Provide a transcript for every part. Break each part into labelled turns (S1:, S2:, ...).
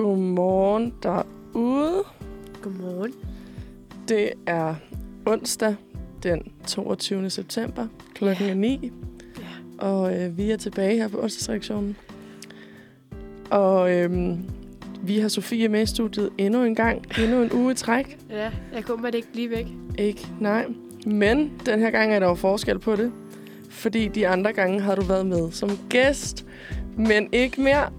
S1: Godmorgen derude.
S2: Godmorgen.
S1: Det er onsdag den 22. september klokken
S2: Ja.
S1: er 9.
S2: Ja.
S1: Og øh, vi er tilbage her på onsdagsreaktionen. Og øh, vi har Sofie med i studiet endnu en gang. Endnu en uge i træk.
S2: Ja, jeg kunne bare ikke blive væk.
S1: Ikke? Nej. Men den her gang er der jo forskel på det. Fordi de andre gange har du været med som gæst. Men ikke mere.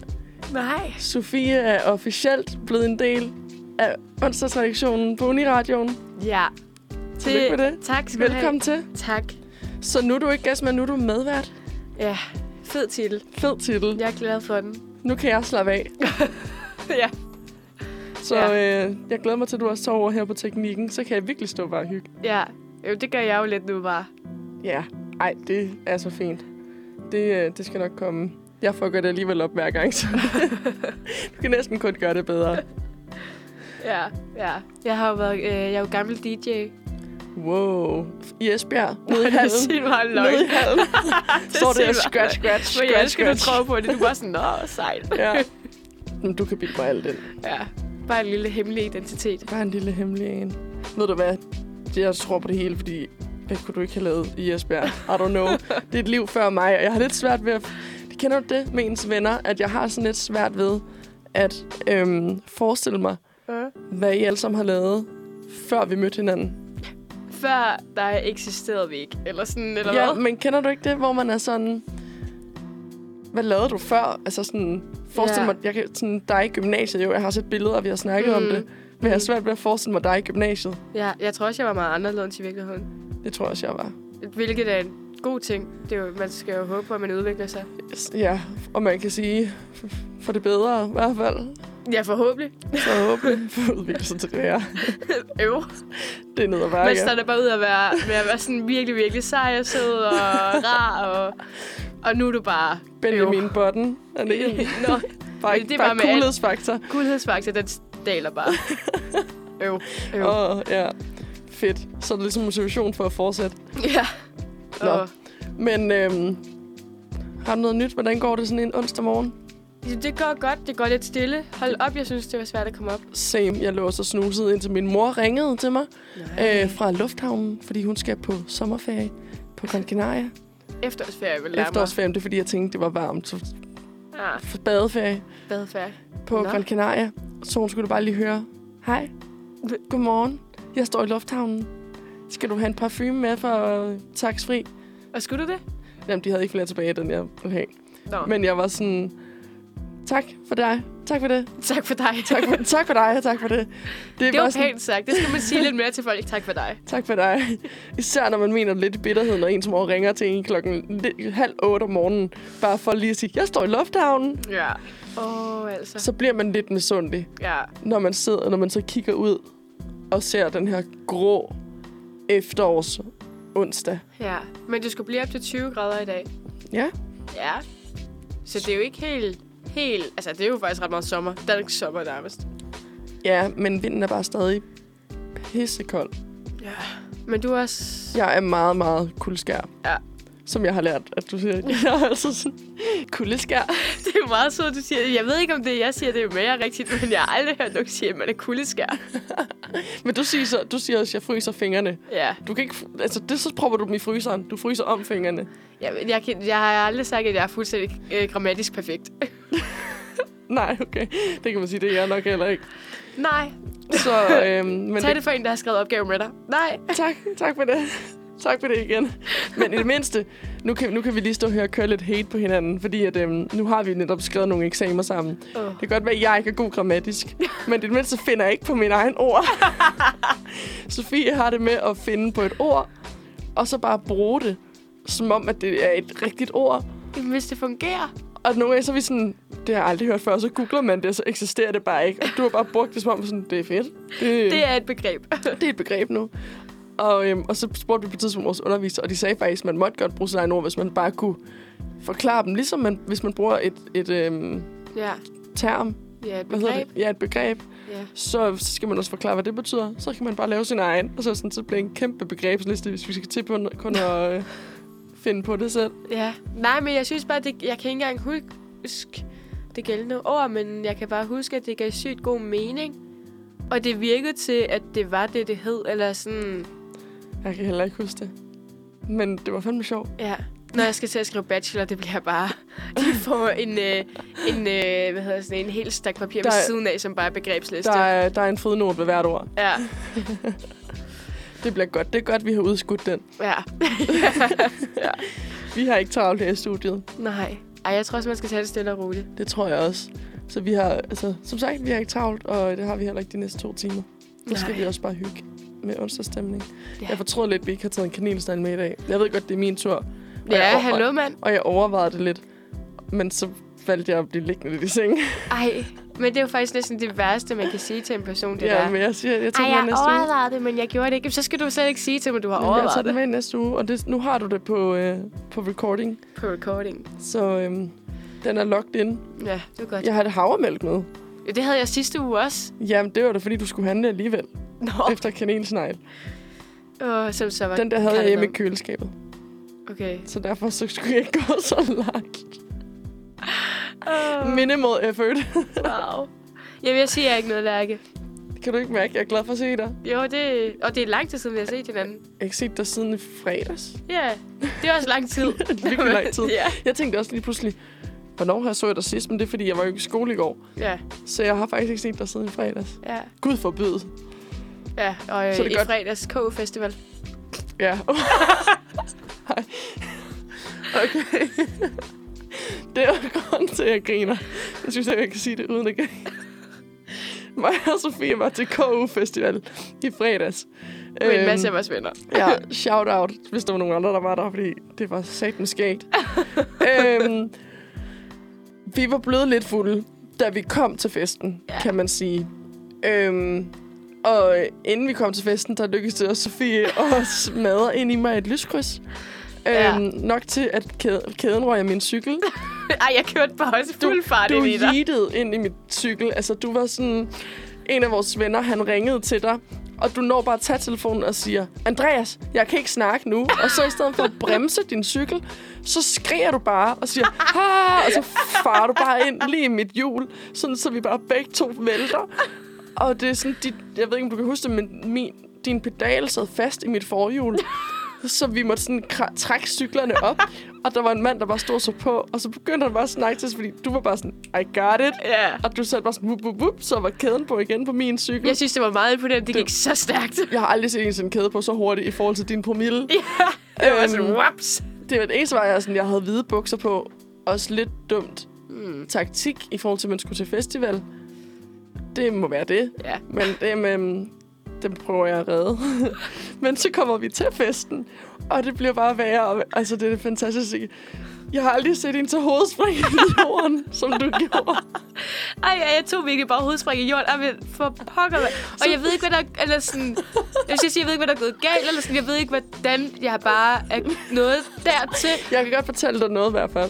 S2: Nej.
S1: Sofie er officielt blevet en del af onsdagsredaktionen på Uniradioen.
S2: Ja.
S1: Tillykke med det.
S2: Tak skal
S1: Velkommen
S2: du
S1: til.
S2: have. Tak.
S1: Så nu er du ikke gæst, men nu er du medvært.
S2: Ja, fed titel.
S1: Fed titel. Ja.
S2: Jeg er glad for den.
S1: Nu kan jeg slappe af.
S2: ja.
S1: Så ja. øh, jeg glæder mig til, at du også tager over her på teknikken. Så kan jeg virkelig stå bare og hygge.
S2: Ja. Jo, det gør jeg jo lidt nu bare.
S1: Ja, ej, det er så fint. Det, øh, det skal nok komme. Jeg fucker det alligevel op hver gang, så du kan næsten kun gøre det bedre.
S2: Ja, ja. Jeg har jo været, øh, jeg er jo gammel DJ.
S1: Wow. I Esbjerg, nede i hallen.
S2: Sig mig
S1: Nede i hallen. Står
S2: siger
S1: der
S2: mig.
S1: scratch, scratch,
S2: Men jeg
S1: scratch,
S2: elsker, du
S1: scratch.
S2: tror på det. Du var sådan, nå, sejt.
S1: Ja. Men du kan bilde mig alt det.
S2: Ja. Bare en lille hemmelig identitet.
S1: Bare en lille hemmelig en. Ved du hvad? Jeg tror på det hele, fordi hvad kunne du ikke have lavet i Esbjerg? I don't know. Det er et liv før mig, og jeg har lidt svært ved at... Det kender du det med ens venner, at jeg har sådan lidt svært ved at øhm, forestille mig,
S2: Uh.
S1: hvad I alle sammen har lavet, før vi mødte hinanden.
S2: Før der eksisterede vi ikke. Eller sådan, eller
S1: Ja,
S2: hvad?
S1: men kender du ikke det, hvor man er sådan... Hvad lavede du før? Altså sådan, forestil
S2: Ja.
S1: mig, jeg kan, sådan, dig i gymnasiet, jo, jeg har set billeder, og vi har snakket mm. om
S2: Mm.
S1: det. Men jeg har svært ved at forestille mig dig i gymnasiet.
S2: Ja, jeg tror også, jeg var meget anderledes i virkeligheden.
S1: Det tror jeg også, jeg var.
S2: Hvilket er en god ting. Det er jo, man skal jo håbe på, at man udvikler sig.
S1: Ja, og man kan sige, f- for det bedre i hvert fald.
S2: Ja, forhåbentlig.
S1: Så jeg håber, for udvikler sig til det her.
S2: jo.
S1: Det er ned ad bakke.
S2: Man starter bare ud at være, med at være sådan virkelig, virkelig sej og sød og rar. Og, og nu er du bare...
S1: Benjamin Button. Er det ikke?
S2: Nå,
S1: Bare,
S2: det
S1: bare,
S2: er bare med
S1: bare
S2: alt.
S1: coolhedsfaktor.
S2: coolhedsfaktor, den daler bare. Øv. Øv. Oh.
S1: Åh, ja. Fedt. Så er det ligesom motivation for at fortsætte.
S2: Ja.
S1: Nå.
S2: Og,
S1: Men øhm, har du noget nyt? Hvordan går det sådan en onsdag morgen?
S2: det går godt. Det går lidt stille. Hold op, jeg synes, det var svært at komme op.
S1: Same. Jeg lå også og snusede, indtil min mor ringede til mig øh, fra lufthavnen, fordi hun skal på sommerferie på Gran Canaria.
S2: Efterårsferie vil lære mig.
S1: Efterårsferie, det er fordi, jeg tænkte, det var varmt. Så
S2: Ah,
S1: for badeferie.
S2: badeferie.
S1: på
S2: Nå.
S1: Gran Canaria. Så hun skulle bare lige høre, hej, godmorgen, jeg står i lufthavnen. Skal du have en parfume med for øh, taxfri?
S2: Og skulle du det?
S1: Jamen, de havde ikke flere tilbage, den jeg ville have.
S2: Nå, Men.
S1: Men jeg var sådan, tak for dig, tak for det,
S2: tak for dig.
S1: tak for, tak for dig, og tak for det. er
S2: Det var
S1: bare sådan,
S2: pænt sagt. Det skal man sige lidt mere til folk. Tak for dig.
S1: Tak for dig. Især når man mener lidt i bitterhed, når ens mor ringer til en klokken lidt- halv otte om morgenen, bare for lige at sige, jeg står i lufthavnen.
S2: Ja. Åh, oh, altså.
S1: Så bliver man lidt misundelig.
S2: Ja.
S1: når man sidder, når man så kigger ud og ser den her grå efterårs onsdag.
S2: ja. Men det skulle blive op til 20 grader i dag.
S1: Ja,
S2: Ja. Så det er jo ikke helt... helt altså, det er jo faktisk ret meget sommer. Dansk sommer nærmest.
S1: ja men vinden er bare stadig pissekold.
S2: Ja. Men du er også...
S1: Jeg er meget, meget kuldskær.
S2: Ja.
S1: Som jeg har lært, at du siger. Jeg er altså sådan, kuldeskær.
S2: Det er jo meget sødt, du siger det. Jeg ved ikke, om det jeg siger, det er mere rigtigt, men jeg har aldrig hørt nogen sige, at man er kuldeskær.
S1: Men du siger, så, du siger også, at jeg fryser fingrene.
S2: Ja.
S1: Du kan ikke, fr- altså det, så propper du dem i fryseren. Du fryser om fingrene.
S2: Jeg, jeg, kan, jeg har aldrig sagt, at jeg er fuldstændig øh, grammatisk perfekt.
S1: Nej, okay. Det kan man sige, det er jeg nok heller ikke.
S2: Nej.
S1: Så, øhm, men
S2: Tag det for en, der har skrevet opgaven med dig. Nej.
S1: Tak, tak for det. Tak for det igen. Men i det mindste, nu kan, nu kan vi lige stå her og køre lidt hate på hinanden, fordi at, øhm, nu har vi netop skrevet nogle eksamener sammen. Det
S2: Oh.
S1: kan godt være, at jeg ikke er god grammatisk, men i det mindste finder jeg ikke på mine egne ord. Sofie har det med at finde på et ord, og så bare bruge det, som om, at det er et rigtigt ord.
S2: Hvis det fungerer.
S1: Og nogle gange så er vi sådan, det har jeg aldrig hørt før, og så googler man det, og så eksisterer det bare ikke. Og du har bare brugt det, som om sådan, det er fedt. Det,
S2: Det er et begreb.
S1: det er et begreb nu. Og, øhm, og så spurgte vi på et tidspunkt vores underviser, og de sagde faktisk, at man måtte godt bruge sine egne ord, hvis man bare kunne forklare dem. Ligesom man, hvis man bruger et, et øhm,
S2: ja.
S1: term,
S2: Ja, et
S1: hvad hedder
S2: begreb.
S1: det? Ja, et begreb,
S2: Ja.
S1: så, så skal man også forklare, hvad det betyder. Så kan man bare lave sin egen, og så, sådan, så bliver det en kæmpe begrebsliste, hvis vi skal til på kun at øh, finde på det selv.
S2: ja. Nej, men jeg synes bare, det, jeg kan ikke engang huske, det gældende år, men jeg kan bare huske, at det gav sygt god mening. Og det virkede til, at det var det, det hed, eller sådan...
S1: Jeg kan heller ikke huske det. Men det var fandme sjovt.
S2: Ja. Når jeg skal til at skrive bachelor, det bliver bare... De får en, øh, en, øh, hvad hedder sådan, en hel stak papir
S1: Der
S2: ved
S1: er-
S2: siden af, som bare er begrebsliste.
S1: Der er, der er en fodnote ved hvert ord.
S2: Ja,
S1: Det bliver godt. Det er godt, vi har udskudt den.
S2: ja.
S1: Vi har ikke travlt her i studiet.
S2: Nej. Ej, jeg tror også, man skal tage det stille og roligt.
S1: Det tror jeg også. Så vi har, altså, som sagt, vi har ikke travlt, og det har vi heller ikke de næste to timer. Nu skal
S2: Nej.
S1: vi også bare hygge med onsdagsstemning.
S2: Ja.
S1: Ja. Jeg fortrød lidt, at vi ikke har taget en kanelsnegl med i dag. Jeg ved godt, det er min tur. Og jeg
S2: Ja,
S1: over-
S2: hallo mand.
S1: Og jeg overvejede det lidt. Men så faldt jeg og blev liggende lidt i sengen.
S2: Ej, men det er jo faktisk næsten det værste, man kan sige til en person, det
S1: Ja,
S2: der.
S1: men jeg siger, jeg
S2: Ej,
S1: tager
S2: jeg
S1: den med næste uge.
S2: overvejede det, men jeg gjorde det ikke. Så skal du slet ikke sige til mig, du har
S1: Jamen, Jeg tager
S2: overvejet
S1: den
S2: det.
S1: med i næste uge, og det, nu har du det på, øh, på recording.
S2: På recording.
S1: Så øhm, den er locked in.
S2: Ja, det var godt.
S1: Jeg har det havremælk med.
S2: Ja. Det havde jeg sidste uge også.
S1: Jamen, det var da, fordi du skulle handle alligevel.
S2: Nå,
S1: Efter kanelsnegl.
S2: oh, som så var
S1: Den der havde jeg
S2: kaldet
S1: hjemme i
S2: mad.
S1: køleskabet.
S2: Okay.
S1: Så derfor så skulle jeg ikke gå så langt. Ah.
S2: Oh,
S1: Minimal effort.
S2: wow. Jeg vil sige, at jeg er ikke noget lærke.
S1: kan du ikke mærke, jeg er glad for at se dig?
S2: Jo, det, og det er lang tid siden, vi har set hinanden.
S1: Jeg har ikke set dig siden i fredags.
S2: Ja, yeah. det er også lang tid.
S1: Virkelig lang tid.
S2: ja.
S1: Jeg tænkte også lige pludselig, hvornår har jeg så dig sidst? Men det er, fordi jeg var jo ikke i skole i går.
S2: ja,
S1: Så jeg har faktisk ikke set dig siden i fredags.
S2: ja,
S1: Gud forbyde.
S2: ja. Og
S1: Så er
S2: øh,
S1: det
S2: i
S1: godt.
S2: fredags K-festival.
S1: Ja. Ej. okay. det er grunden til, at jeg griner. Jeg synes, at jeg kan sige det uden at grine. Mig og Sofie var til KU Festival i fredags.
S2: Med en masse af vores venner.
S1: Øhm, Ja, shout out, hvis der var nogen andre, der var der, fordi det var satan skægt. øhm, vi var blevet lidt fulde, da vi kom til festen,
S2: Ja.
S1: ja. kan man sige. Øhm, og øh, inden vi kom til festen, der lykkedes det også Sofie at smadre ind i mig et lyskryds.
S2: Ja.
S1: Øhm, Nok til, at kæ- kæden røg af min cykel.
S2: Ej, jeg kørte bare også fuld fart
S1: Du
S2: ind i dig.
S1: yeetede ind i mit cykel. Altså, du var sådan... En af vores venner, han ringede til dig, og du når bare at tage telefonen og siger, Andreas, jeg kan ikke snakke nu. Og så i stedet for at bremse din cykel, så skriger du bare og siger, ha! og så farer du bare ind lige i mit hjul, sådan så vi bare begge to vælter. Og det er sådan, dit, jeg ved ikke, om du kan huske det, men min, din pedal sad fast i mit forhjul. Så vi måtte sådan kra- trække cyklerne op, og der var en mand, der bare stod så på, og så begyndte han bare at snakke til os, fordi du var bare sådan, I got it.
S2: Ja.
S1: Og du satte bare sådan, wup, wup, wup, så var kæden på igen på min cykel.
S2: Jeg synes, det var meget imponerende. Det
S1: Det-
S2: gik så stærkt.
S1: Jeg har aldrig set en sådan kæde på så hurtigt i forhold til din promille. Øhm,
S2: Ja, det var sådan, whaps.
S1: Det var det eneste, var, jeg, sådan, jeg havde hvide bukser på. Også lidt dumt
S2: Mm.
S1: taktik i forhold til, at man skulle til festival. Det må være det.
S2: Ja.
S1: Men dem, øhm, dem prøver jeg at redde. Men så kommer vi til festen, og det bliver bare værre. og- Altså, det er det fantastiske. Jeg har aldrig set en til hovedspring i jorden, som du gjorde.
S2: Ej, ej, jeg tog virkelig bare hovedspring i jorden. Ej, men for pokker, mand. Og jeg ved ikke, hvad der... Eller sådan, jeg skal sige, jeg ved ikke, hvad der er gået galt. Eller sådan, jeg ved ikke, hvordan jeg bare er nået dertil.
S1: Jeg kan godt fortælle dig noget i hvert fald.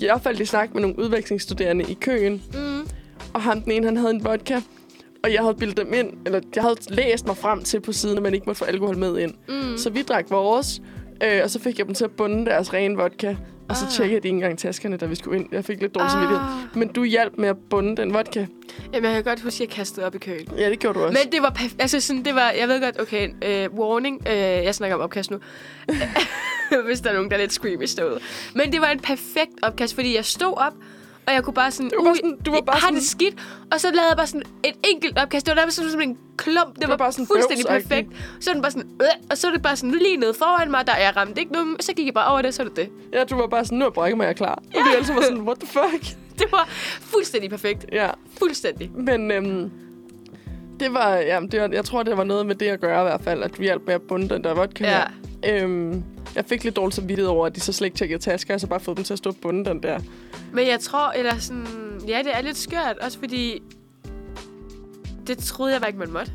S1: Jeg faldt i snak med nogle udvekslingsstuderende i køen,
S2: Mm.
S1: og ham den ene, han havde en vodka. Og jeg havde bildet dem ind, eller jeg havde læst mig frem til på siden, at man ikke måtte få alkohol med ind.
S2: Mm.
S1: Så vi drak vores, øh, og så fik jeg dem til at bunde deres rene vodka. Og så
S2: Ah.
S1: tjekkede de ikke engang taskerne, da vi skulle ind. Jeg fik lidt dårlig
S2: Ah.
S1: samvittighed. Men du hjalp med at bunde den vodka.
S2: Jamen, jeg kan godt huske, at jeg kastede op i køen.
S1: Ja, det gjorde du også.
S2: Men det var perf- Altså, sådan, det var... Jeg ved godt, okay, øh, warning. Øh, jeg snakker om opkast nu. Hvis der er nogen, der er lidt screamish derude. Men det var en perfekt opkast, fordi jeg stod op, og jeg kunne bare sådan...
S1: du var, bare sådan, du var bare
S2: jeg har
S1: sådan,
S2: det skidt, og så lavede jeg bare sådan et enkelt opkast. Det var nærmest som sådan en klump. Det,
S1: var
S2: var,
S1: bare
S2: bare
S1: sådan
S2: fuldstændig perfekt.
S1: bøvsagtigt.
S2: Så var den bare sådan, øh, og så var det bare sådan lige nede foran mig, der jeg ramte ikke nogen. Så gik jeg bare over det, så var det det.
S1: ja, du var bare sådan, nu har jeg brækket mig, jeg er klar. Og de alle sammen var sådan, what the fuck?
S2: Det var fuldstændig perfekt.
S1: Ja,
S2: Fuldstændig.
S1: men øhm, det var, ja, det var, jeg tror, det var noget med det at gøre i hvert fald, at vi hjalp med at bunde den der vodka.
S2: Ja.
S1: her. Øhm, jeg fik lidt dårlig samvittighed over, at de så slet ikke tjekkede tasker, og så bare fået dem til at stå og bunde den der.
S2: Men jeg tror, eller sådan, ja, det er lidt skørt, også fordi det troede jeg bare ikke, man måtte.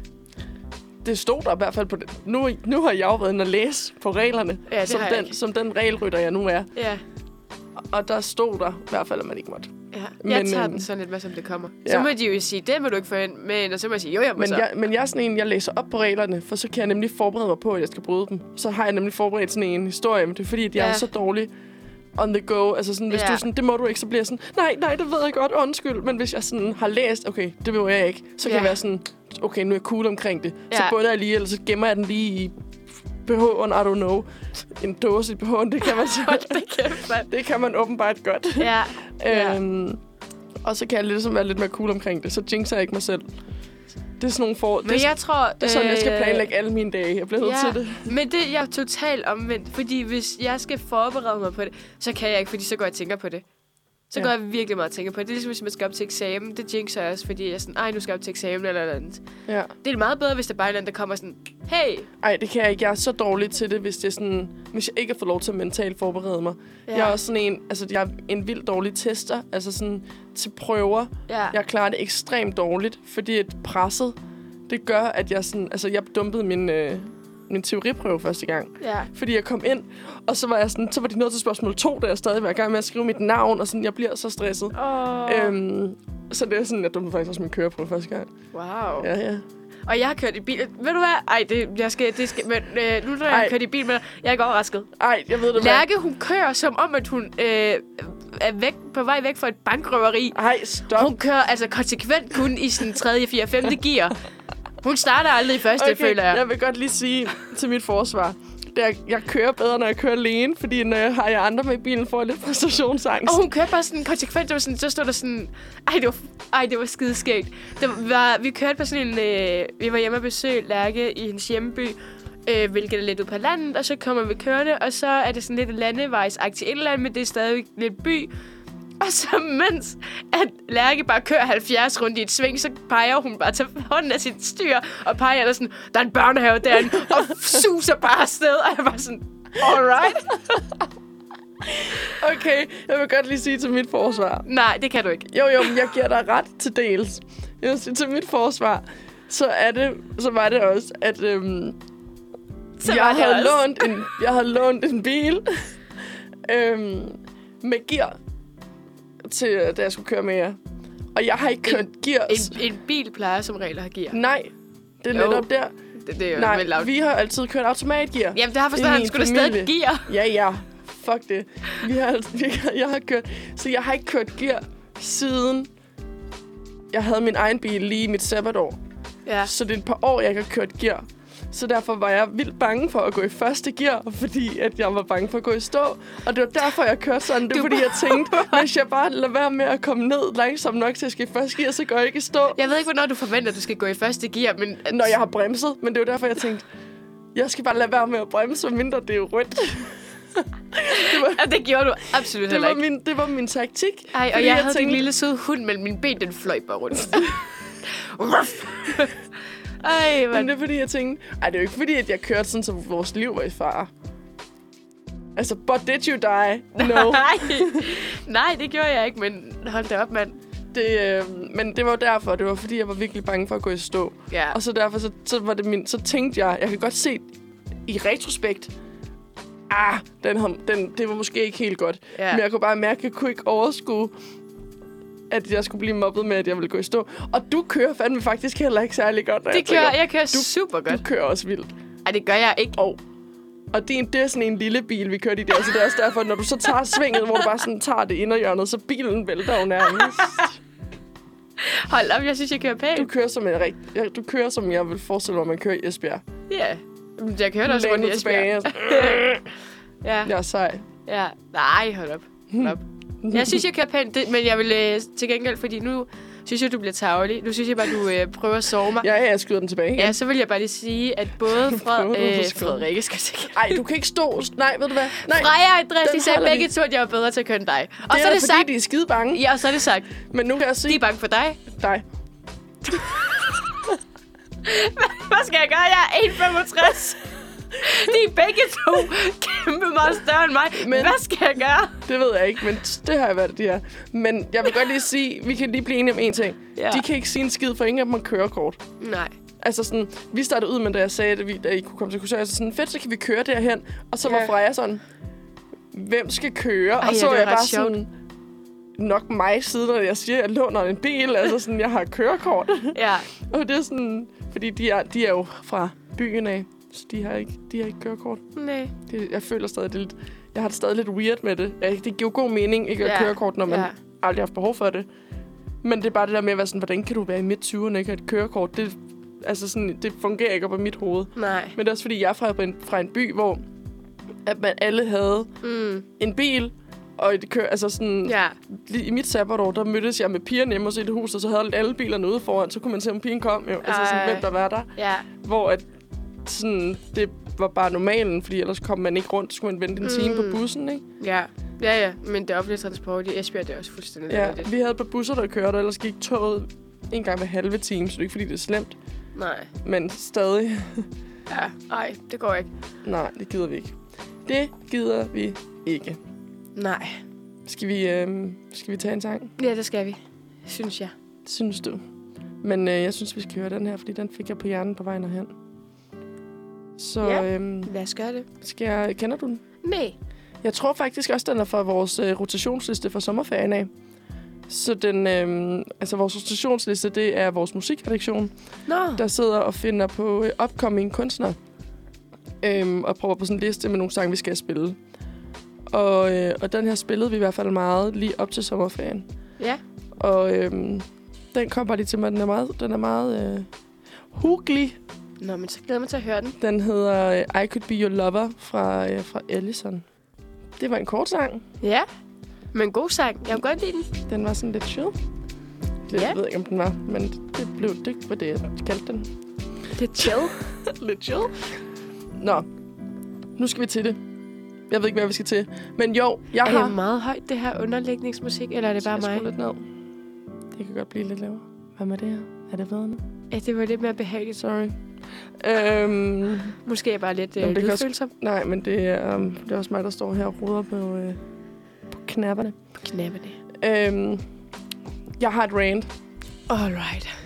S1: det stod der i hvert fald på det. Nu, nu har jeg jo været inde og læse på reglerne,
S2: Ja, det
S1: som,
S2: har jeg
S1: den,
S2: ikke.
S1: som den regelrytter, jeg nu er.
S2: Ja,
S1: Og der stod der i hvert fald, at man ikke måtte.
S2: ja. Jeg
S1: Men,
S2: tager
S1: øhm,
S2: den sådan lidt med, som det kommer. Ja. Så
S1: ja.
S2: må de jo sige, det må du ikke få ind med, og så må jeg sige, jo, jeg må
S1: Men
S2: så.
S1: jeg, men jeg er sådan en, jeg læser op på reglerne, for så kan jeg nemlig forberede mig på, at jeg skal bryde dem. Så har jeg nemlig forberedt sådan en historie, men det er fordi, at jeg
S2: Ja.
S1: er så dårlig on the go. Altså sådan, hvis
S2: Ja.
S1: du er sådan, det må du ikke, så bliver jeg sådan, nej, nej, det ved jeg godt, undskyld. Men hvis jeg sådan har læst, okay, det må jeg ikke, så kan
S2: Ja.
S1: jeg være sådan, okay, nu er jeg cool omkring det. Så
S2: Ja.
S1: bunder jeg lige, eller så gemmer jeg den lige i BH'en, I don't know. En dåse i BH'en, det kan man så.
S2: Hold da kæft, mand.
S1: det kan man åbenbart godt.
S2: Ja. ja.
S1: Øhm, og så kan jeg ligesom være lidt mere cool omkring det, så jinxer jeg ikke mig selv. Det er sådan nogle for...
S2: Men
S1: Det,
S2: jeg tror...
S1: det er sådan, jeg skal
S2: øh,
S1: planlægge alle mine dage. Jeg bliver nødt til det.
S2: men det jeg er totalt omvendt. Fordi hvis jeg skal forberede mig på det, så kan jeg ikke, fordi så går jeg og tænker på det. Så
S1: Ja.
S2: ja. går jeg virkelig meget og tænker på det. Det er ligesom, hvis man skal op til eksamen. Det jinxer jeg også, fordi jeg er sådan, ej, nu skal jeg op til eksamen eller noget andet.
S1: Ja.
S2: Det er meget bedre, hvis der bare er en eller anden, der kommer sådan, hey,
S1: Ej, det kan jeg ikke. Jeg er så dårlig til det, hvis, det er sådan, hvis jeg ikke har fået lov til at mentalt forberede mig. Ja.
S2: Ja.
S1: Jeg er også sådan en, altså, jeg er en vildt dårlig tester, altså sådan til prøver.
S2: ja,
S1: Jeg klarer det ekstremt dårligt, fordi et presset, det gør, at jeg sådan, altså, jeg dumpede min, øh, min teoriprøve første gang.
S2: ja.
S1: Fordi jeg kom ind, og så var, jeg sådan, så var de nået til spørgsmål 2, da jeg stadig var i gang med at skrive mit navn, og sådan, jeg bliver så stresset.
S2: Oh,
S1: Oh.
S2: øhm.
S1: Øhm, så det er sådan, jeg dumpede faktisk også min køreprøve første gang.
S2: Wow.
S1: Ja, ja.
S2: Og jeg har kørt i bil. Ved du hvad? Ej, det, jeg skal, det skal, men øh, nu når jeg
S1: Ej.
S2: har kørt i bil med dig, jeg er ikke overrasket.
S1: Ej, jeg ved det hvad.
S2: Lærke, hun kører som om, at hun øh, er væk, på vej væk fra et bankrøveri.
S1: Ej, stop.
S2: Hun kører altså konsekvent kun i sin 3., 4., 5. gear. Hun starter aldrig i første, okay, føler jeg.
S1: jeg vil godt lige sige til mit forsvar. Det er, jeg kører bedre, når jeg kører alene, fordi når jeg har jeg andre med i bilen, får jeg lidt præstationsangst.
S2: Og
S1: Oh.
S2: hun kørte bare sådan konsekvent, det var sådan, så stod der sådan, ej, det var, ej, det var skideskægt. Det var, vi kørte på sådan en, øh, vi var hjemme og besøgte Lærke i hendes hjemby, øh, hvilket er lidt ud på landet, og så kommer vi kørende, og så er det sådan lidt landevejsagtigt et eller andet, men det er stadig lidt by. Og så mens at Lærke bare kører 70 rundt i et sving, så peger hun bare til hånden af sit styr, og peger der sådan, der er en børnehave derinde, og suser bare afsted, og jeg var sådan, alright.
S1: Okay, jeg vil godt lige sige til mit forsvar.
S2: Nej, det kan du ikke.
S1: Jo, jo, men jeg giver dig ret til dels. Jeg vil sige, til mit forsvar, så, er det, så var det også, at øhm,
S2: Så var
S1: jeg,
S2: det
S1: havde
S2: også.
S1: lånt en, jeg havde lånt en bil øhm, med gear, til, øh, da jeg skulle køre med jer. Og jeg har ikke kørt gear.
S2: En, en bil plejer som regel at have gear.
S1: Nej, det er
S2: Jo.
S1: netop der.
S2: Det, det er jo
S1: Nej,
S2: vel lavt.
S1: vi har altid kørt automatgear.
S2: Jamen, det har jeg
S1: I
S2: forstået, han
S1: min
S2: skulle da stadig
S1: familie.
S2: gear.
S1: Ja, ja. Fuck det. Vi har, alt- vi har, jeg har kørt... Så jeg har ikke kørt gear siden... Jeg havde min egen bil lige i mit sabbatår.
S2: Ja.
S1: Så det er et par år, jeg ikke har kørt gear. Så derfor var jeg vildt bange for at gå i første gear, fordi at jeg var bange for at gå i stå. Og det var derfor, jeg kørte sådan. Det var,
S2: Du
S1: fordi jeg tænkte, hvis jeg bare lader være med at komme ned langsomt nok til at jeg skal i første gear, så går jeg ikke i stå.
S2: Jeg ved ikke, hvornår du forventer, at du skal gå i første gear, men... at-
S1: Når jeg har bremset, men det var derfor, jeg tænkte, jeg skal bare lade være med at bremse, mindre det er rødt.
S2: at Altså, det gjorde du absolut
S1: Det
S2: heller
S1: var,
S2: ikke.
S1: min, det var min taktik.
S2: Ej, og
S1: fordi
S2: jeg, jeg havde
S1: tænkte-
S2: din lille søde hund, men min ben, den fløj bare rundt. Ruff. Ej,
S1: Men
S2: man.
S1: det er fordi, jeg tænkte... Ej, det er jo ikke fordi, at jeg kørte sådan, så vores liv var i fare. Altså, but did you die? No.
S2: Nej. Nej, det gjorde jeg ikke, men hold da op, mand.
S1: det, øh, men det var jo derfor. Det var fordi, jeg var virkelig bange for at gå i stå.
S2: Ja.
S1: Og så derfor, så, så, var det min, så tænkte jeg... Jeg kan godt se i retrospekt... Ah, den, har- den, det var måske ikke helt godt.
S2: Ja.
S1: Men jeg kunne bare mærke, at jeg kunne ikke overskue at jeg skulle blive mobbet med, at jeg ville gå i stå. Og du kører fandme faktisk heller ikke særlig godt. når
S2: Det
S1: tænker-
S2: kører, jeg kører
S1: Du-
S2: super godt.
S1: Du kører også vildt.
S2: Ej, det gør jeg ikke.
S1: Og, og det, er, det er sådan en lille bil, vi kørte i der, så det er også derfor, at når du så tager svinget, hvor du bare sådan tager det inderhjørnet, så bilen vælter jo nærmest.
S2: Hold op, jeg synes, jeg kører
S1: Du
S2: pænt.
S1: kører som, en rigt, ja, du kører, som jeg vil forestille mig, at man kører i Esbjerg.
S2: Ja. Jamen, Jeg kører da også rundt i
S1: Lænet tilbage. altså.
S2: Esbjerg. Ja.
S1: Jeg er sej.
S2: Ja, nej, hold op. Hold op. Jeg synes, jeg kører pænt, det, men jeg vil øh, til gengæld, fordi nu synes jeg, du bliver tavlig. Nu synes jeg bare, du øh, prøver at sove mig. Ja.
S1: Ja, ja, jeg skyder den tilbage.
S2: ja, så vil jeg bare lige sige, at både Fred,
S1: Prøver du at
S2: øh,
S1: skyde?
S2: Frederikke skal til gengæld.
S1: Ej, du kan ikke stå. Nej, ved du hvad? Nej,
S2: Freja og Andreas,
S1: Den
S2: de sagde
S1: holder
S2: begge
S1: vi.
S2: to, at jeg var bedre til at køre end dig. Og
S1: det
S2: så
S1: er,
S2: er
S1: da
S2: det
S1: fordi,
S2: sagt.
S1: de er skide bange.
S2: Ja, og så er det sagt.
S1: Men nu kan jeg
S2: De
S1: sige
S2: er bange for dig.
S1: dig.
S2: Hvad skal jeg gøre? Jeg er 1,65. De er begge to kæmpe meget større end mig.
S1: Men-
S2: Men... Hvad skal jeg gøre?
S1: Det ved jeg ikke, men det har jeg været, de er. Men jeg vil godt lige sige, vi kan lige blive enige om en ting.
S2: Ja.
S1: De kan ikke sige en skid, for ingen af dem har kørekort.
S2: Nej.
S1: Altså sådan, vi startede ud med, da jeg sagde, at, vi, at I kunne komme til Korsør, så sådan, fedt, så kan vi køre derhen. Og så var
S2: Ja.
S1: Freja sådan, hvem skal køre?
S2: ja,
S1: og så
S2: det var
S1: jeg
S2: ret
S1: bare
S2: sjovt.
S1: sådan, nok mig siden, når jeg siger, at jeg låner en bil. altså sådan, jeg har kørekort.
S2: Ja.
S1: og det er sådan, fordi de er, de er jo fra byen af, så de har ikke, de har ikke kørekort.
S2: Nej.
S1: Det, jeg føler stadig, det er lidt, jeg har det stadig lidt weird med det. Ja, det giver jo god mening ikke at
S2: Ja,
S1: yeah. kørekort, når man
S2: ja.
S1: yeah. aldrig har haft behov for det. Men det er bare det der med at være sådan, hvordan kan du være i midt 20'erne og ikke have et kørekort? Det, altså sådan, det fungerer ikke op i mit hoved.
S2: Nej.
S1: Men det er også fordi, jeg er fra en, fra en by, hvor at man alle havde
S2: Mm.
S1: en bil, og et kø, altså sådan,
S2: Ja.
S1: lige i mit sabbatår, der mødtes jeg med pigerne hjemme hos et hus, og så havde alle bilerne ude foran, så kunne man se, om pigen kom jo. Altså sådan,
S2: Ej.
S1: hvem der var der.
S2: Ja.
S1: Hvor at, sådan, det var bare normalen, fordi ellers kom man ikke rundt, så skulle man vente en time
S2: Mm.
S1: på bussen, ikke?
S2: Ja. Ja, ja. Men det offentlige transport i Esbjerg, det er også fuldstændig
S1: Ja,
S2: vanvittigt.
S1: vi havde et par busser, der kørte, og ellers gik toget en gang hver halve time, så det er ikke fordi, det er slemt.
S2: Nej.
S1: Men stadig,
S2: Ja. Nej, det går ikke.
S1: nej, det gider vi ikke. Det gider vi ikke.
S2: Nej.
S1: Skal vi, øh, skal vi tage en sang?
S2: Ja, det skal vi. Synes jeg.
S1: Synes du? Men øh, jeg synes, vi skal høre den her, fordi den fik jeg på hjernen på vejen herhen. Så
S2: Ja.
S1: ja. øhm,
S2: Lad os gøre det.
S1: skal jeg, kender du den?
S2: Nej.
S1: Jeg tror faktisk også, den er fra vores øh, rotationsliste for sommerferien af. Så den, øh, altså vores rotationsliste, det er vores musikredaktion,
S2: Nå.
S1: der sidder og finder på øh, upcoming kunstnere. Øhm, og prøver på sådan en liste med nogle sange, vi skal spille. Og, øh, og den her spillede vi i hvert fald meget lige op til sommerferien.
S2: Ja.
S1: Og øhm, den kom bare lige til mig. Den er meget, den er meget øh, huglig.
S2: Nå, men så glæder jeg mig til at høre den.
S1: Den hedder øh, I Could Be Your Lover fra, øh, fra Ellison. Det var en kort sang.
S2: Ja. Men god sang. Jeg kan godt lide den.
S1: Den var sådan lidt chill. Det,
S2: Ja.
S1: Jeg ved ikke, om den var, men det blev det, var det, jeg kaldte den.
S2: Det er chill.
S1: lidt chill. Nå, nu skal vi til det. Jeg ved ikke, hvad vi skal til. Men jo, jeg
S2: Er
S1: har...
S2: det meget højt, det her underlægningsmusik, eller er det bare
S1: Skal jeg skrue
S2: mig?
S1: lidt ned? Det kan godt blive lidt lavere. Hvad med det her? Er det bedre nu?
S2: Ja, det var lidt mere behageligt.
S1: Sorry. Øhm,
S2: Måske er jeg bare lidt øh,
S1: Jamen, det kan også-
S2: lydfølsom.
S1: Nej, men det er, um, det er også mig, der står her og ruder på, øh, på knapperne.
S2: Knappe det.
S1: Øhm, jeg har et rant.
S2: Alright.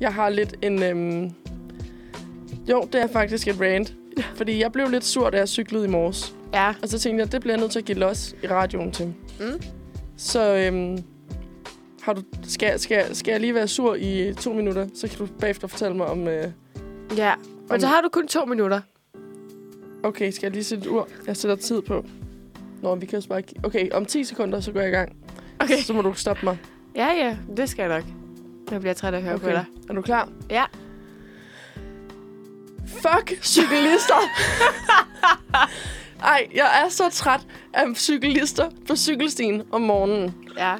S1: Jeg har lidt en... Øhm, jo, det er faktisk et rant. Fordi jeg blev lidt sur, da jeg cyklede i morges.
S2: Ja.
S1: Og så tænkte jeg, det bliver jeg nødt til at give los i radioen til.
S2: Mm.
S1: Så øhm, har du, skal, skal, skal jeg lige være sur i to minutter, så kan du bagefter fortælle mig om... Øh,
S2: Ja. Men så har du kun to minutter.
S1: okay, skal jeg lige sætte et ur? Jeg sætter tid på. Nå, vi kan også bare... gi- Okay, om 10 sekunder, så går jeg i gang.
S2: Okay.
S1: Så må du stoppe mig.
S2: Ja, ja. Det skal jeg nok. Nu bliver jeg træt af at høre okay. på dig.
S1: Er du klar?
S2: Ja.
S1: Fuck cyklister! Ej, jeg er så træt af cyklister på cykelstien om morgenen.
S2: Ja.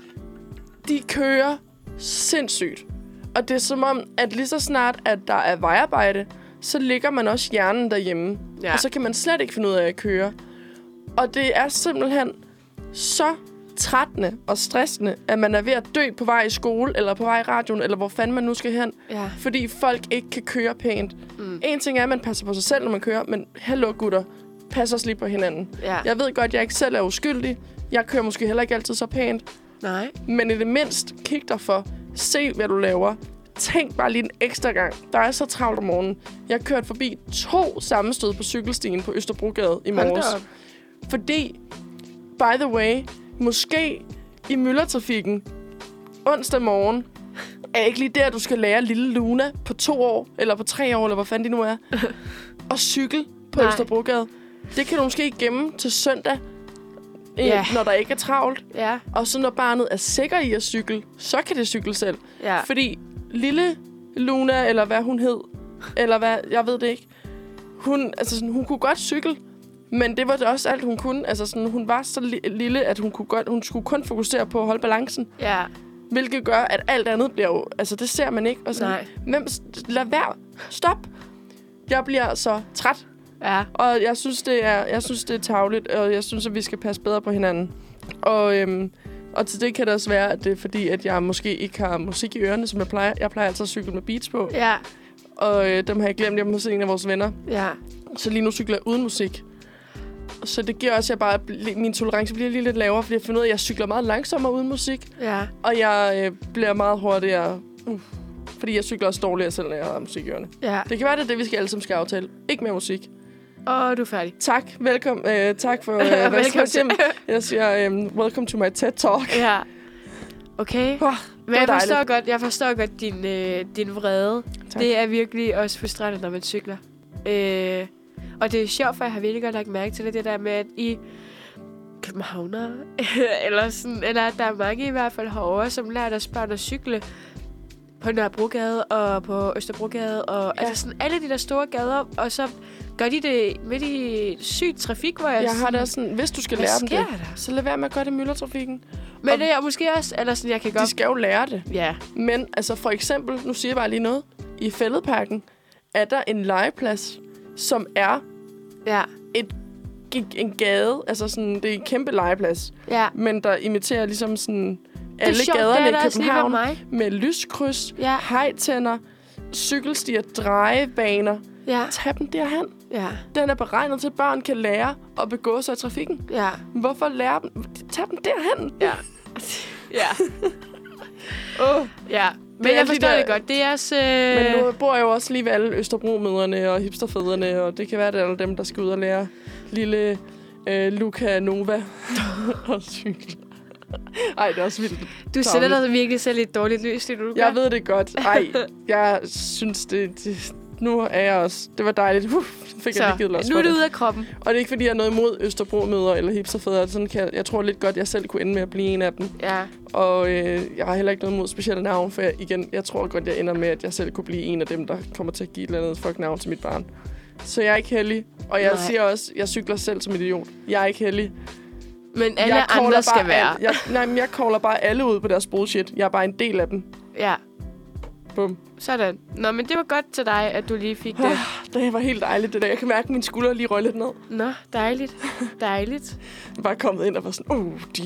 S1: De kører sindssygt. Og det er som om, at lige så snart, at der er vejarbejde, så ligger man også hjernen derhjemme.
S2: Ja.
S1: Ja. Og så kan man slet ikke finde ud af at køre. Og det er simpelthen så trættende og stressende, at man er ved at dø på vej i skole, eller på vej i radioen, eller hvor fanden man nu skal hen
S2: Ja.
S1: fordi folk ikke kan køre pænt. Mm. En ting er, at man passer på sig selv, når man kører, men hello gutter, pas også lige på hinanden.
S2: Ja.
S1: Jeg ved godt, at jeg ikke selv er uskyldig. Jeg kører måske heller ikke altid så pænt,
S2: Nej.
S1: men i det mindste, kig dig for. Se, hvad du laver. Tænk bare lige en ekstra gang. Der er så travlt om morgenen. Jeg kørte forbi to sammenstød på cykelstien på Østerbrogade i
S2: Hold da
S1: morges.
S2: op.
S1: Fordi, by the way, måske i myldretrafikken onsdag morgen, er ikke lige der, du skal lære lille Luna på to år, eller på tre år, eller hvor fanden de nu er, og cykle på
S2: Nej.
S1: Østerbrogade. Det kan du måske gemme til søndag, øh,
S2: Ja.
S1: når der ikke er travlt.
S2: Ja.
S1: Og så når barnet er sikker i at cykle, så kan det cykle selv.
S2: Ja.
S1: Fordi lille Luna, eller hvad hun hed, eller hvad, jeg ved det ikke, hun, altså sådan, hun kunne godt cykle, men det var det også alt, hun kunne. Altså sådan, hun var så li- lille, at hun, kunne godt, hun skulle kun fokusere på at holde balancen,
S2: Ja.
S1: hvilket gør, at alt andet bliver jo... Altså, det ser man ikke. Og sådan,
S2: Nej.
S1: Hvem, lad være. Stop. Jeg bliver så træt,
S2: Ja.
S1: og jeg synes, det er, jeg synes, det er tavligt, og jeg synes, at vi skal passe bedre på hinanden. Og, øhm, og til det kan det også være, at det er fordi, at jeg måske ikke har musik i ørerne, som jeg plejer. Jeg plejer altid at cykle med beats på,
S2: Ja.
S1: og øh, dem har jeg glemt hjemme hos en af vores venner.
S2: Ja.
S1: Så lige nu cykler jeg uden musik. Så det giver også, at jeg bare, bl- min tolerance bliver lige lidt lavere, fordi jeg finder ud af, at jeg cykler meget langsommere uden musik,
S2: Ja.
S1: og jeg øh, bliver meget hurtigere, uh, fordi jeg cykler også dårligere, selv når jeg har musik i ørerne.
S2: Ja.
S1: Det kan være, det er det, vi skal alle sammen skal aftale. Ikke mere musik.
S2: Og du er færdig.
S1: Tak, velkommen. Øh, tak for øh,
S2: Velkommen
S1: velkommen
S2: til.
S1: til. Jeg siger, øh, welcome to my TED Talk.
S2: Ja. Okay.
S1: Oh,
S2: Men jeg
S1: dejligt.
S2: forstår, godt, jeg forstår godt din, øh, din vrede.
S1: Tak.
S2: Det er virkelig også frustrerende, når man cykler. Øh, og det er sjovt, for jeg har virkelig godt lagt mærke til det, det der med, at I københavnere, eller, sådan, eller der er mange i hvert fald herovre, som lærer deres børn at cykle på Nørrebrogade og på Østerbrogade, og ja.
S1: Ja.
S2: altså sådan alle de der store gader, og så gør de det midt i sygt trafik, hvor jeg,
S1: Jeg har
S2: sådan,
S1: da sådan, hvis du skal
S2: hvad
S1: lære dem
S2: sker
S1: det,
S2: der?
S1: så lad være med at gøre det i myldretrafikken.
S2: Men det er måske også, eller sådan, jeg kan
S1: De
S2: godt...
S1: skal jo lære det.
S2: Ja,
S1: Men altså for eksempel, nu siger jeg bare lige noget. I fældeparken er der en legeplads, som er
S2: ja,
S1: gi- en gade. Altså sådan, det er en kæmpe legeplads.
S2: ja.
S1: Men der imiterer ligesom sådan alle
S2: det er sjovt,
S1: gaderne
S2: det er der
S1: i
S2: også lige ved
S1: København.
S2: mig.
S1: Med lyskryds,
S2: Ja.
S1: hejtænder, cykelstier, drejebaner.
S2: Ja,
S1: Tag dem derhen.
S2: ja,
S1: Den er beregnet til, at børn kan lære at begå sig i trafikken.
S2: ja.
S1: Hvorfor lære dem? Tag dem derhen.
S2: Ja. ja.
S1: Oh.
S2: ja. Men
S1: er
S2: jeg
S1: alle de
S2: forstår
S1: der-
S2: det godt. Det er også... Øh...
S1: Men nu bor jeg jo også lige ved alle Østerbro-møderne og hipsterfædrene, og det kan være, at det er alle dem, der skal ud og lære lille øh, Luca Nova at cykle. Ej, det er også vildt.
S2: Du sætter dig virkelig selv i et dårligt lys, det du gør.
S1: Jeg ved det godt. Ej, jeg synes, det, det nu er jeg også... Det var dejligt. Uh, fik så, jeg lige givet los
S2: nu
S1: for
S2: er det
S1: det.
S2: ude af kroppen.
S1: Og det er ikke, fordi jeg er noget imod Østerbro-møder eller hipsterfædre. Sådan kan jeg, jeg tror lidt godt, jeg selv kunne ende med at blive en af dem.
S2: Ja.
S1: Og øh, jeg har heller ikke noget mod specielle navn, for jeg, igen, jeg tror godt, jeg ender med, at jeg selv kunne blive en af dem, der kommer til at give et eller andet fuck navn til mit barn. Så jeg er ikke heldig. Og jeg
S2: Nej.
S1: Nej. siger også, jeg cykler selv som idiot. Jeg er ikke heldig.
S2: Men alle
S1: jeg caller
S2: andre skal
S1: bare
S2: være.
S1: Alle, jeg, nej, men jeg caller bare alle ud på deres bullshit. Jeg er bare en del af dem.
S2: Ja.
S1: Bum.
S2: Sådan. Nå, men det var godt til dig, at du lige fik det.
S1: Det var helt dejligt, det der. Jeg kan mærke, at mine skuldre lige røg lidt ned.
S2: Nå, dejligt. Dejligt.
S1: Jeg er bare kommet ind og var sådan, uh, de...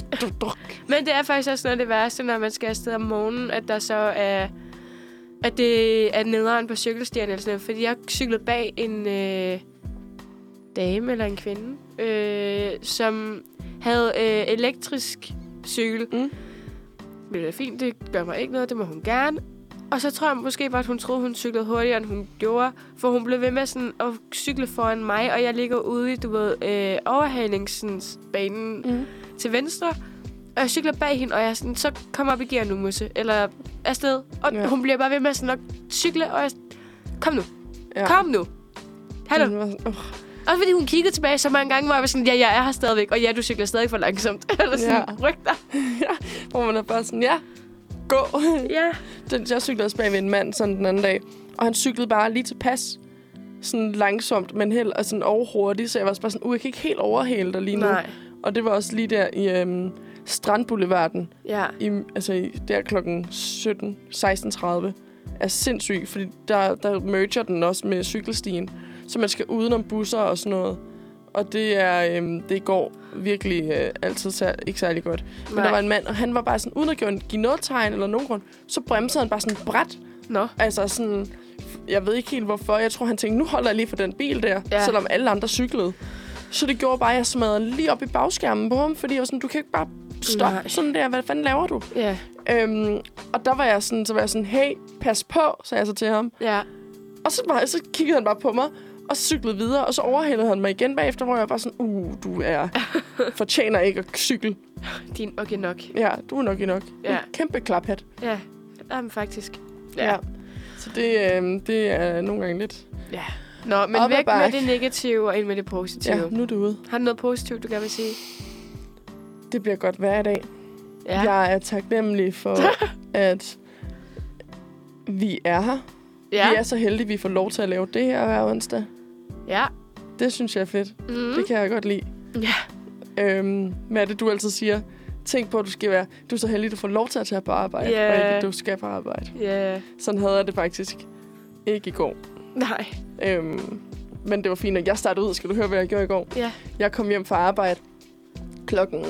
S1: d- d- druk."
S2: Men det er faktisk også noget af det værste, når man skal afsted om morgenen, at der så er at det er nederen på cykelstierne eller sådan noget. Fordi jeg cyklede bag en øh, dame eller en kvinde, øh, som havde øh, elektrisk cykel.
S1: Mm.
S2: Det er fint, det gør mig ikke noget, det må hun gerne. Og så tror jeg måske bare, at hun troede, hun cyklede hurtigere, end hun gjorde. For hun blev ved med sådan at cykle foran mig, og jeg ligger ude i, du ved, øh, overhalingsbanen
S1: Mm.
S2: til venstre. Og jeg cykler bag hende, og jeg er sådan, så kom op i gear nu, Musse. Eller afsted. Og ja.
S1: Ja.
S2: hun bliver bare ved med sådan at cykle, og jeg kom nu, ja.
S1: Ja. Mm-hmm.
S2: kom nu. Hallo. Mm.
S1: Den var sådan, "Åh,
S2: Også fordi hun kiggede tilbage så mange gange, hvor jeg var sådan, ja, jeg er her stadigvæk, og ja, du cykler stadig for langsomt. Eller sådan, ja.
S1: Ja.
S2: ryk dig.
S1: Hvor man er bare sådan, ja, gå.
S2: Ja.
S1: Den, jeg cyklede også bag ved en mand sådan den anden dag, og han cyklede bare lige tilpas. Sådan langsomt, men held og sådan overhurtigt, så jeg var også bare sådan, uh, jeg kan ikke helt overhale dig lige nu.
S2: Nej.
S1: Og det var også lige der i øhm, Strandboulevarden,
S2: Ja.
S1: i, altså i, der klokken 17, 16.30, er sindssyg, fordi der, der merger den også med cykelstien, så man skal udenom busser og sådan noget. Og det er øhm, det går virkelig øh, altid sær- ikke særlig godt. Men
S2: Nej.
S1: der var en mand, og han var bare sådan, uden at give, give noget tegn eller nogen grund, så bremsede han bare sådan bræt.
S2: Nå.
S1: Altså sådan, jeg ved ikke helt hvorfor. Jeg tror, han tænkte, nu holder jeg lige for den bil der,
S2: Ja.
S1: ja. selvom alle andre cyklede. Så det gjorde bare, at jeg smadrede lige op i bagskærmen på ham, fordi jeg var sådan, du kan ikke bare stoppe
S2: Nej.
S1: Nej. sådan der. Hvad fanden laver du?
S2: Ja.
S1: Øhm, og der var jeg sådan, så var jeg sådan, hey, pas på, sagde jeg så til ham.
S2: Ja.
S1: Og så, var, så kiggede han bare på mig, og så cyklede videre, og så overhældede han mig igen bagefter, hvor jeg var sådan, uh, du er, fortjener ikke at cykle.
S2: Din okay nok.
S1: Ja, du er nok i nok.
S2: Ja.
S1: Ja. En kæmpe klaphat.
S2: Ja. Jamen, faktisk.
S1: Så det, øh, det er nogle gange lidt.
S2: Ja. Nå, men
S1: Op ad
S2: væk med
S1: bakke.
S2: det negative og ind med det positive.
S1: Ja, nu er det ude.
S2: Har du noget positivt, du gerne vil sige?
S1: Det bliver godt hver dag.
S2: Ja.
S1: Ja. Jeg er taknemmelig for, at vi er her.
S2: Ja.
S1: Vi er så heldige, at vi får lov til at lave det her hver onsdag.
S2: ja.
S1: Det synes jeg er fedt. Mm.
S2: Mm.
S1: Det kan jeg godt lide.
S2: Ja.
S1: Øhm, hvad er det, du altid siger? Tænk på, at du skal være... Du er så heldig, at du får lov til at tage på arbejde,
S2: Ja.
S1: og ikke, at du skal på arbejde.
S2: Ja.
S1: Sådan havde jeg det faktisk ikke i går.
S2: Nej.
S1: Øhm, men det var fint, og jeg startede ud. Skal du høre, hvad jeg gjorde i går?
S2: Ja.
S1: Jeg kom hjem fra arbejde klokken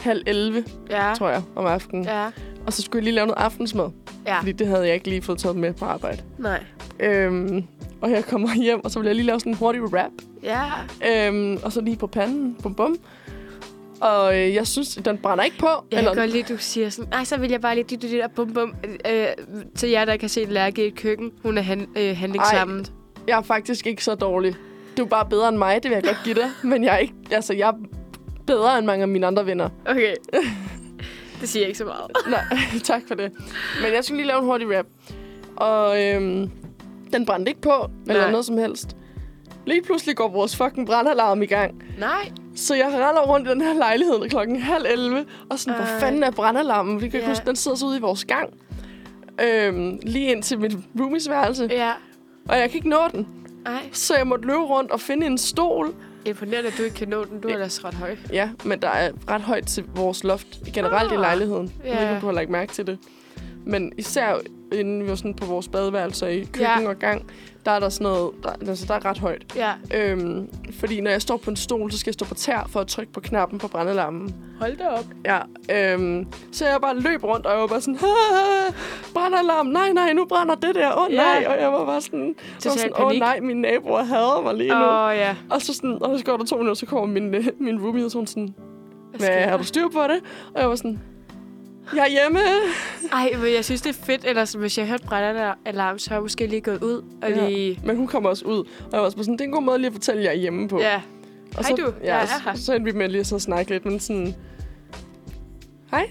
S1: halv 11,
S2: Ja.
S1: ja. tror jeg, om aftenen. Ja.
S2: Ja.
S1: Og så skulle jeg lige lave noget aftensmad,
S2: Ja.
S1: ja. fordi det havde jeg ikke lige fået taget med på arbejde.
S2: Nej.
S1: Øhm, og jeg kommer hjem, og så vil jeg lige lave sådan en hurtig wrap.
S2: Ja.
S1: Øhm, og så lige på panden, bum bum. Og øh, jeg synes, den brænder ikke på.
S2: Jeg kan godt lide, at du siger sådan, nej, så vil jeg bare lige dit, dit, dit, bum, bum. Øh, til jer, der kan se Lærke i et køkken, hun er han, øh, handlingssamlet.
S1: jeg er faktisk ikke så dårlig. Du er bare bedre end mig, det vil jeg godt give dig. Men jeg er, ikke, altså, jeg er bedre end mange af mine andre venner.
S2: Okay. det siger jeg ikke så meget.
S1: Nej, tak for det. Men jeg skulle lige lave en hurtig rap. Og øhm, den brændte ikke på, eller
S2: Nej.
S1: noget som helst. Lige pludselig går vores fucking brandalarm i gang.
S2: Nej.
S1: Så jeg raller rundt i den her lejlighed klokken halv 11, og sådan, hvor
S2: Ej.
S1: fanden er brandalarmen? Vi kan
S2: Ja.
S1: yeah. huske, den sidder så ude i vores gang. Øhm, lige ind til mit roomies værelse.
S2: Ja.
S1: Og jeg kan ikke nå den.
S2: Ej,
S1: Så jeg måtte løbe rundt og finde en stol.
S2: imponerende, at du ikke kan nå den. Du er ellers ret høj.
S1: Ja, men der er ret højt til vores loft generelt ah, i
S2: Ah,
S1: lejligheden. Jeg ved ikke,
S2: ja.
S1: om du har lagt mærke til det. Men især inden vi var sådan på vores badeværelser i køkken
S2: Ja.
S1: og gang, der er der sådan noget, der, altså der er ret højt.
S2: Ja.
S1: Øhm, fordi når jeg står på en stol, så skal jeg stå på tær for at trykke på knappen på brandalarmen.
S2: Hold da op.
S1: Ja, øhm, så jeg bare løb rundt, og jeg var bare sådan, "Ah, brandalarm, nej, nej, nu brænder det der, åh oh,
S2: Ja.
S1: nej. Og jeg var bare sådan, så var
S2: Total
S1: sådan åh oh,
S2: panik.
S1: nej, mine naboer hader mig lige nu.
S2: Åh, oh, ja.
S1: Og så, sådan, og så går der to minutter, så kommer min, øh, min roomie, og så er hun sådan,
S2: sker
S1: hvad, har
S2: der?"
S1: du styr på det? Og jeg var sådan, jeg er hjemme.
S2: Ej, men jeg synes, det er fedt. Ellers, hvis jeg hørte brandalarm, så har jeg måske lige gået ud og
S1: Ja.
S2: lige...
S1: Men hun kommer også ud, og jeg var også bare sådan, det er en god måde lige at fortælle, at jeg er hjemme på.
S2: Ja.
S1: og så,
S2: hej du,
S1: ja,
S2: jeg er her.
S1: så, så endte vi med lige at sidde og snakke lidt, men sådan, hej,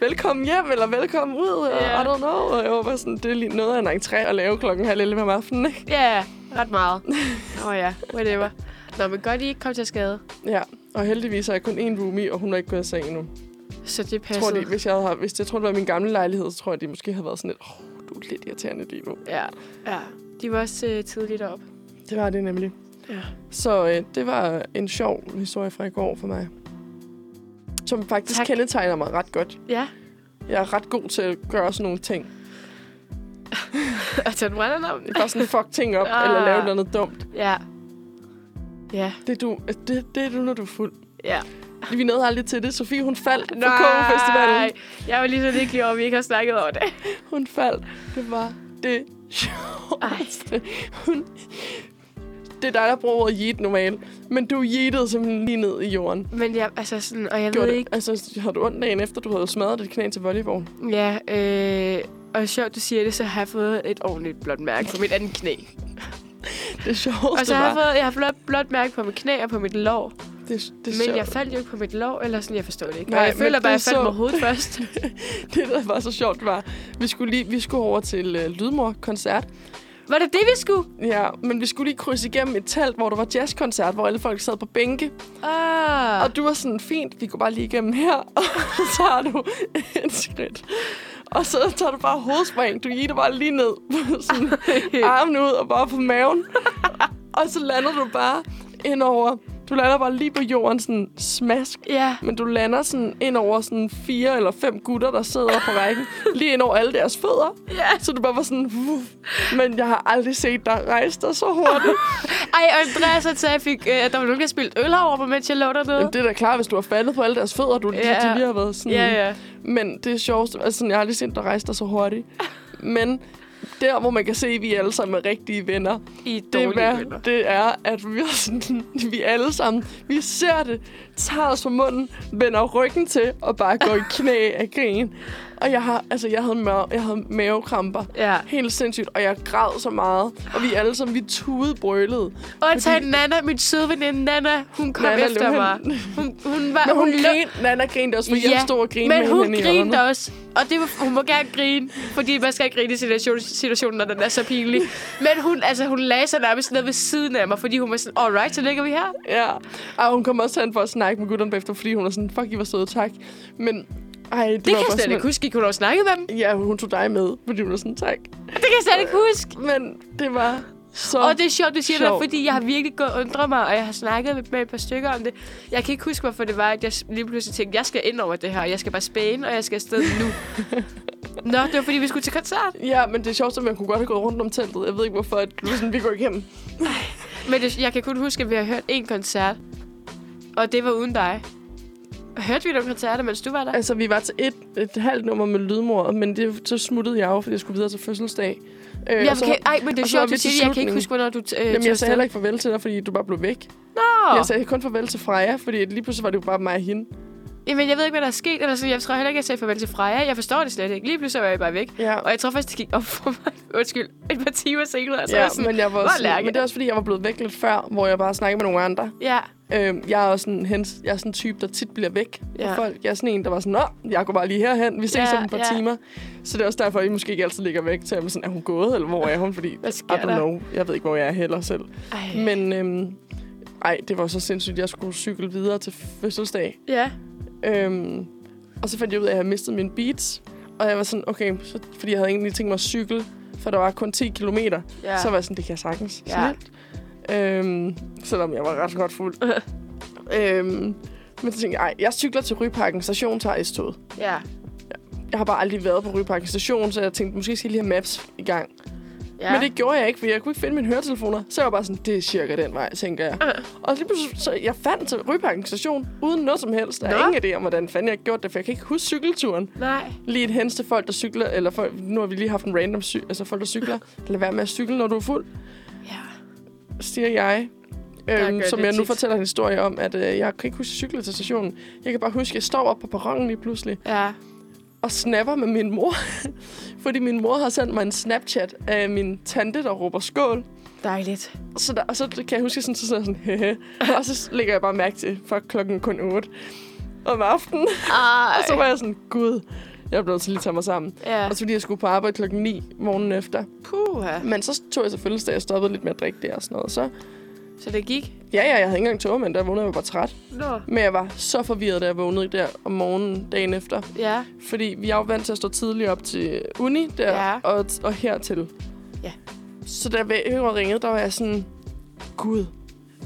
S1: velkommen hjem, eller velkommen ud,
S2: Ja.
S1: yeah. I don't know. Og jeg var bare sådan, det er lige noget af en entré at lave klokken halv 11 om aftenen, ikke?
S2: Ja, ret meget. Åh oh, ja, whatever. Nå, men godt, I ikke kom til at skade.
S1: Ja, og heldigvis har jeg kun én roomie, og hun er ikke gået i seng endnu.
S2: Så det
S1: Jeg
S2: passer.
S1: tror, de, hvis jeg havde, hvis jeg tror, det var min gamle lejlighed, så tror jeg, de måske havde været sådan lidt, oh, du er lidt irriterende lige nu.
S2: Ja, ja. De var også øh, tidligt op.
S1: Det var det nemlig.
S2: Ja.
S1: Så øh, det var en sjov historie fra i går for mig. Som faktisk tak.
S2: Tak.
S1: kendetegner mig ret godt.
S2: Ja,
S1: Jeg er ret god til at gøre sådan nogle ting.
S2: og tage den brandalarm.
S1: Bare sådan fuck ting op,
S2: Ah.
S1: eller lave noget andet dumt.
S2: Ja. Ja,
S1: Det er du, det, det er du, når du er fuld.
S2: ja.
S1: Vi nåede aldrig til det. Sofie, hun faldt på KU-festivalen.
S2: Jeg var lige så lykkelig over, at vi ikke har snakket over det.
S1: Hun faldt. Det var det sjoveste. Hun... Det er dig, der bruger ordet yeet normalt. Men du yeetede simpelthen lige ned i jorden.
S2: Men jeg, altså sådan, og jeg
S1: Gjorde
S2: ved
S1: det,
S2: ikke...
S1: altså, har du ondt dagen efter, du havde smadret dit knæ til volleyball?
S2: Ja, øh, og sjovt, du siger det, så har jeg fået et ordentligt blåt mærke på mit andet knæ.
S1: Det sjoveste
S2: Og så har jeg
S1: var...
S2: fået, jeg har blåt, blåt mærke på mit knæ og på mit lår.
S1: Det, det,
S2: Men
S1: sjove-
S2: jeg faldt jo ikke på mit lår, eller sådan, jeg forstår det ikke.
S1: Nej,
S2: Nej, jeg
S1: men
S2: føler bare,
S1: det
S2: at jeg faldt
S1: så-
S2: med hovedet først.
S1: det, der var så sjovt, var, vi skulle, lige, vi skulle over til øh, Lydmor-koncert.
S2: Var det det, vi skulle?
S1: Ja, men vi skulle lige krydse igennem et telt, hvor der var jazzkoncert, hvor alle folk sad på bænke.
S2: Ah,
S1: Og du var sådan, fint, vi går bare lige igennem her, og så tager du et skridt. Og så tager du bare hovedspring. Du giver bare lige ned, sådan armen ud og bare på maven. og så lander du bare ind over... Du lander bare lige på jorden, sådan smask.
S2: ja.
S1: Men du lander sådan ind over sådan fire eller fem gutter, der sidder på rækken. lige ind over alle deres fødder.
S2: Ja.
S1: Så du bare var sådan... Wuff. Men jeg har aldrig set dig rejse dig så hurtigt.
S2: Ej, og Andreas han sagde, at jeg fik, øh, at der var nogen, der spildte øl herover, på, mens jeg lå dernede.
S1: Jamen, det er da klart, hvis du har faldet på alle deres fødder, du
S2: Ja.
S1: yeah. de lige har været sådan...
S2: Ja, ja.
S1: Men det er sjovt. Altså, sådan, jeg har aldrig set dig rejse dig så hurtigt. Men der, hvor man kan se, at vi alle sammen er rigtige venner,
S2: I
S1: det
S2: dårlige
S1: er,
S2: venner.
S1: det er, at vi, er sådan, vi alle sammen, vi ser det, tager os på munden, vender ryggen til og bare går i knæ af grin. Og jeg, har, altså, jeg, havde, mave, jeg havde mavekramper.
S2: Ja.
S1: Helt sindssygt, og jeg græd så meget. Og vi alle sammen, vi tudede brølede.
S2: Og tage Nana, min søde veninde Nana, hun kom
S1: Nana
S2: Nana efter
S1: løb
S2: mig.
S1: hen.
S2: Hun, hun var,
S1: Men hun, hun
S2: løb-
S1: grinede, Nana grinede også, fordi ja, jeg stod og grinede
S2: men
S1: med
S2: hun
S1: hende i
S2: grinede
S1: hjørnet.
S2: også. Og det, var- hun må gerne grine, fordi man skal ikke grine i situationen, situationen, når den er så pinlig. Men hun, altså, hun lagde sig nærmest ned ved siden af mig, fordi hun var sådan, alright, så ligger vi her.
S1: Ja, og hun kom også hen for at snakke med gutterne bagefter, fordi hun er sådan, fuck, I var søde, tak. Men, ej, det,
S2: Det
S1: var
S2: kan jeg
S1: bare
S2: slet ikke
S1: sådan,
S2: huske, I kunne også snakke med dem.
S1: Ja, hun tog dig med, fordi hun var sådan, tak.
S2: Det kan jeg slet ikke huske.
S1: Men det var så...
S2: Og det er sjovt, du siger
S1: Sjovt.
S2: det, fordi jeg har virkelig gået og undret mig, og jeg har snakket med, med et par stykker om det. Jeg kan ikke huske, hvorfor det var, at jeg s- lige pludselig tænkte, jeg skal ind over det her, og jeg skal bare spæne, og jeg skal afsted nu. Nå, det var fordi, vi skulle til koncert.
S1: Ja, men det er sjovt, at man kunne godt have gået rundt om teltet. Jeg ved ikke, hvorfor at du var sådan, vi går igennem.
S2: Men det, jeg kan kun huske, at vi har hørt én koncert, og det var uden dig. Hørte vi nogle koncerter, mens du var der?
S1: Altså, vi var til et, et halvt nummer med lydmor, men det, så smuttede jeg jo, fordi jeg skulle videre til fødselsdag. Øh,
S2: Jeg
S1: og så,
S2: kan, ej, men det er
S1: og så var
S2: sjovt,
S1: vi
S2: du
S1: til
S2: siger, jeg kan ikke
S1: slutningen.
S2: huske, hvornår du t- øh,
S1: Jamen,
S2: tog
S1: jeg sagde
S2: afsted.
S1: heller ikke farvel til dig, fordi du bare blev væk.
S2: Nå!
S1: Jeg sagde kun farvel til Freja, fordi lige pludselig var det jo bare mig og hende.
S2: Jamen, jeg ved ikke, hvad der er sket, eller sådan. Jeg tror heller ikke, jeg sagde farvel til Freja. Jeg forstår det slet ikke. Lige pludselig var jeg bare væk.
S1: Ja.
S2: Og jeg tror faktisk, det gik op for mig, undskyld, et par timer senere. og Så
S1: Ja,
S2: ja, Altså, jeg sådan,
S1: men, jeg var
S2: "Hvor er
S1: sådan,
S2: Lærke?"
S1: men det er også fordi, jeg var blevet væk lidt før, hvor jeg bare snakkede med nogle andre.
S2: ja,
S1: Øhm, jeg er også sådan, hens, jeg er sådan en type, der tit bliver væk ja.
S2: Ja.
S1: fra folk. Jeg er sådan en, der var sådan, Nå, jeg går bare lige herhen, vi ses
S2: Ja,
S1: om et par
S2: ja.
S1: timer. Så det er også derfor, at I måske ikke altid ligger væk til, at jeg er sådan, er hun gået, eller hvor er hun? Fordi,
S2: Hvad
S1: I
S2: sker
S1: don't
S2: der?
S1: know, jeg ved ikke, hvor jeg er heller selv.
S2: Ej.
S1: Men øhm, Ej, det var så sindssygt. Jeg skulle cykle videre til fødselsdag.
S2: Ja.
S1: Øhm, og så fandt jeg ud af, at jeg havde mistet min beats. Og jeg var sådan, okay, så, fordi jeg havde egentlig tænkt mig at cykle, for der var kun 10 kilometer.
S2: ja.
S1: Ja. Så var jeg sådan, det kan jeg sagtens.
S2: Ja.
S1: Ja. Lidt. Øhm, selvom jeg var ret godt fuld. øhm, men så tænkte jeg, ej, jeg cykler til Ryparken station, tager S-toget.
S2: ja.
S1: Jeg har bare aldrig været på Ryparken station, så jeg tænkte, måske skal jeg lige have maps i gang.
S2: ja.
S1: Ja. Men det gjorde jeg ikke, for jeg kunne ikke finde mine høretelefoner. Så jeg var bare sådan, det er cirka den vej, tænker jeg.
S2: Øh.
S1: Og lige pludselig, så jeg fandt til Ryparken station, uden noget som helst. Der
S2: Nå.
S1: er ingen idé om, hvordan fanden jeg gjorde det, for jeg kan ikke huske cykelturen.
S2: Nej.
S1: Lige et hens til folk, der cykler, eller folk, nu har vi lige haft en random cy- altså folk, der cykler. Lad være med at cykle, når du er fuld,
S2: Ja.
S1: siger jeg.
S2: Jeg
S1: Øhm,
S2: gør
S1: som
S2: det
S1: jeg nu
S2: tit.
S1: fortæller en historie om, at øh, jeg kan ikke huske at cykle til stationen. Jeg kan bare huske, at jeg står op på perronen lige pludselig
S2: Ja.
S1: og snapper med min mor. Fordi min mor har sendt mig en Snapchat af min tante, der råber skål.
S2: Dejligt.
S1: så, der, og så kan jeg huske, sådan, så sidder jeg sådan, Hehe. og så lægger jeg bare mærke til, for klokken er kun 8 om aftenen.
S2: Ej.
S1: Og så var jeg sådan, gud, jeg blev nødt til lige at tage mig sammen.
S2: Ja.
S1: Også fordi jeg skulle på arbejde klokken 9 morgenen efter.
S2: Puha.
S1: Men så tog jeg selvfølgelig, da jeg stoppede lidt med at drikke der og sådan noget. Så,
S2: Så det gik?
S1: ja, ja, jeg havde ikke engang tog, men der vågnede jeg bare træt.
S2: Nå.
S1: Men jeg var så forvirret, da jeg vågnede der om morgenen dagen efter.
S2: Ja.
S1: Fordi vi er jo vant til at stå tidligt op til uni der,
S2: Ja.
S1: ja. og, og hertil.
S2: Ja.
S1: Så da Vækker ringede, der var jeg sådan, gud,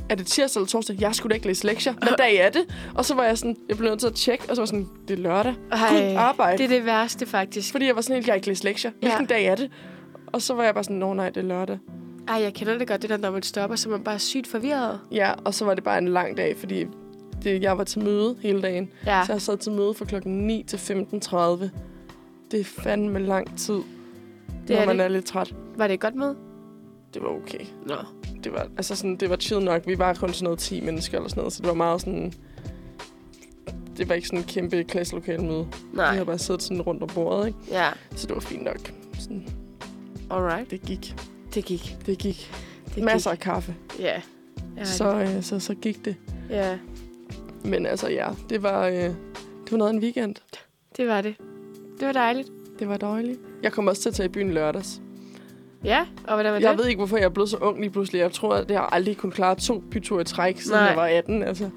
S1: er det tirsdag eller torsdag? Jeg skulle da ikke læse lektier. Hvad dag er det? Og så var jeg sådan, jeg blev nødt til at tjekke, og så var jeg sådan, det er lørdag. Gud, arbejde.
S2: Det
S1: Det...
S2: er det værste, faktisk.
S1: Fordi jeg var sådan helt, jeg har ikke læst lektier. Hvilken
S2: Ja.
S1: dag er det? Og så var jeg bare sådan, nå nej, det er lørdag.
S2: Ej, jeg kender det godt, det der, når man stopper, så er man bare sygt forvirret.
S1: Ja, og så var det bare en lang dag, fordi det, jeg var til møde hele dagen.
S2: Ja.
S1: Så jeg sad til møde fra klokken 9 til 15.30. Det er fandme lang tid, det når
S2: er
S1: er man
S2: det.
S1: er lidt træt.
S2: Var det et godt med?
S1: Det var okay.
S2: Nå.
S1: det var, altså sådan, det var chill nok. Vi var kun sådan noget 10 mennesker eller sådan noget, så det var meget sådan... Det var ikke sådan en kæmpe klasselokale møde. Vi
S2: Nej.
S1: havde bare siddet sådan rundt om bordet, ikke?
S2: Ja.
S1: Så det var fint nok. Sådan,
S2: Alright.
S1: det gik.
S2: Det gik.
S1: Det gik.
S2: Det
S1: Masser af kaffe.
S2: Gik. Ja. Ja.
S1: Så, øh, så, så gik det.
S2: ja.
S1: Men altså, ja. Det var, øh, det var noget af en weekend.
S2: Det var det. Det var dejligt.
S1: Det var dejligt. Jeg kom også til at tage i byen lørdags.
S2: Ja, og hvordan var
S1: Jeg
S2: det?
S1: ved ikke, hvorfor jeg er blevet så ung lige pludselig. Jeg tror, at jeg har aldrig kunne klare to byture i træk, siden
S2: Nej.
S1: Nej. jeg var 18. Altså.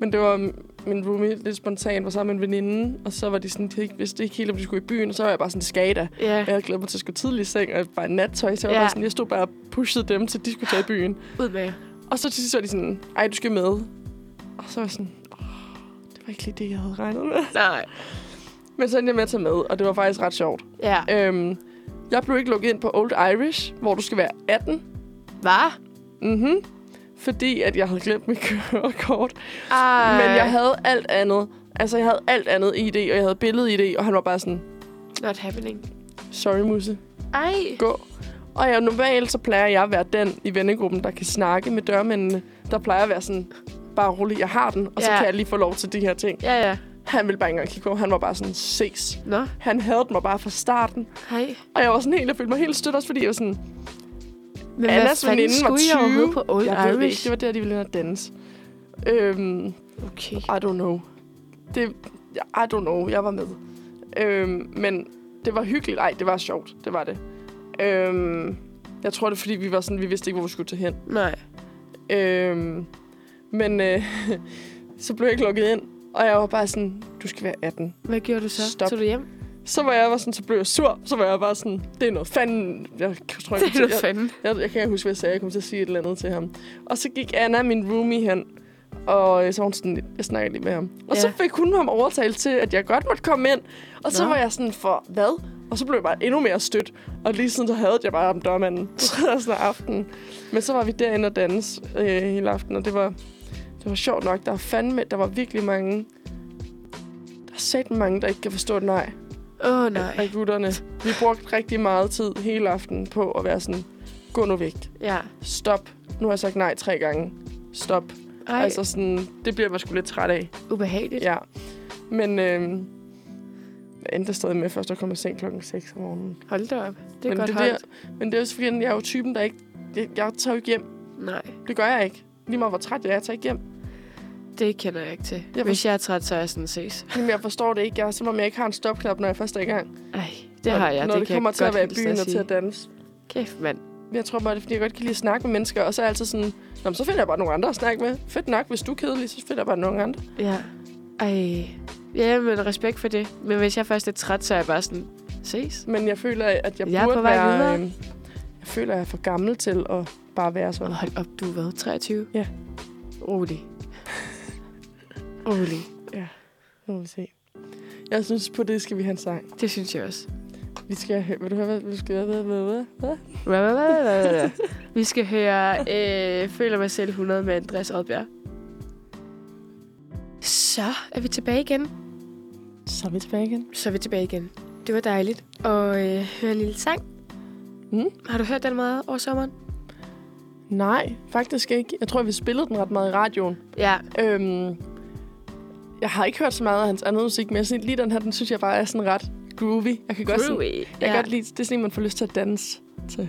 S1: Men det var m- min roomie lidt spontant, var sammen med en veninde, og så var de sådan, de ikke, vidste ikke helt, om de skulle i byen, og så var jeg bare sådan, skada.
S2: Ja,
S1: Jeg havde glædet mig til at skulle tidlig i seng, og bare i nattøj, så jeg,
S2: Ja.
S1: var bare sådan, jeg stod bare og pushede dem, til de skulle tage i byen.
S2: ud med jer.
S1: Og så til sidst var de sådan, ej, du skal med. Og så var jeg sådan, åh, det var ikke lige det, jeg havde regnet med.
S2: Nej.
S1: Men så endte jeg med at tage med, og det var faktisk ret sjovt.
S2: Ja.
S1: Øhm, jeg blev ikke lukket ind på Old Irish, hvor du skal være 18,
S2: Var?
S1: Mhm. Fordi at jeg havde glemt mit kørekort.
S2: Ej.
S1: Men jeg havde alt andet. Altså, jeg havde alt andet ID, og jeg havde billed-ID, og han var bare sådan,
S2: Not happening.
S1: sorry, Musse,
S2: Ej.
S1: gå. Og jeg, normalt så plejer jeg at være den i vennegruppen, der kan snakke med dørmændene. Der plejer at være sådan, bare rolig, jeg har den, og så
S2: Ja.
S1: kan jeg lige få lov til de her ting.
S2: Ja, ja.
S1: Han ville bare ikke engang kigge på, mig. han var bare sådan, ses.
S2: Nå,
S1: Han havde mig bare fra starten,
S2: hej.
S1: og jeg var sådan helt, jeg følte mig helt stødt, også fordi jeg var sådan,
S2: Men hvad
S1: Annas
S2: fanden
S1: veninde var
S2: skulle
S1: 20.
S2: jeg overhovedet på Old
S1: jeg ved det ikke,
S2: Irish?
S1: det var der, de ville ind og danse. Øhm,
S2: Okay.
S1: I don't know. Det, I don't know. Jeg var med. Øhm, men det var hyggeligt. Ej, det var sjovt. Det var det. Øhm, jeg tror, det er, fordi vi var sådan, vi vidste ikke, hvor vi skulle tage hen.
S2: Nej.
S1: Øhm, men øh, så blev jeg ikke lukket ind. Og jeg var bare sådan, du skal være 18.
S2: Hvad gjorde du så?
S1: Stop.
S2: Tog du hjem?
S1: Så var jeg var sådan, så blev jeg sur. Så var jeg bare sådan, det er noget fanden. Jeg tror, jeg,
S2: Det er
S1: jeg,
S2: noget fanden.
S1: jeg, jeg, kan ikke huske, hvad jeg sagde. Jeg kom til at sige et eller andet til ham. Og så gik Anna, min roomie, hen. Og øh, så var hun sådan, jeg snakkede lige med ham. Og
S2: Ja.
S1: så fik hun ham overtalt til, at jeg godt måtte komme ind. Og så
S2: Nå.
S1: var jeg sådan, for hvad? Og så blev jeg bare endnu mere stødt. Og lige siden, så havde jeg bare ham dørmanden resten af aftenen. Men så var vi derinde og danse øh, hele aftenen, og det var, det var sjovt nok. Der var fandme, der var virkelig mange... Der er sat mange, der ikke kan forstå et nej
S2: Åh, oh, nej.
S1: af gutterne. Vi brugte rigtig meget tid hele aftenen på at være sådan, gå nu væk.
S2: Ja.
S1: Stop. Nu har jeg sagt nej tre gange. Stop.
S2: Ej,
S1: Ej. Altså sådan, det bliver man sgu lidt træt af.
S2: ubehageligt.
S1: Ja. Men øh, jeg endte stadig med først at komme sent klokken 6 om morgenen.
S2: Hold da op. Det er
S1: men,
S2: godt
S1: det,
S2: holdt.
S1: der, men det er jo fordi, jeg er jo typen, der ikke... Jeg, jeg tager jo ikke hjem.
S2: Nej,
S1: Det gør jeg ikke. Lige meget hvor træt jeg er, jeg tager ikke hjem.
S2: det kender jeg ikke til.
S1: for-
S2: Hvis jeg er træt, så er jeg sådan ses.
S1: Jamen, jeg forstår det ikke. Jeg er som om, jeg ikke har en stopknap, når jeg først er i gang.
S2: Ej, det har jeg.
S1: Når det,
S2: kan
S1: kommer
S2: jeg
S1: til at
S2: godt
S1: være i
S2: hilse
S1: byen og
S2: sige.
S1: til at danse.
S2: Kæft, mand.
S1: jeg tror bare, det er, fordi jeg godt kan lide at snakke med mennesker, og så er jeg altid sådan, Nå, men så finder jeg bare nogle andre at snakke med. Fedt nok, hvis du er kedelig, så finder jeg bare nogle andre.
S2: Ja. Ej. Ja, men respekt for det. Men hvis jeg først er træt, så er jeg bare sådan, ses.
S1: Men jeg føler, at jeg,
S2: Jeg er
S1: burde
S2: på vej
S1: være...
S2: videre.
S1: øhm, jeg føler, at jeg er for gammel til at bare være sådan.
S2: Og hold op, du er hvad, 23?
S1: Ja.
S2: Rolig. Rolig.
S1: Nu må vi se. Jeg synes, på det skal vi have en sang.
S2: Det synes jeg også.
S1: Vi skal høre... Vil du høre, hvad vi skal høre? Hvad, hvad, hvad, hvad?
S2: Ra, ra, ra, ra, ra, ra. Vi skal høre øh, Føler mig selv 100 med Andreas Oddbjerg. Så er vi tilbage igen.
S1: Så er vi tilbage igen.
S2: Så er vi tilbage igen. Det var dejligt at øh, høre en lille sang.
S1: Mm.
S2: Har du hørt den meget over sommeren?
S1: Nej, faktisk ikke. Jeg tror, vi spillede den ret meget i radioen.
S2: Ja,
S1: Øhm, jeg har ikke hørt så meget af hans anden musik, men jeg synes, lige den her, den synes jeg bare er sådan ret groovy. Jeg kan godt, sådan,
S2: Groovy.
S1: jeg kan
S2: ja.
S1: godt lide, det er sådan en, man får lyst til at danse til.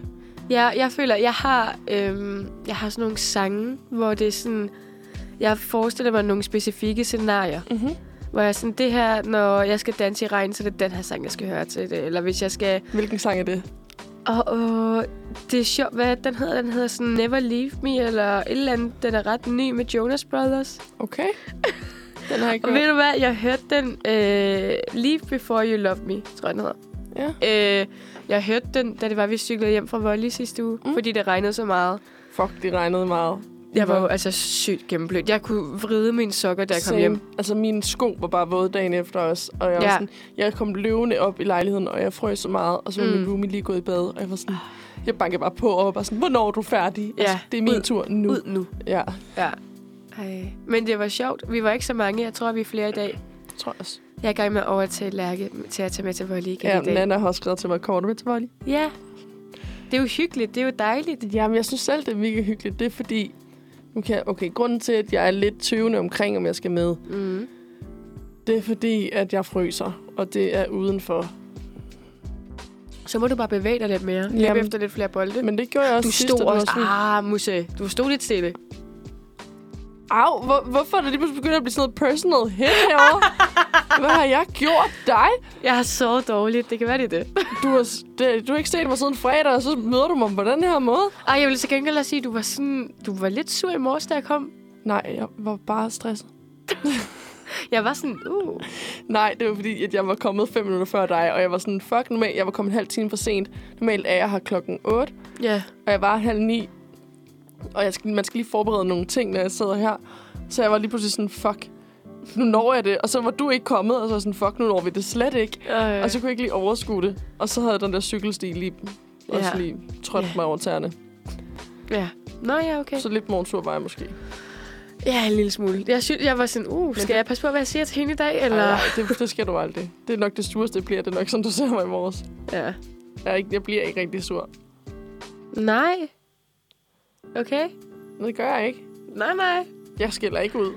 S2: Ja, jeg føler, jeg har, øhm, jeg har sådan nogle sange, hvor det er sådan... Jeg forestiller mig nogle specifikke scenarier,
S1: Mm-hmm.
S2: hvor jeg er sådan, det her, når jeg skal danse i regn, så er det den her sang, jeg skal høre til det. Eller hvis jeg skal...
S1: Hvilken sang er det?
S2: Og, og det er sjovt, hvad den hedder. Den hedder sådan Never Leave Me, eller et eller andet. Den er ret ny med Jonas Brothers.
S1: Okay. Den har jeg ikke
S2: Og ved
S1: hørt.
S2: du hvad, jeg hørte den øh, Leave Before You Love Me, tror jeg, den hedder.
S1: Ja.
S2: Øh, jeg hørte den, da det var, vi cyklede hjem fra Volley sidste uge,
S1: Mm.
S2: mm. fordi det regnede så meget.
S1: Fuck, det regnede meget.
S2: Jeg var jo altså sygt gennemblødt. Jeg kunne vride mine sokker, da jeg kom
S1: Same.
S2: hjem.
S1: Altså, mine sko var bare våde dagen efter os. Og jeg, ja. var
S2: Ja.
S1: sådan, jeg kom løvende op i lejligheden, og jeg frøs så meget. Og så var mm. min
S2: Mm.
S1: roomie lige gået i bad, og jeg var sådan... Jeg bankede bare på og var bare sådan, hvornår er du færdig?
S2: Ja,
S1: Altså, det er min
S2: ud,
S1: tur nu.
S2: Ud nu.
S1: Ja,
S2: Ja. Ej. Men det var sjovt. Vi var ikke så mange. Jeg tror, vi er flere i dag.
S1: tror jeg også.
S2: Jeg er i gang med over til Lærke til at tage med til volley igen
S1: Ja,
S2: i dag.
S1: Nana har også skrevet til mig, kommer du med til volley?
S2: Ja. Det er jo hyggeligt. Det er jo dejligt.
S1: Jamen, jeg synes selv, det er mega hyggeligt. Det er fordi... Nu kan jeg, okay, grunden til, at jeg er lidt tøvende omkring, om jeg skal med,
S2: Mm.
S1: det er fordi, at jeg fryser, og det er udenfor.
S2: Så må du bare bevæge dig lidt mere. Løb
S1: Jamen.
S2: efter lidt flere bolde.
S1: Men det gjorde jeg også
S2: du
S1: sidst, og
S2: stod
S1: det var
S2: også...
S1: sådan-
S2: Ah, Musse. Du stod lidt stille.
S1: Au, hvor, hvorfor er det lige pludselig begyndt at blive sådan noget personal hit herovre? Hvad har jeg gjort dig?
S2: Jeg har sovet dårligt. Det kan være, det er det.
S1: Du har, s- det, du har ikke set mig siden fredag, og så møder du mig på den her måde.
S2: Ej, jeg vil så gengæld også sige, at du var, sådan, du var lidt sur i morges, da jeg kom.
S1: Nej, jeg var bare stresset.
S2: Jeg var sådan, uh.
S1: Nej, det var fordi, at jeg var kommet fem minutter før dig, og jeg var sådan, fuck normalt, jeg var kommet en halv time for sent. Normalt er jeg her klokken 8,
S2: Ja.
S1: og jeg var halv ni. Og jeg skal, man skal lige forberede nogle ting, når jeg sidder her. Så jeg var lige pludselig sådan, fuck, nu når jeg det. Og så var du ikke kommet, og så var jeg sådan, fuck, nu når vi det slet ikke.
S2: Øh.
S1: Og så kunne jeg ikke lige overskue det. Og så havde den der cykelsti lige, ja. også
S2: Ja.
S1: lige trådt
S2: Ja.
S1: mig over tæerne.
S2: Ja. Nå ja, okay.
S1: Så lidt morgentur var jeg måske.
S2: Ja, en lille smule. Jeg synes, jeg var sådan, uh, skal
S1: det-
S2: jeg passe på, hvad jeg siger til hende i dag?
S1: Eller...
S2: Eller?
S1: Ej, nej, det, det skal du aldrig. Det er nok det sureste, det bliver. Det er nok sådan, du ser mig i morges.
S2: Ja.
S1: Jeg, er ikke, jeg bliver ikke rigtig sur.
S2: Nej. Okay.
S1: Det gør jeg ikke.
S2: Nej, nej.
S1: Jeg skiller ikke ud.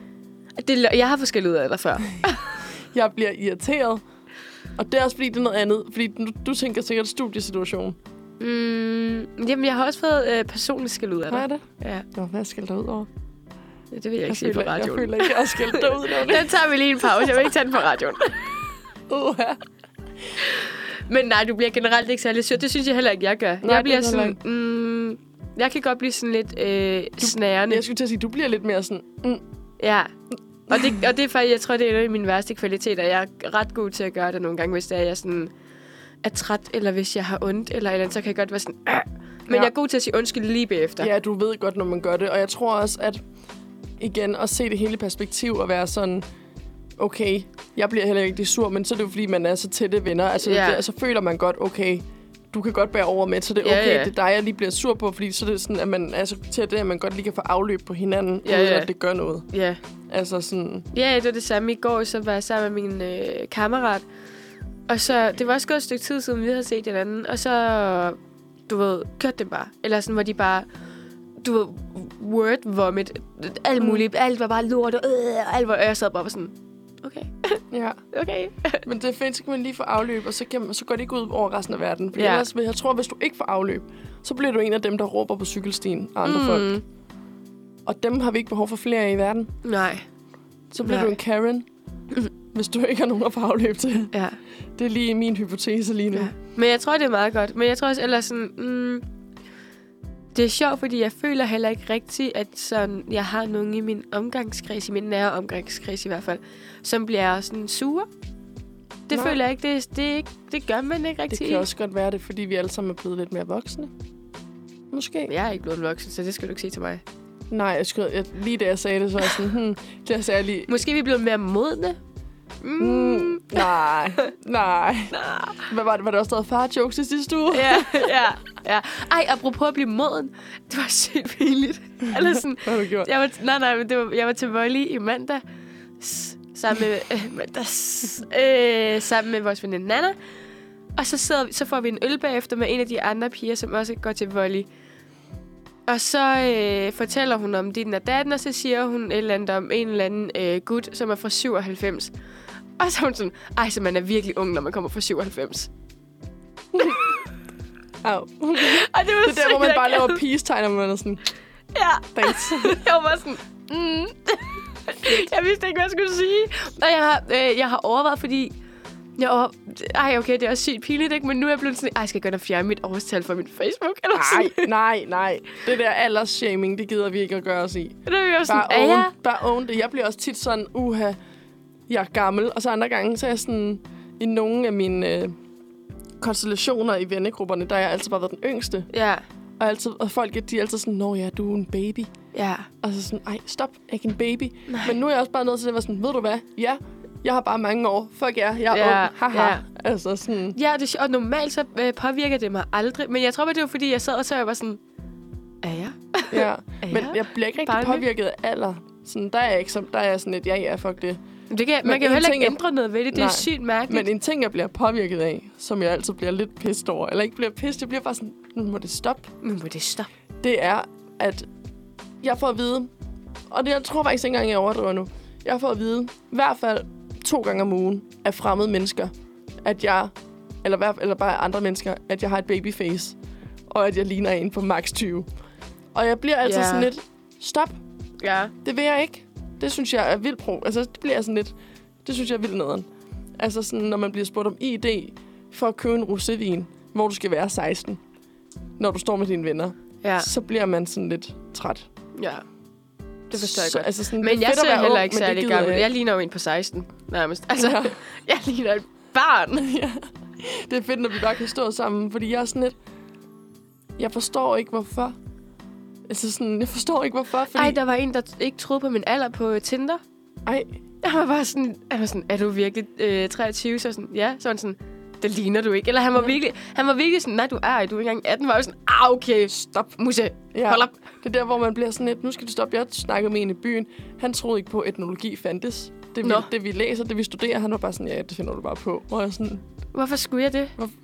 S2: Det, er lø- jeg har forskelligt ud af dig før.
S1: Jeg bliver irriteret. Og det er også fordi, det er noget andet. Fordi du, du tænker sikkert studiesituation.
S2: mm, jamen, jeg har også fået øh, personligt skæld ud af
S1: Har
S2: dig.
S1: jeg det?
S2: Ja,
S1: Nå, hvad skal der ud over?
S2: Ja, det vil jeg ikke
S1: Jeg
S2: sige på
S1: føler, jeg
S2: radioen.
S1: føler ikke, jeg har skældt dig ud. Når
S2: Den tager vi lige en pause. Jeg vil ikke tage den på radioen. Men nej, du bliver generelt ikke særlig sur. Det synes jeg heller ikke, jeg gør.
S1: Nej,
S2: jeg bliver
S1: det er heller
S2: sådan... Mm, jeg kan godt blive sådan lidt øh, snærende.
S1: jeg skulle til at sige, du bliver lidt mere sådan... Mm,
S2: Ja. Og det, og det er faktisk, jeg tror, det er en af mine værste kvaliteter. Jeg er ret god til at gøre det nogle gange, hvis det er, jeg sådan er træt, eller hvis jeg har ondt, eller et eller andet, så kan jeg godt være sådan... "Ah." Men
S1: Ja.
S2: ja. jeg er god til at sige undskyld lige bagefter.
S1: ja, du ved godt, når man gør det. Og jeg tror også, at igen, at se det hele i perspektiv og være sådan... Okay, jeg bliver heller ikke rigtig sur, men så er det jo, fordi man er så tætte venner. Altså,
S2: Ja.
S1: det, så føler man godt, okay, du kan godt bære over med, så det er
S2: Ja,
S1: okay, ja,
S2: ja.
S1: det er dig, jeg lige bliver sur på, fordi så er det sådan, at man er så tæt, at man godt lige kan få afløb på hinanden,
S2: Ja,
S1: uden
S2: ja.
S1: at det gør noget.
S2: Ja.
S1: Altså sådan,
S2: ja, det var det samme i går, så var jeg sammen med min øh, kammerat. Og så, det var også gået et stykke tid siden, vi havde set hinanden. Og så, du ved, kørte det bare. Eller sådan, hvor de bare, du ved, word vomit. Alt
S1: Mm.
S2: muligt. Alt var bare lort, og, øh, alt var, og jeg sad bare og var sådan, okay,
S1: ja.
S2: okay.
S1: Men det er fint, så kan man lige få afløb, og så, kan man, så går det ikke ud over resten af verden. For ja.
S2: Ja.
S1: ellers, vil- jeg tror, hvis du ikke får afløb, så bliver du en af dem, der råber på cykelstien og andre mm. folk. Og dem har vi ikke behov for flere af i verden.
S2: Nej.
S1: Så bliver Nej.
S2: Nej.
S1: du en Karen, hvis du ikke har nogen at få afløb til.
S2: Ja.
S1: Det er lige min hypotese lige nu.
S2: ja.
S1: Ja.
S2: Men jeg tror, det er meget godt. Men jeg tror også, ellers sådan... Mm, Det er sjovt, fordi jeg føler heller ikke rigtigt, at sådan, jeg har nogen i min omgangskreds, i min nære omgangskreds i hvert fald, som bliver sådan sure. Det
S1: Nej.
S2: Nej. føler jeg ikke. Det, det, er ikke, det gør man ikke
S1: Det
S2: rigtigt.
S1: kan også godt være det, er, fordi vi alle sammen er blevet lidt mere voksne. Måske.
S2: Jeg er ikke blevet en voksen, så det skal du ikke sige til mig.
S1: Nej, jeg skød, jeg, lige da jeg sagde det, så var jeg sådan, hmm, det sagde jeg lige,
S2: Måske er vi blevet mere modne. Mm.
S1: mm, nej, nej. Hvad var det? Var det også stadig far-jokes i sidste uge?
S2: Ja, ja, ja. Ej, apropos at blive moden. Det var sygt pinligt. Eller sådan,
S1: Hvad har du gjort?
S2: jeg var, nej, nej, men det var, jeg var til volley i mandag. Sammen med, øh, mandags, øh, sammen med vores veninde Nana. Og så, sidder vi, så får vi en øl bagefter med en af de andre piger, som også går til volley. Og så øh, fortæller hun om din og datten, og så siger hun et eller andet om en eller anden øh, gut, som er fra 97. Og så er hun sådan, ej, så man er virkelig ung, når man kommer fra 97.
S1: Au.
S2: Og det var
S1: Det er der, hvor man
S2: sygt
S1: bare laver
S2: akavet.
S1: peace-tegn, og man er sådan,
S2: Ja.
S1: thanks.
S2: Jeg var bare sådan, mm. Jeg vidste ikke, hvad jeg skulle sige. Og jeg har, øh, jeg har overvejet, fordi... Jeg over... Ej, okay, det er også sygt pinligt, ikke? Men nu er jeg blevet sådan, ej, skal jeg gå ind og fjerne mit årstal fra min Facebook? Eller
S1: Nej,
S2: sådan.
S1: nej, nej. Det der aldersshaming, det gider vi ikke at gøre os i.
S2: Det er jo sådan,
S1: Bare
S2: er
S1: own,
S2: jeg?
S1: bare own det. Jeg bliver også tit sådan, uha, jeg er gammel. Og så andre gange, så er jeg sådan, i nogle af mine øh, konstellationer i vennegrupperne, der har jeg altid bare været den yngste.
S2: Ja,
S1: Og, altid, og folk, de er altid sådan, nå ja, du er en baby.
S2: ja.
S1: Og så sådan, ej, stop, ikke en baby.
S2: Nej.
S1: Men nu er jeg også bare nødt til at være sådan, ved du hvad, ja, jeg har bare mange år. Fuck jer, jeg er
S2: Ja,
S1: ung. Haha.
S2: ja.
S1: Altså sådan,
S2: Ja, det, er sj- og normalt så øh, påvirker det mig aldrig. Men jeg tror bare, det var, fordi jeg sad og så var jeg bare sådan, er jeg?
S1: ja. Men
S2: Ja,
S1: jeg bliver ikke rigtig
S2: bare lidt.
S1: påvirket af alder. Sådan, der er jeg ikke som, der er jeg sådan et, ja, ja, fuck det.
S2: Det kan,
S1: Men
S2: man kan jo
S1: en
S2: heller
S1: ting
S2: ikke
S1: er-
S2: ændre noget ved det. Det
S1: Nej.
S2: er sygt mærkeligt.
S1: Men en ting, jeg bliver påvirket af, som jeg altid bliver lidt pissed over, eller ikke bliver pissed, jeg bliver bare sådan, nu må det stoppe,
S2: Men må det stoppe?
S1: det er, at jeg får at vide, og det jeg tror faktisk ikke engang, jeg overdriver nu, jeg får at vide, i hvert fald to gange om ugen, af fremmede mennesker, at jeg, eller, i hvert, eller bare andre mennesker, at jeg har et babyface, og at jeg ligner en på max 20. Og jeg bliver altid
S2: Ja.
S1: sådan lidt, stop,
S2: Ja.
S1: det vil jeg ikke. Det synes jeg er vildt pro. Altså, det bliver jeg sådan lidt... Det synes jeg er vildt nederen. Altså, sådan, når man bliver spurgt om ID for at købe en rosévin, hvor du skal være 16, når du står med dine venner,
S2: Ja.
S1: ja. så bliver man sådan lidt træt.
S2: ja. Det forstår jeg
S1: så,
S2: godt.
S1: altså sådan, det
S2: Men
S1: er
S2: jeg
S1: fedt at
S2: ser
S1: være
S2: heller
S1: ung,
S2: ikke
S1: men det
S2: særlig
S1: gider
S2: gammel. Jeg,
S1: ikke.
S2: ligner jo en på 16, nærmest. Altså,
S1: Ja.
S2: ja. jeg ligner et barn.
S1: Det er fedt, når vi bare kan stå sammen, fordi jeg er sådan lidt... Jeg forstår ikke, hvorfor. Altså sådan, jeg forstår ikke, hvorfor, fordi...
S2: Fordi... Ej, der var en, der t- ikke troede på min alder på øh, Tinder.
S1: Ej,
S2: Jeg var bare sådan, jeg var sådan er du virkelig øh, 23? Så var jeg sådan, ja. Så var han sådan, det ligner du ikke. Eller han var,
S1: Ja.
S2: virkelig, han var virkelig sådan, nej, du er ej, du er ikke engang 18. Var jeg sådan, ah, okay,
S1: stop.
S2: musse,
S1: Ja.
S2: hold op.
S1: Det er der, hvor man bliver sådan lidt, nu skal du stoppe. Jeg snakkede med en i byen. Han troede ikke på, at etnologi fandtes. Det vi,
S2: Nå.
S1: det, vi læser, det vi studerer, han var bare sådan, ja, det finder du bare på. Og jeg er sådan,
S2: Hvorfor skulle jeg det?
S1: hvorfor?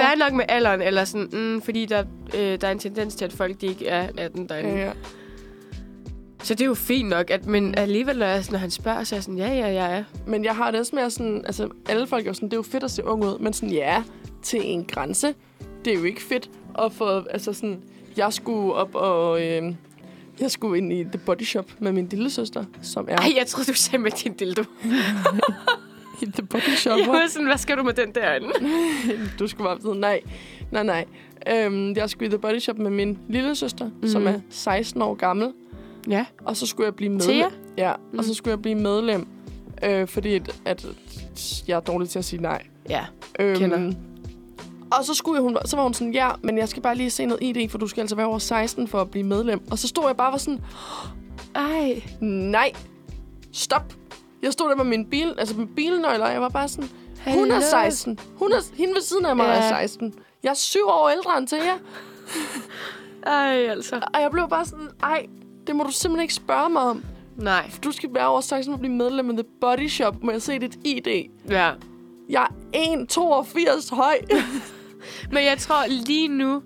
S2: Færdig nok med alderen, eller sådan, mm, fordi der, øh, der er en tendens til, at folk de ikke er 18 derinde.
S1: Ja, ja.
S2: Så det er jo fint nok, at, men alligevel, når, jeg, når han spørger, så er jeg sådan, ja, ja, ja, ja.
S1: Men jeg har det også med at sådan, altså alle folk er jo sådan, det er jo fedt at se ung ud, men sådan, ja, til en grænse. Det er jo ikke fedt at få, altså sådan, jeg skulle op og, øh, jeg skulle ind i The Body Shop med min lille søster, som er
S2: Ej, jeg troede, du sagde med din dildo.
S1: i The Body Shop.
S2: Jeg var sådan, hvad skal du med den derinde?
S1: du skulle bare vide, nej, nej, nej. Øhm, jeg skulle i The Body Shop med min lille søster,
S2: Mhm.
S1: mm. som er 16 år gammel.
S2: Ja.
S1: Og så skulle jeg blive medlem.
S2: Thea? Mhm.
S1: Ja, mm. og så skulle jeg blive medlem. Øh, fordi at, at jeg er dårlig til at sige nej.
S2: Ja.
S1: Øhm,
S2: Kender.
S1: Og så, skulle jeg, hun, så var hun sådan, ja, men jeg skal bare lige se noget ID, for du skal altså være over 16 for at blive medlem. Og så stod jeg bare og var sådan,
S2: Ej.
S1: nej, stop. Jeg stod der med min bil, altså med bilnøgler, og jeg var bare sådan, hun er 16. Hun er, hende ved siden af mig
S2: Ja.
S1: er 16. Jeg er syv år ældre end til jer.
S2: Ej, altså.
S1: Og jeg blev bare sådan, ej, det må du simpelthen ikke spørge mig om.
S2: Nej.
S1: Du skal være over 16 og blive medlem af The Body Shop. Må jeg se dit ID?
S2: Ja.
S1: Jeg er 1,82 høj.
S2: Men jeg tror lige nu...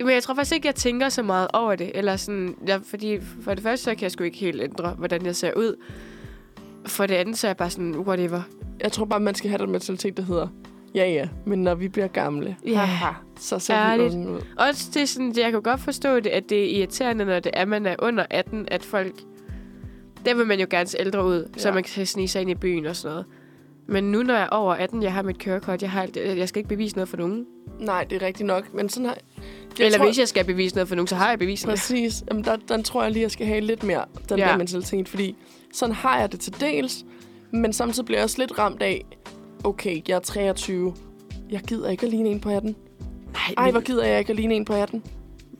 S2: Men jeg tror faktisk ikke, jeg tænker så meget over det. Eller sådan, ja, fordi for det første, så kan jeg sgu ikke helt ændre, hvordan jeg ser ud. For det andet, så er jeg bare sådan, whatever.
S1: jeg tror bare, man skal have den mentalitet, der hedder, ja ja, men når vi bliver gamle,
S2: Ja.
S1: haha, så ser
S2: Ærligt.
S1: vi unge ud.
S2: Også det er sådan, jeg kan godt forstå det, at det er irriterende, når det er, man er under 18, at folk... Der vil man jo gerne se ældre ud, ja. så
S1: Ja.
S2: man kan snige sig ind i byen og sådan noget. Men nu, når jeg er over 18, jeg har mit kørekort, jeg, har, alt det- jeg skal ikke bevise noget for nogen.
S1: Nej, det er rigtigt nok, men sådan har, Jeg
S2: Eller
S1: tror-
S2: hvis jeg skal bevise noget for nogen, så har jeg bevist det.
S1: Præcis. Jamen, der, den tror jeg lige, jeg skal have lidt mere, den ja.
S2: Ja.
S1: der mentalitet. Fordi sådan har jeg det til dels, men samtidig bliver jeg også lidt ramt af, okay, jeg er 23. Jeg gider ikke at ligne en på 18.
S2: Nej,
S1: Ej, hvor
S2: men,
S1: gider jeg ikke at ligne en på 18.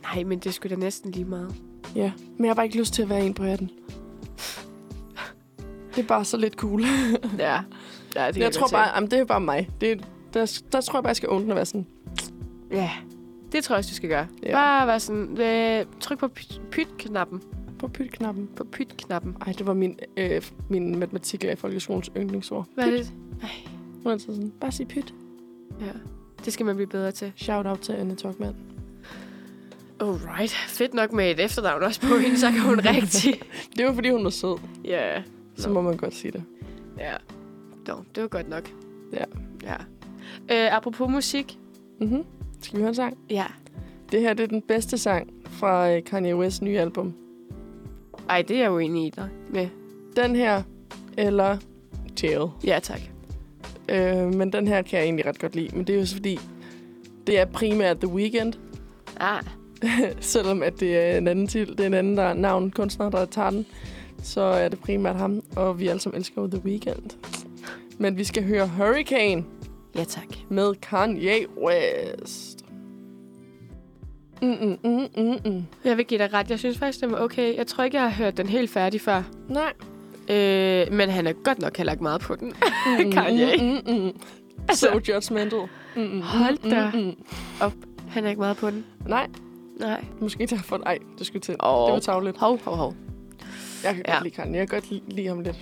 S2: nej, men det skulle da næsten lige meget.
S1: Ja, men jeg har bare ikke lyst til at være en på 18. Det er bare så lidt cool.
S2: Ja, ja det kan
S1: Det jeg tror
S2: godt se.
S1: bare, jamen, det er bare mig. Det, er- der, der tror jeg bare, jeg skal åbne og være sådan.
S2: Ja, det tror jeg også, du skal gøre.
S1: Ja.
S2: Ja. Bare være sådan, øh, tryk på pyt- pyt-knappen.
S1: På pytknappen.
S2: På pyt-knappen.
S1: Ej, det var min, øh, min matematiklærer i folkeskolens yndlingsord.
S2: Hvad er det?
S1: Hun er altid sådan, bare sig pyt.
S2: Ja. Det skal man blive bedre til.
S1: Shout out til Anne Tokmann.
S2: Alright. Fedt nok med et efternavn også på hende, så kan hun rigtig.
S1: Det var, fordi hun var sød.
S2: Ja.
S1: Så
S2: Nå.
S1: må man godt sige det.
S2: Ja. Nå, det var godt nok.
S1: Ja.
S2: Ja. Øh, apropos musik.
S1: Mm-hmm. Skal vi høre en sang?
S2: Ja.
S1: Det her det er den bedste sang fra øh, Kanye West's nye album.
S2: Ej, det er jeg jo enig i dig med.
S1: Den her, eller Jail.
S2: Ja, tak.
S1: Øh, men den her kan jeg egentlig ret godt lide. Men det er jo så fordi, det er primært The Weeknd.
S2: Ah.
S1: Selvom at det er en anden titel, det er en anden der er navn, kunstner, der tager den, så er det primært ham. Og vi alle sammen elsker jo The Weeknd. Men vi skal høre Hurricane
S2: Ja, tak.
S1: med Kanye West. Mm, mm, mm, mm, mm.
S2: Jeg vil give dig ret. Jeg synes faktisk, den var okay. Jeg tror ikke, jeg har hørt den helt færdig før.
S1: Nej.
S2: Øh, men han er godt nok heller ikke meget på den. Kanye.
S1: Mm, mm, mm.
S2: Altså.
S1: So judgmental. Mm, mm,
S2: Hold da
S1: mm, mm.
S2: op. Han er ikke meget på den.
S1: Nej,
S2: Nej.
S1: måske derfor. Nej, det skulle til.
S2: Åh.
S1: Det var tavligt.
S2: Hov, hov, hov.
S1: Jeg kan ja.
S2: Ja.
S1: godt lide Kanye. Jeg kan godt lide, lide ham lidt.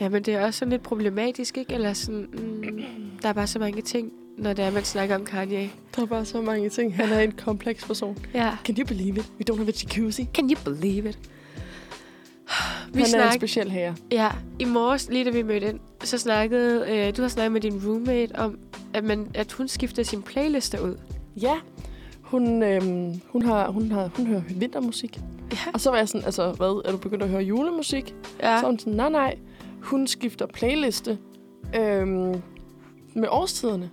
S2: Ja, men det er også sådan lidt problematisk, ikke? Eller sådan, mm, der er bare så mange ting, når det er, man snakker om Kanye.
S1: Der er bare så mange ting. Han er en kompleks person.
S2: Ja.
S1: Can you believe it? We don't have a jacuzzi.
S2: Can you believe it? Vi
S1: han er en
S2: snakkede,
S1: speciel herre.
S2: ja, i morges, lige da vi mødte ind, så snakkede, øh, du har snakket med din roommate om, at, man, at hun skifter sin playlister ud.
S1: Ja. Hun, øhm, hun, har, hun, har, hun hører vintermusik.
S2: Ja.
S1: Og så var jeg sådan, altså hvad, er du begyndt at høre julemusik? Ja.
S2: Ja,
S1: Så var hun sådan, nej nej, hun skifter playliste øhm, med årstiderne.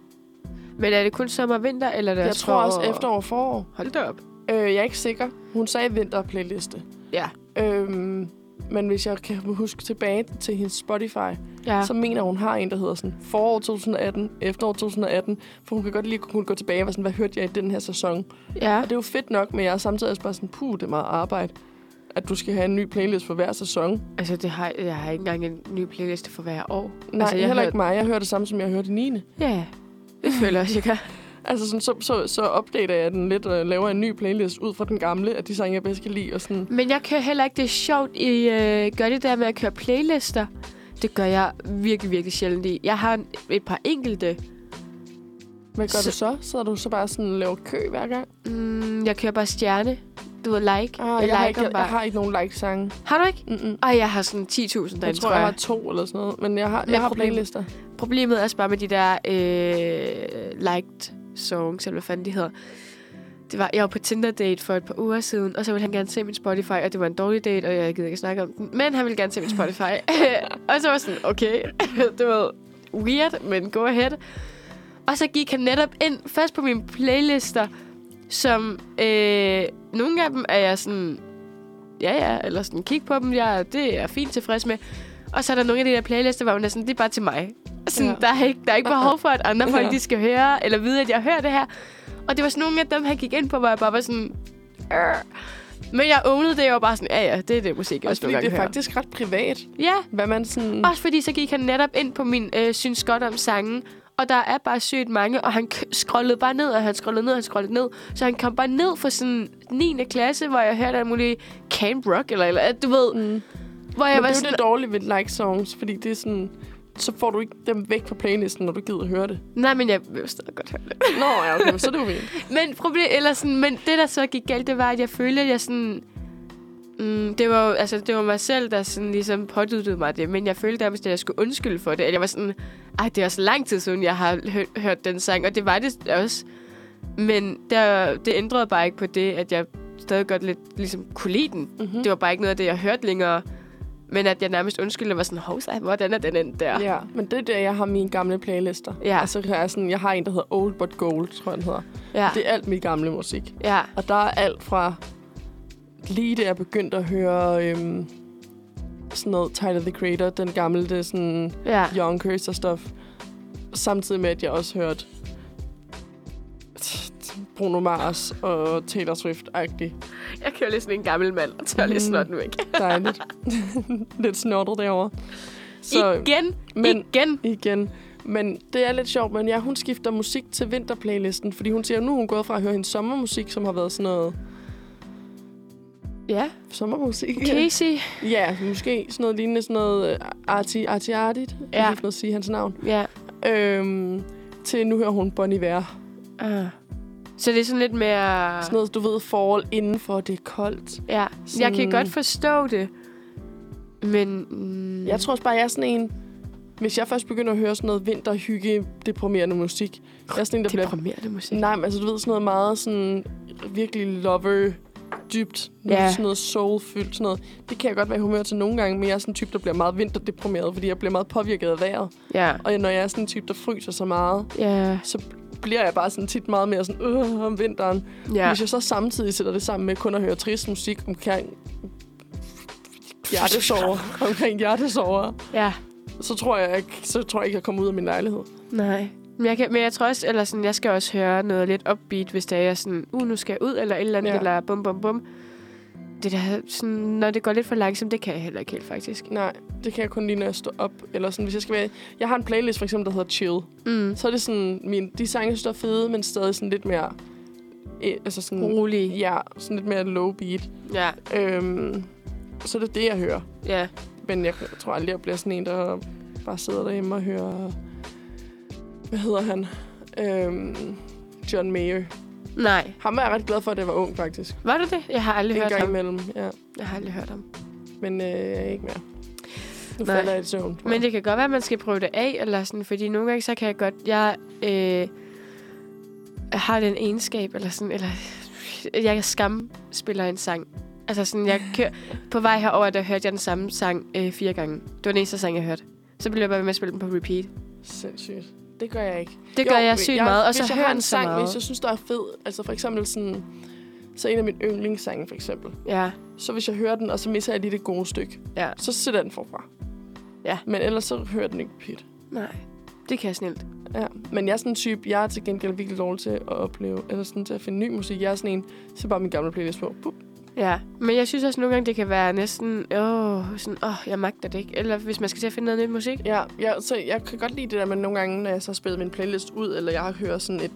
S2: men er det kun sommer og vinter, eller er det
S1: Jeg, jeg
S2: også
S1: tror også
S2: forår?
S1: efterår og forår.
S2: Hold da op.
S1: Øh, jeg er ikke sikker. Hun sagde vinterplayliste.
S2: Ja.
S1: Øhm, men hvis jeg kan huske tilbage til hendes Spotify, ja.
S2: Ja.
S1: så mener hun har en, der hedder sådan forår 2018, efterår 2018. For hun kan godt lige kunne gå tilbage og være sådan, hvad hørte jeg i den her sæson?
S2: ja.
S1: Og det er jo fedt nok, men jeg er samtidig også bare sådan, puh, det er meget arbejde. At du skal have en ny playlist for hver sæson.
S2: Altså, det har, jeg har ikke engang en ny playliste for hver år.
S1: Nej,
S2: altså,
S1: altså, jeg heller
S2: hører-
S1: ikke mig. Jeg hører det samme, som jeg hørte i 9.
S2: Ja, det føler jeg også, jeg gør.
S1: Altså, sådan, så, så, så opdater jeg den lidt og laver en ny playlist ud fra den gamle, at de sange, jeg bedst kan lide. Og sådan,
S2: Men jeg kører heller ikke, det er sjovt, I øh, gør det der med at køre playlister. Det gør jeg virkelig, virkelig sjældent i. Jeg har en, et par enkelte.
S1: hvad gør så...
S2: Så-
S1: du så? Så er du så bare sådan laver kø hver gang?
S2: Mm, jeg kører bare stjerne. Du ved, like.
S1: Ah, jeg, jeg, har ikke,
S2: liker
S1: jeg,
S2: bare.
S1: jeg, har ikke nogen like-sange.
S2: har du ikke?
S1: Mm-mm.
S2: Ej, jeg har sådan 10.000 derinde,
S1: Jeg tror, jeg har to eller sådan noget. Men jeg har,
S2: Men
S1: jeg har
S2: problemet-
S1: playlister.
S2: Problemet er også bare med de der øh, liked songs, eller hvad fanden de hedder. Det var, jeg var på Tinder-date for et par uger siden, og så ville han gerne se min Spotify, og det var en dårlig date, og jeg gider ikke snakke om den. Men han ville gerne se min Spotify. og så var jeg sådan, okay, det var weird, men go ahead. Og så gik han netop ind først på mine playlister, som øh, nogle af dem er jeg sådan, ja ja, eller sådan, kig på dem, jeg, det er jeg fint tilfreds med. Og så er der nogle af de der playlister, hvor hun er sådan, det er bare til mig. Sådan,
S1: Ja.
S2: ja. der, er ikke, der er ikke behov for, at andre folk
S1: Ja.
S2: de skal høre, eller vide, at jeg hører det her. Og det var sådan nogle af dem, han gik ind på, hvor jeg bare var sådan, "Arr." men jeg åbnede det, og jeg var bare sådan, ja ja, det er det musik, jeg
S1: Også
S2: også
S1: fordi
S2: nogle
S1: det
S2: gange
S1: er
S2: hører.
S1: faktisk ret privat,
S2: Ja,
S1: hvad man sådan...
S2: også fordi så gik han netop ind på min øh, synes godt om sangen, og der er bare sygt mange, og han k- scrollede bare ned, og han scrollede ned, og han scrollede ned. Så han kom bare ned fra sådan 9. klasse, hvor jeg hørte alt muligt Camp Rock, eller, eller du ved,
S1: Mm.
S2: hvor jeg
S1: Men
S2: var
S1: det er jo
S2: sådan,
S1: det dårlige ved like songs, fordi det er sådan, så får du ikke dem væk fra playlisten, når du gider at høre det.
S2: nej, men jeg vil jo stadig godt høre det.
S1: Nå, ja, okay, men så er det jo fint.
S2: Men, problem, eller sådan, men det, der så gik galt, det var, at jeg følte, at jeg sådan... Mm, det, var, jo- altså, det var mig selv, der sådan ligesom påduttede mig det, men jeg følte nærmest, at jeg skulle undskylde for det. At jeg var sådan, ej, det er også lang tid siden, jeg har hø- hørt den sang, og det var det også. Men der, det ændrede bare Mhm. ikke på det, at jeg stadig godt lidt ligesom kunne lide den. Mm-hmm. Det var bare ikke noget af det, jeg hørte længere. Men at jeg nærmest undskyldte og var sådan, hov, sej, hvordan er den endt der?
S1: Ja, men det er der, jeg har mine gamle playlister.
S2: Ja.
S1: Altså, jeg, er sådan, jeg har en, der hedder Old But Gold, tror jeg, den hedder.
S2: Ja.
S1: Det er alt min gamle musik.
S2: ja.
S1: Og der er alt fra... Lige da jeg begyndte at høre øhm, sådan noget Tyler, the Creator, den gamle, det er sådan
S2: ja.
S1: Yonkers og stuff. Samtidig med, at jeg også hørte Bruno Mars og Taylor Swift-agtig.
S2: Jeg kører lidt sådan en gammel mand og tør lige
S1: Mm.
S2: snotten væk.
S1: Dejligt. lidt snottet derovre.
S2: Så, igen, men,
S1: men-
S2: igen.
S1: igen. Men det er lidt sjovt, men ja, hun skifter musik til vinterplaylisten, fordi hun siger, at nu er hun gået fra at høre hendes sommermusik, som har været sådan noget
S2: Ja,
S1: sommermusik.
S2: Casey.
S1: Ja, måske sådan noget lignende, sådan noget øh, arti arti artigt. Ja. Jeg
S2: Ja.
S1: kan ikke sige hans navn.
S2: Ja.
S1: Øhm, til nu hører hun Bon Iver.
S2: Uh. Så det er sådan lidt mere...
S1: Sådan noget, du ved, fall indenfor, det er koldt.
S2: Ja, jeg kan
S1: Sådan-
S2: godt forstå det. Men... Mm,
S1: Jeg tror også bare, jeg er sådan en... Hvis jeg først begynder at høre sådan noget vinterhygge, deprimerende musik, jeg er sådan en, der bliver
S2: deprimerende musik.
S1: Nej, men altså, du ved, sådan noget meget sådan virkelig lover dybt.
S2: Ja.
S1: Ja. Sådan noget soulfyldt, sådan noget. Det kan jeg godt være i humør til nogle gange, men jeg er sådan en type, der bliver meget vinterdeprimeret, fordi jeg bliver meget påvirket af vejret.
S2: Ja.
S1: Og når jeg er sådan en type, der fryser så meget,
S2: Ja.
S1: så bliver jeg bare sådan tit meget mere sådan, øh, om vinteren. Ja.
S2: ja.
S1: Hvis jeg så samtidig sætter det sammen med kun at høre trist musik omkring hjertesover, omkring hjertesover,
S2: ja.
S1: så tror jeg, ikke, så tror jeg ikke, jeg kommer ud af min lejlighed.
S2: Nej. Men jeg, kan, men jeg tror også, eller sådan, jeg skal også høre noget lidt upbeat, hvis der er jeg sådan, uh, nu skal jeg ud, eller et eller andet, ja.
S1: Ja.
S2: eller bum, bum, bum. Det der, sådan, når det går lidt for langsomt, det kan jeg heller ikke helt, faktisk.
S1: Nej, det kan jeg kun lige, når jeg står op. Eller sådan, hvis jeg skal være... Jeg har en playlist, for eksempel, der hedder Chill.
S2: Mm.
S1: så er det sådan, min, de sange står fede, men stadig sådan lidt mere, øh, altså sådan,
S2: Rolig.
S1: ja, sådan lidt mere low beat.
S2: Ja.
S1: Øhm, så er det det, jeg hører.
S2: Ja.
S1: Men jeg tror aldrig, jeg bliver sådan en, der bare sidder derhjemme og hører, hvad hedder han? Øhm, John Mayer.
S2: Nej.
S1: Ham var jeg ret glad for, at jeg var ung, faktisk.
S2: Var det det? Jeg har aldrig
S1: en
S2: hørt
S1: gang
S2: ham.
S1: imellem, ja.
S2: Jeg har aldrig hørt ham.
S1: Men øh, ikke mere. Nu
S2: Nej.
S1: falder jeg i søvn. tror
S2: Men
S1: jeg.
S2: det kan godt være, at man skal prøve det af, eller sådan, fordi nogle gange, så kan jeg godt, jeg øh, har den egenskab, eller sådan, eller jeg kan skam spiller en sang. Altså sådan, jeg kører, på vej herover, der hørte jeg den samme sang øh, fire gange. Det var den eneste sang, jeg hørte. Så blev jeg bare ved med at spille den på repeat.
S1: Sindssygt. Det gør jeg ikke.
S2: Det gør jeg sygt meget, og
S1: hvis
S2: så
S1: jeg
S2: hører
S1: har
S2: den
S1: en
S2: så
S1: sang,
S2: meget.
S1: hvis jeg synes, der er fed, altså for eksempel sådan, så en af mine yndlingssange for eksempel,
S2: Ja,
S1: så hvis jeg hører den, og så misser jeg lige det gode stykke,
S2: ja.
S1: så sætter jeg den forfra.
S2: Ja.
S1: Men ellers så hører jeg den ikke pit.
S2: Nej, det kan jeg snilt.
S1: Ja. Men jeg er sådan en type, jeg er til gengæld virkelig dårlig til at opleve, eller sådan til at finde ny musik. Jeg er sådan en, så bare min gamle playlist på. Bup.
S2: Ja, men jeg synes også nogle gange, det kan være næsten, åh, sådan, åh, jeg magter det ikke. Eller hvis man skal til at finde noget nyt musik.
S1: Ja, jeg, så jeg kan godt lide det der med nogle gange, når jeg så spiller min playlist ud, eller jeg hører sådan et...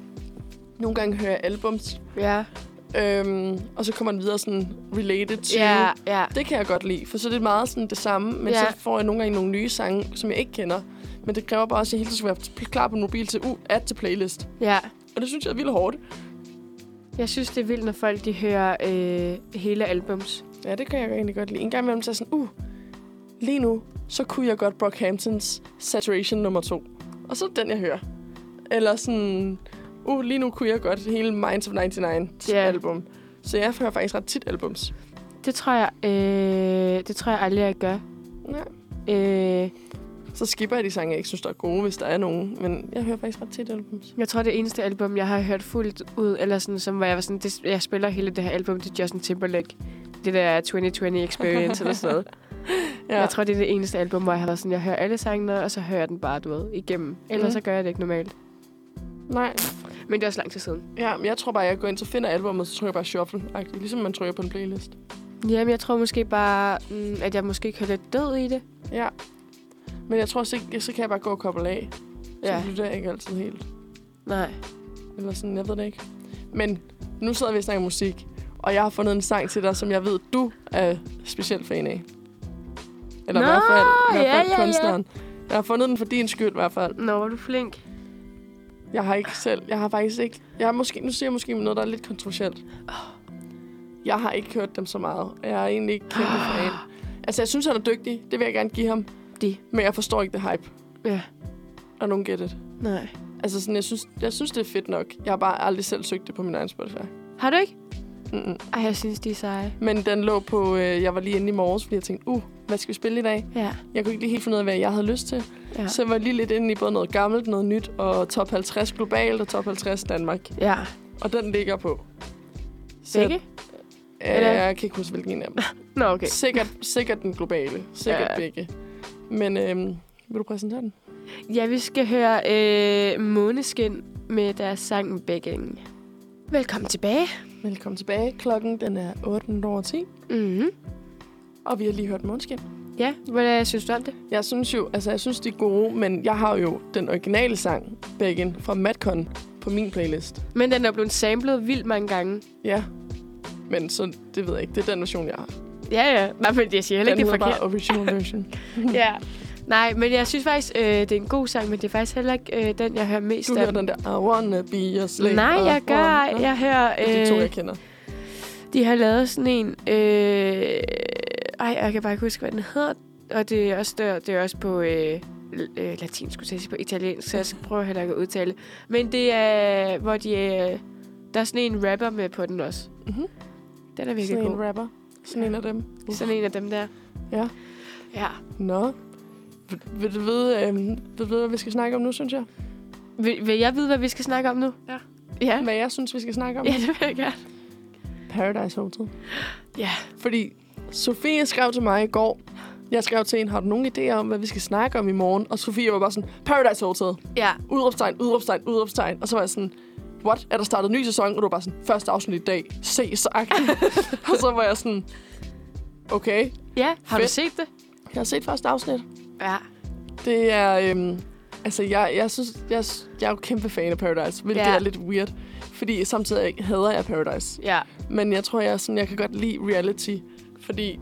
S1: Nogle gange hører jeg albums,
S2: Ja,
S1: øhm, og så kommer den videre sådan related to.
S2: ja, ja.
S1: Det kan jeg godt lide, for så er det meget sådan det samme, men
S2: Ja.
S1: ja. så får jeg nogle gange nogle nye sange, som jeg ikke kender. Men det kræver bare også, at jeg hele tiden skal være klar på min mobil til u at til playlist.
S2: ja.
S1: Og det synes jeg er vildt hårdt.
S2: Jeg synes, det er vildt, når folk de hører øh, hele albums.
S1: Ja, det kan jeg egentlig godt lide. En gang imellem så er jeg sådan, uh, lige nu, så kunne jeg godt Brockhamptons Saturation nummer 2. Og så er det den, jeg hører. Eller sådan, uh, lige nu kunne jeg godt hele Minds of 99
S2: Ja.
S1: yeah. album. Så jeg hører faktisk ret tit albums.
S2: Det tror jeg, øh, det tror jeg aldrig, jeg gør.
S1: Ja.
S2: Øh,
S1: Så skipper jeg de sange, jeg ikke synes, der er gode, hvis der er nogen. Men jeg hører faktisk ret tit albums.
S2: jeg tror, det eneste album, jeg har hørt fuldt ud, eller sådan, som hvor jeg var sådan, det, jeg spiller hele det her album, det er Justin Timberlake. Det der 2020 Experience eller sådan noget.
S1: Ja.
S2: Ja. Jeg tror, det er det eneste album, hvor jeg har været sådan, jeg hører alle sangene, og så hører jeg den bare, du ved, igennem. Ellers
S1: Mm.
S2: så gør jeg det ikke normalt.
S1: Nej,
S2: Men det er også lang tid siden.
S1: Ja, men jeg tror bare, at jeg går ind, så finder albumet, så trykker jeg bare shuffle -agtigt. Ligesom man trykker på en playlist.
S2: Jamen, jeg tror måske bare, mm, at jeg måske kører lidt død i det.
S1: Ja. Men jeg tror også ikke, så kan jeg bare gå og koble af. Så
S2: Ja.
S1: ja. lytter jeg ikke altid helt.
S2: Nej.
S1: Eller sådan, jeg ved det ikke. Men nu sidder vi og snakker musik. Og jeg har fundet en sang til dig, som jeg ved, du er specielt fan af. Eller
S2: Nå,
S1: i hvert fald, i hvert
S2: ja,
S1: fald
S2: ja, ja.
S1: kunstneren. Jeg har fundet den for din skyld i hvert fald.
S2: Nå, var du flink.
S1: Jeg har ikke selv, jeg har faktisk ikke, jeg har måske, nu siger jeg måske noget, der er lidt kontroversielt. Jeg har ikke hørt dem så meget, og jeg er egentlig ikke kæmpe fan. Altså, jeg synes, han er dygtig, det vil jeg gerne give ham,
S2: De.
S1: men jeg forstår ikke det hype,
S2: Ja.
S1: og nogen get it.
S2: Nej.
S1: Altså, sådan, jeg, synes, jeg synes, det er fedt nok. Jeg har bare aldrig selv søgt det på min egen Spotify.
S2: Har du ikke?
S1: Mm-mm.
S2: Ej, jeg synes, de er seje.
S1: Men den lå på, øh, jeg var lige inde i morges, fordi jeg tænkte, uh, hvad skal vi spille i dag?
S2: Ja.
S1: Jeg kunne ikke lige helt finde ud af, hvad jeg havde lyst til.
S2: Ja.
S1: Ja. Så jeg var lige lidt inde i både noget gammelt, noget nyt, og top 50 globalt og top 50 Danmark.
S2: ja.
S1: Og den ligger på.
S2: Sikke?
S1: Ja,
S2: Eller-
S1: jeg kan ikke huske, hvilken en af dem.
S2: Nå, okay.
S1: Sikkert, sikkert den globale. Sikkert
S2: Ja.
S1: ja. begge. Men øhm, vil du præsentere den?
S2: Ja, vi skal høre øh, Måneskin med deres sang Begging. Velkommen tilbage.
S1: Velkommen tilbage. Klokken den er 8 over 10,
S2: Mm-hmm.
S1: og vi har lige hørt Måneskin.
S2: Ja, hvad synes du om det?
S1: Jeg synes jo, altså jeg synes, de er gode, men jeg har jo den originale sang, Begin, fra Madcon, på min playlist.
S2: Men den er blevet samlet vildt mange gange.
S1: Ja, men så det ved jeg ikke. Det er den version, jeg har.
S2: Ja, ja. Nej, men jeg siger heller
S1: Den
S2: ikke, det er
S1: hedder
S2: forkert.
S1: bare original version.
S2: ja. Nej, men jeg synes faktisk, øh, det er en god sang, men det er faktisk heller ikke øh, den, jeg hører mest
S1: Du
S2: af.
S1: hører den der, I wanna be a slave.
S2: Nej,
S1: I
S2: jeg gør
S1: wanna-
S2: ej. Jeg øh, hører...
S1: Det er de to, jeg kender.
S2: De har lavet sådan en... Øh, ej, jeg kan bare ikke huske, hvad den hedder. Og det er også, der, det er også på øh, l- øh, latin, skulle jeg til at sige, på italiensk, så jeg skal prøve heller ikke at udtale det. Men det er, hvor de... Øh, der er sådan en rapper med på den også.
S1: Mhm.
S2: Den er virkelig
S1: Sådan en
S2: god.
S1: rapper. Sådan en af dem. Uh.
S2: Sådan en af dem der.
S1: Ja.
S2: Ja.
S1: Nå. Vil- Vil du vide, øh, vil du vide, hvad vi skal snakke om nu, synes jeg?
S2: Vil, vil jeg vide, hvad vi skal snakke om nu?
S1: Ja.
S2: Ja,
S1: Hvad jeg synes, vi skal snakke om?
S2: ja det vil jeg gerne.
S1: Paradise Hotel.
S2: Ja.
S1: Fordi Sofie skrev til mig i går, jeg skrev til hende, har du nogen idéer om, hvad vi skal snakke om i morgen? Og Sofie var bare sådan, Paradise Hotel,
S2: Ja.
S1: udråbstegn, udråbstegn, udråbstegn. Og så var jeg sådan, what? Er der startet en ny sæson? Og du var bare sådan, første afsnit i dag, se sagt. og så var jeg sådan, okay,
S2: Ja, har du
S1: Fedt.
S2: set det?
S1: jeg har set første afsnit.
S2: Ja.
S1: Det er... Øhm, altså, jeg, jeg, synes, jeg, jeg er jo kæmpe fan af Paradise, hvilket
S2: Ja.
S1: er lidt weird. Fordi samtidig hader jeg Paradise.
S2: Ja.
S1: Men jeg tror, jeg, er sådan, jeg kan godt lide reality, fordi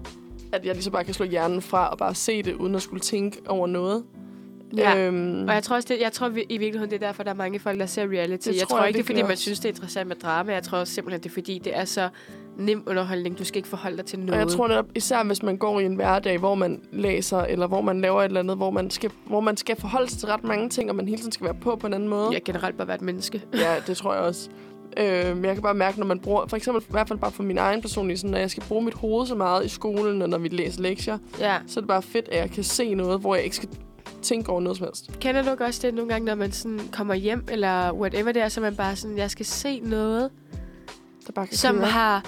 S1: at jeg lige så bare kan slå hjernen fra og bare se det, uden at skulle tænke over noget.
S2: Ja.
S1: Øhm,
S2: Og jeg tror også, det, jeg tror vi- i virkeligheden, det er derfor, der er mange folk, der ser reality.
S1: Det
S2: jeg
S1: tror
S2: tror
S1: jeg
S2: ikke, det er,
S1: virkelig
S2: fordi man
S1: også.
S2: synes, det er interessant med drama. Jeg tror også simpelthen, det er, fordi det er så nem underholdning. Du skal ikke forholde dig til noget.
S1: og jeg tror netop, især hvis man går i en hverdag, hvor man læser, eller hvor man laver et eller andet, hvor man skal, hvor man skal forholde sig til ret mange ting, og man hele tiden skal være på på en anden måde.
S2: jeg generelt bare være et menneske.
S1: Ja, det tror jeg også. Øh, men jeg kan bare mærke, når man bruger, for eksempel i hvert fald bare for min egen personlige, sådan, når jeg skal bruge mit hoved så meget i skolen, og når vi læser lektier,
S2: Ja.
S1: så er det bare fedt, at jeg kan se noget, hvor jeg ikke skal tænke over noget som helst.
S2: Kender du ikke også det nogle gange, når man sådan kommer hjem, eller whatever det er, så er man bare sådan, jeg skal se noget,
S1: Der bare kan
S2: som
S1: køre.
S2: har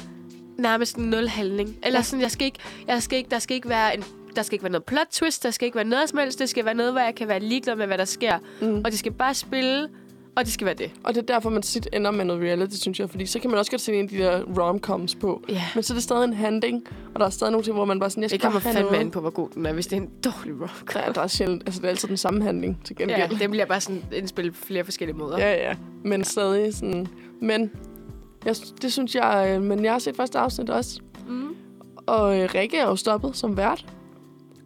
S2: nærmest nul handling. Eller sådan, jeg skal ikke, jeg skal ikke, der skal ikke være en der skal ikke være noget plot twist, der skal ikke være noget som helst. Det skal være noget, hvor jeg kan være ligeglad med, hvad der sker. Mm. Og det skal bare spille, og det skal være det.
S1: Og det er derfor, man tit ender med noget reality, synes jeg. Fordi så kan man også godt se en af de der rom-coms på.
S2: Ja.
S1: Men så er det stadig en handling, og der er stadig nogle ting, hvor man bare sådan, jeg skal
S2: Det kommer
S1: bare have
S2: fandme an
S1: noget.
S2: på, hvor god den er, hvis det er en dårlig rock.
S1: Der, er- der er sjældent, altså det er altid den samme handling til
S2: Ja,
S1: gengæld.
S2: den bliver bare sådan indspillet på flere forskellige måder.
S1: Ja, ja. Men stadig sådan... Men jeg, det synes jeg... øh, Men jeg har set første afsnit også.
S2: Mm.
S1: Og øh, Rikke er jo stoppet som vært.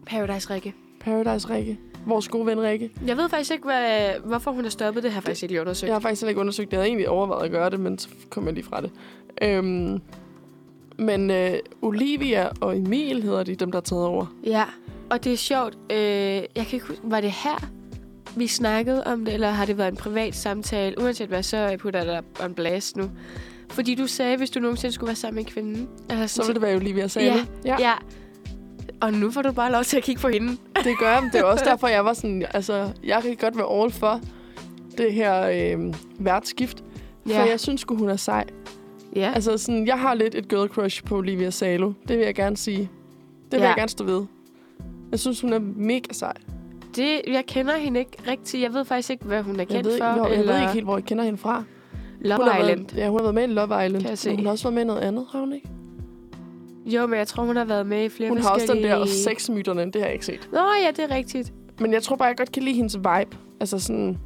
S2: Paradise Rikke.
S1: Paradise Rikke. Vores gode ven Rikke.
S2: Jeg ved faktisk ikke, hvad, hvorfor hun har stoppet det her faktisk ikke lige undersøgt.
S1: Jeg har faktisk heller ikke undersøgt det. Jeg havde egentlig overvejet at gøre det, men så kom jeg lige fra det. Øhm, men øh, Olivia og Emil hedder de, dem der er taget over.
S2: ja. Og det er sjovt. Øh, jeg kan ikke huske, var det her, vi snakkede om det, eller har det været en privat samtale? Uanset hvad, så putter jeg dig on blast nu. Fordi du sagde, hvis du nogensinde skulle være sammen med en kvinde. Altså,
S1: Så vil det være Olivia Sale.
S2: Ja, ja. Og nu får du bare lov til at kigge på hende.
S1: Det gør jeg, men det er også derfor, jeg var sådan... Altså, jeg kan godt være all for det her øh, værtsskift.
S2: Ja.
S1: For jeg synes sgu, hun er sej.
S2: Ja.
S1: Altså, sådan, jeg har lidt et girl crush på Olivia Salo. Det vil jeg gerne sige. Det vil
S2: Ja.
S1: ja. jeg gerne stå ved. Jeg synes, hun er mega sej.
S2: Det, jeg kender hende ikke rigtigt. Jeg ved faktisk ikke, hvad hun er
S1: Jeg
S2: kendt
S1: ved, ikke,
S2: for.
S1: hvor, jeg
S2: eller
S1: ved ikke helt, hvor jeg kender hende fra.
S2: Love
S1: hun har
S2: Island.
S1: Været, ja, hun har været med i Love Island.
S2: Kan jeg se.
S1: Men Hun har også været med i noget andet, har hun ikke?
S2: Jo, men jeg tror, hun har været med i flere
S1: Hun har også den
S2: forskellige...
S1: der og sexmyterne, det har jeg ikke set.
S2: Nå ja, det er rigtigt.
S1: Men jeg tror bare, jeg godt kan lide hendes vibe. Altså sådan,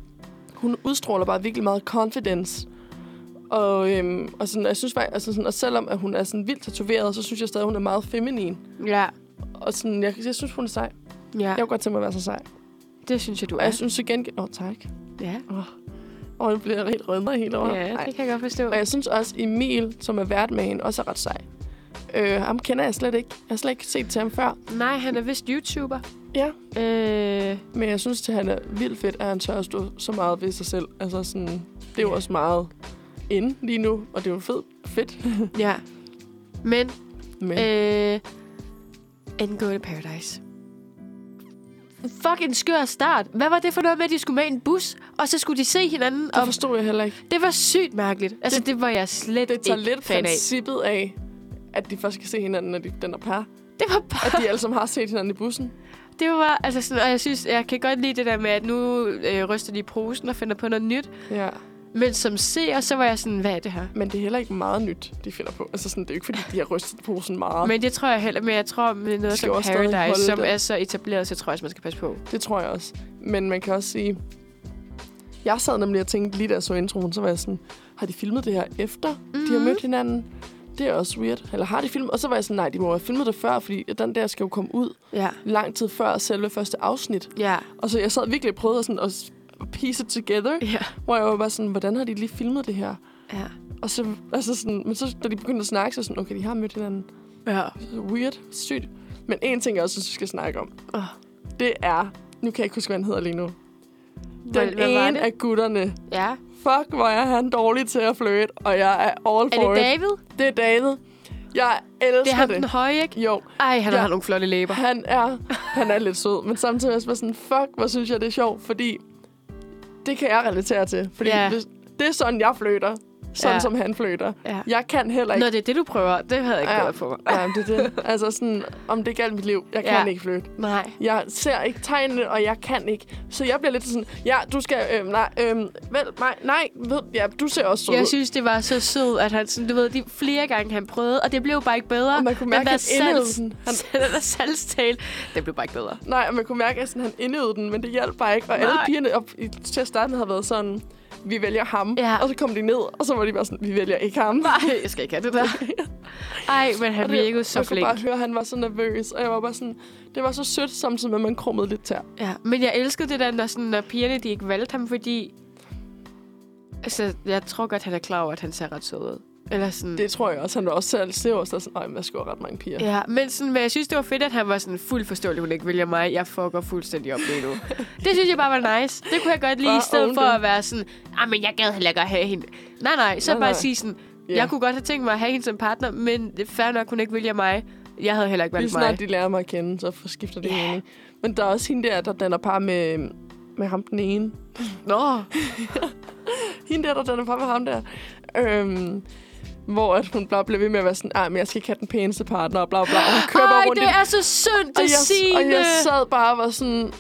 S1: hun udstråler bare virkelig meget confidence. Og, øhm, og, sådan, jeg synes bare, altså sådan, og selvom at hun er sådan vildt tatoveret, så synes jeg stadig, hun er meget feminin.
S2: Ja.
S1: Og sådan, jeg, jeg synes, hun er sej.
S2: Ja,
S1: Jeg kunne godt tænke mig at være så sej.
S2: det synes jeg, du
S1: Og
S2: er.
S1: jeg synes igen... Åh, oh, tak.
S2: Ja,
S1: Og jeg bliver helt rødmer helt over.
S2: ja
S1: Ej.
S2: det kan jeg godt forstå.
S1: Og jeg synes også, Emil, som er vært med hende, også er ret sej. Øh, ham kender jeg slet ikke. Jeg har slet ikke set til ham før.
S2: Nej, han er vist YouTuber.
S1: Ja,
S2: Øh,
S1: men jeg synes, at han er vildt fedt, at han tør at stå så meget ved sig selv. Altså sådan, det er jo også meget inde lige nu, og det er jo fedt. fedt.
S2: ja. Men
S1: Men øh,
S2: øh, angående Paradise. Fucking skør start. Hvad var det for noget med, at de skulle med i en bus, og så skulle de se hinanden?
S1: Det
S2: Og
S1: forstod jeg heller ikke.
S2: det var sygt mærkeligt. Altså, det, det var jeg slet
S1: Det tager
S2: ikke
S1: lidt
S2: fan af.
S1: princippet af, at de først skal se hinanden, når de den er par.
S2: Det var bare...
S1: At de alle sammen har set hinanden i bussen.
S2: Det var altså sådan, og jeg synes, jeg kan godt lide det der med, at nu øh, ryster de i posen og finder på noget nyt.
S1: Ja.
S2: Men som seer, så var jeg sådan, hvad er det her?
S1: Men det er heller ikke meget nyt, de finder på. Altså sådan, det er jo ikke, fordi de har rystet posen meget. Men,
S2: Men det tror jeg heller, men jeg tror med noget
S1: skal
S2: som
S1: jo også stadig
S2: Paradise,
S1: holde
S2: som
S1: det.
S2: er så etableret, så tror jeg også, man skal passe på.
S1: det tror jeg også. Men man kan også sige... Jeg sad nemlig og tænkte, lige da jeg så introen, så var jeg sådan, har de filmet det her efter, mm-hmm. de har mødt hinanden? Det er også weird. Eller har de filmet? Og så var jeg sådan, nej, de må have filmet det før, fordi den der skal jo komme ud
S2: Ja.
S1: lang tid før selve første afsnit.
S2: Ja.
S1: Og så jeg sad virkelig og prøvede at sådan at s- piece it together,
S2: Ja.
S1: hvor jeg var bare sådan, hvordan har de lige filmet det her?
S2: Ja.
S1: Og så, altså sådan, men så, da de begyndte at snakke, så var jeg sådan, okay, de har mødt hinanden.
S2: ja.
S1: Så Weird, sygt. Men en ting, jeg også synes, vi skal snakke om,
S2: Åh.
S1: det er, nu kan jeg ikke huske, hvad han hedder lige nu. Den
S2: Hvad- hvad var
S1: ene
S2: det?
S1: af gutterne.
S2: ja.
S1: Fuck, hvor er han dårlig til at flirte, og jeg er all
S2: Er
S1: for
S2: det
S1: it.
S2: David?
S1: Det er David. Jeg elsker
S2: Det er ham
S1: det.
S2: den høje, ikke?
S1: Jo,
S2: Ej, han
S1: Ja.
S2: har nogle flotte læber.
S1: han er, han er lidt sød, men samtidig er jeg også bare sådan, fuck, hvor synes jeg, det er sjovt, fordi det kan jeg relatere til. Fordi
S2: Ja.
S1: hvis, det er sådan, jeg fløter. Sådan
S2: Ja.
S1: ja. som han fløter.
S2: Ja.
S1: Jeg kan heller ikke
S2: Nå, det er det, du prøver. Det havde jeg ikke
S1: Ja.
S2: gjort for mig.
S1: Ja, men det er det. Altså sådan, om det ikke er alt mit liv. Jeg kan
S2: Ja.
S1: ja. ikke flytte.
S2: Nej.
S1: Jeg ser ikke tegnene, og jeg kan ikke. Så jeg bliver lidt sådan, ja, du skal, øhm, nej, øhm, vel, nej, nej, ved, ja, du ser også sød
S2: Jeg
S1: ud.
S2: synes, det var så sødt, at han sådan, du ved, de flere gange han prøvede, og det blev bare ikke bedre.
S1: Og man kunne mærke,
S2: den der
S1: at indlevelsen, han-
S2: salgs, den der salgstale, det blev bare ikke bedre.
S1: Nej, og man kunne mærke, at sådan, han indøvede den, men det hjalp bare ikke. Og alle
S2: Nej.
S1: pigerne op, i, til at starte med havde været sådan, vi vælger ham.
S2: Ja.
S1: Og så kom de ned, og så var de bare sådan, vi vælger ikke ham.
S2: Nej, jeg skal ikke have det der. Ej, men han
S1: Og det-
S2: virkede så
S1: Jeg kunne
S2: flink.
S1: bare høre, at han var så nervøs, og jeg var bare sådan, det var så sødt, samtidig med, at man krummede lidt tær.
S2: Ja, men jeg elskede det der, når, sådan, når pigerne de ikke valgte ham, fordi... Altså, jeg tror godt, han er klar over, at han ser ret sød ud. Eller sådan...
S1: Det tror jeg også, han var også selv ser også der sådan, nej, men jeg skulle ret mange piger.
S2: Ja, men, sådan, men jeg synes, det var fedt, at han var sådan fuldt forståelig, hun ikke vælger mig. Jeg fucker fuldstændig op lige nu. det synes jeg bare var nice. Det kunne jeg godt lide, i
S1: Bare
S2: stedet
S1: own
S2: for
S1: det.
S2: at være sådan, ah, men jeg gad heller ikke at have hende. Nej, nej, så
S1: Nej,
S2: bare
S1: nej.
S2: sige sådan,
S1: Ja.
S2: jeg kunne godt have tænkt mig at have hende som partner, men det er fair nok, hun ikke vælger mig. Jeg havde heller ikke
S1: Lige
S2: valgt mig.
S1: snart de lærer mig at kende, så for- skifter det
S2: Ja.
S1: yeah. mening. Men der er også hende der, der danner par med, med ham den ene.
S2: Nå,
S1: Hende der, der danner par med ham der. Øhm, hvor at hun bare blev ved med at være sådan, "Ej, men jeg skal ikke have den pæneste partner, og bla bla. Og hun kører
S2: Ej,
S1: bare rundt
S2: det
S1: i
S2: er så synd,
S1: og
S2: det
S1: jeg, og
S2: sine.
S1: jeg sad bare og var sådan,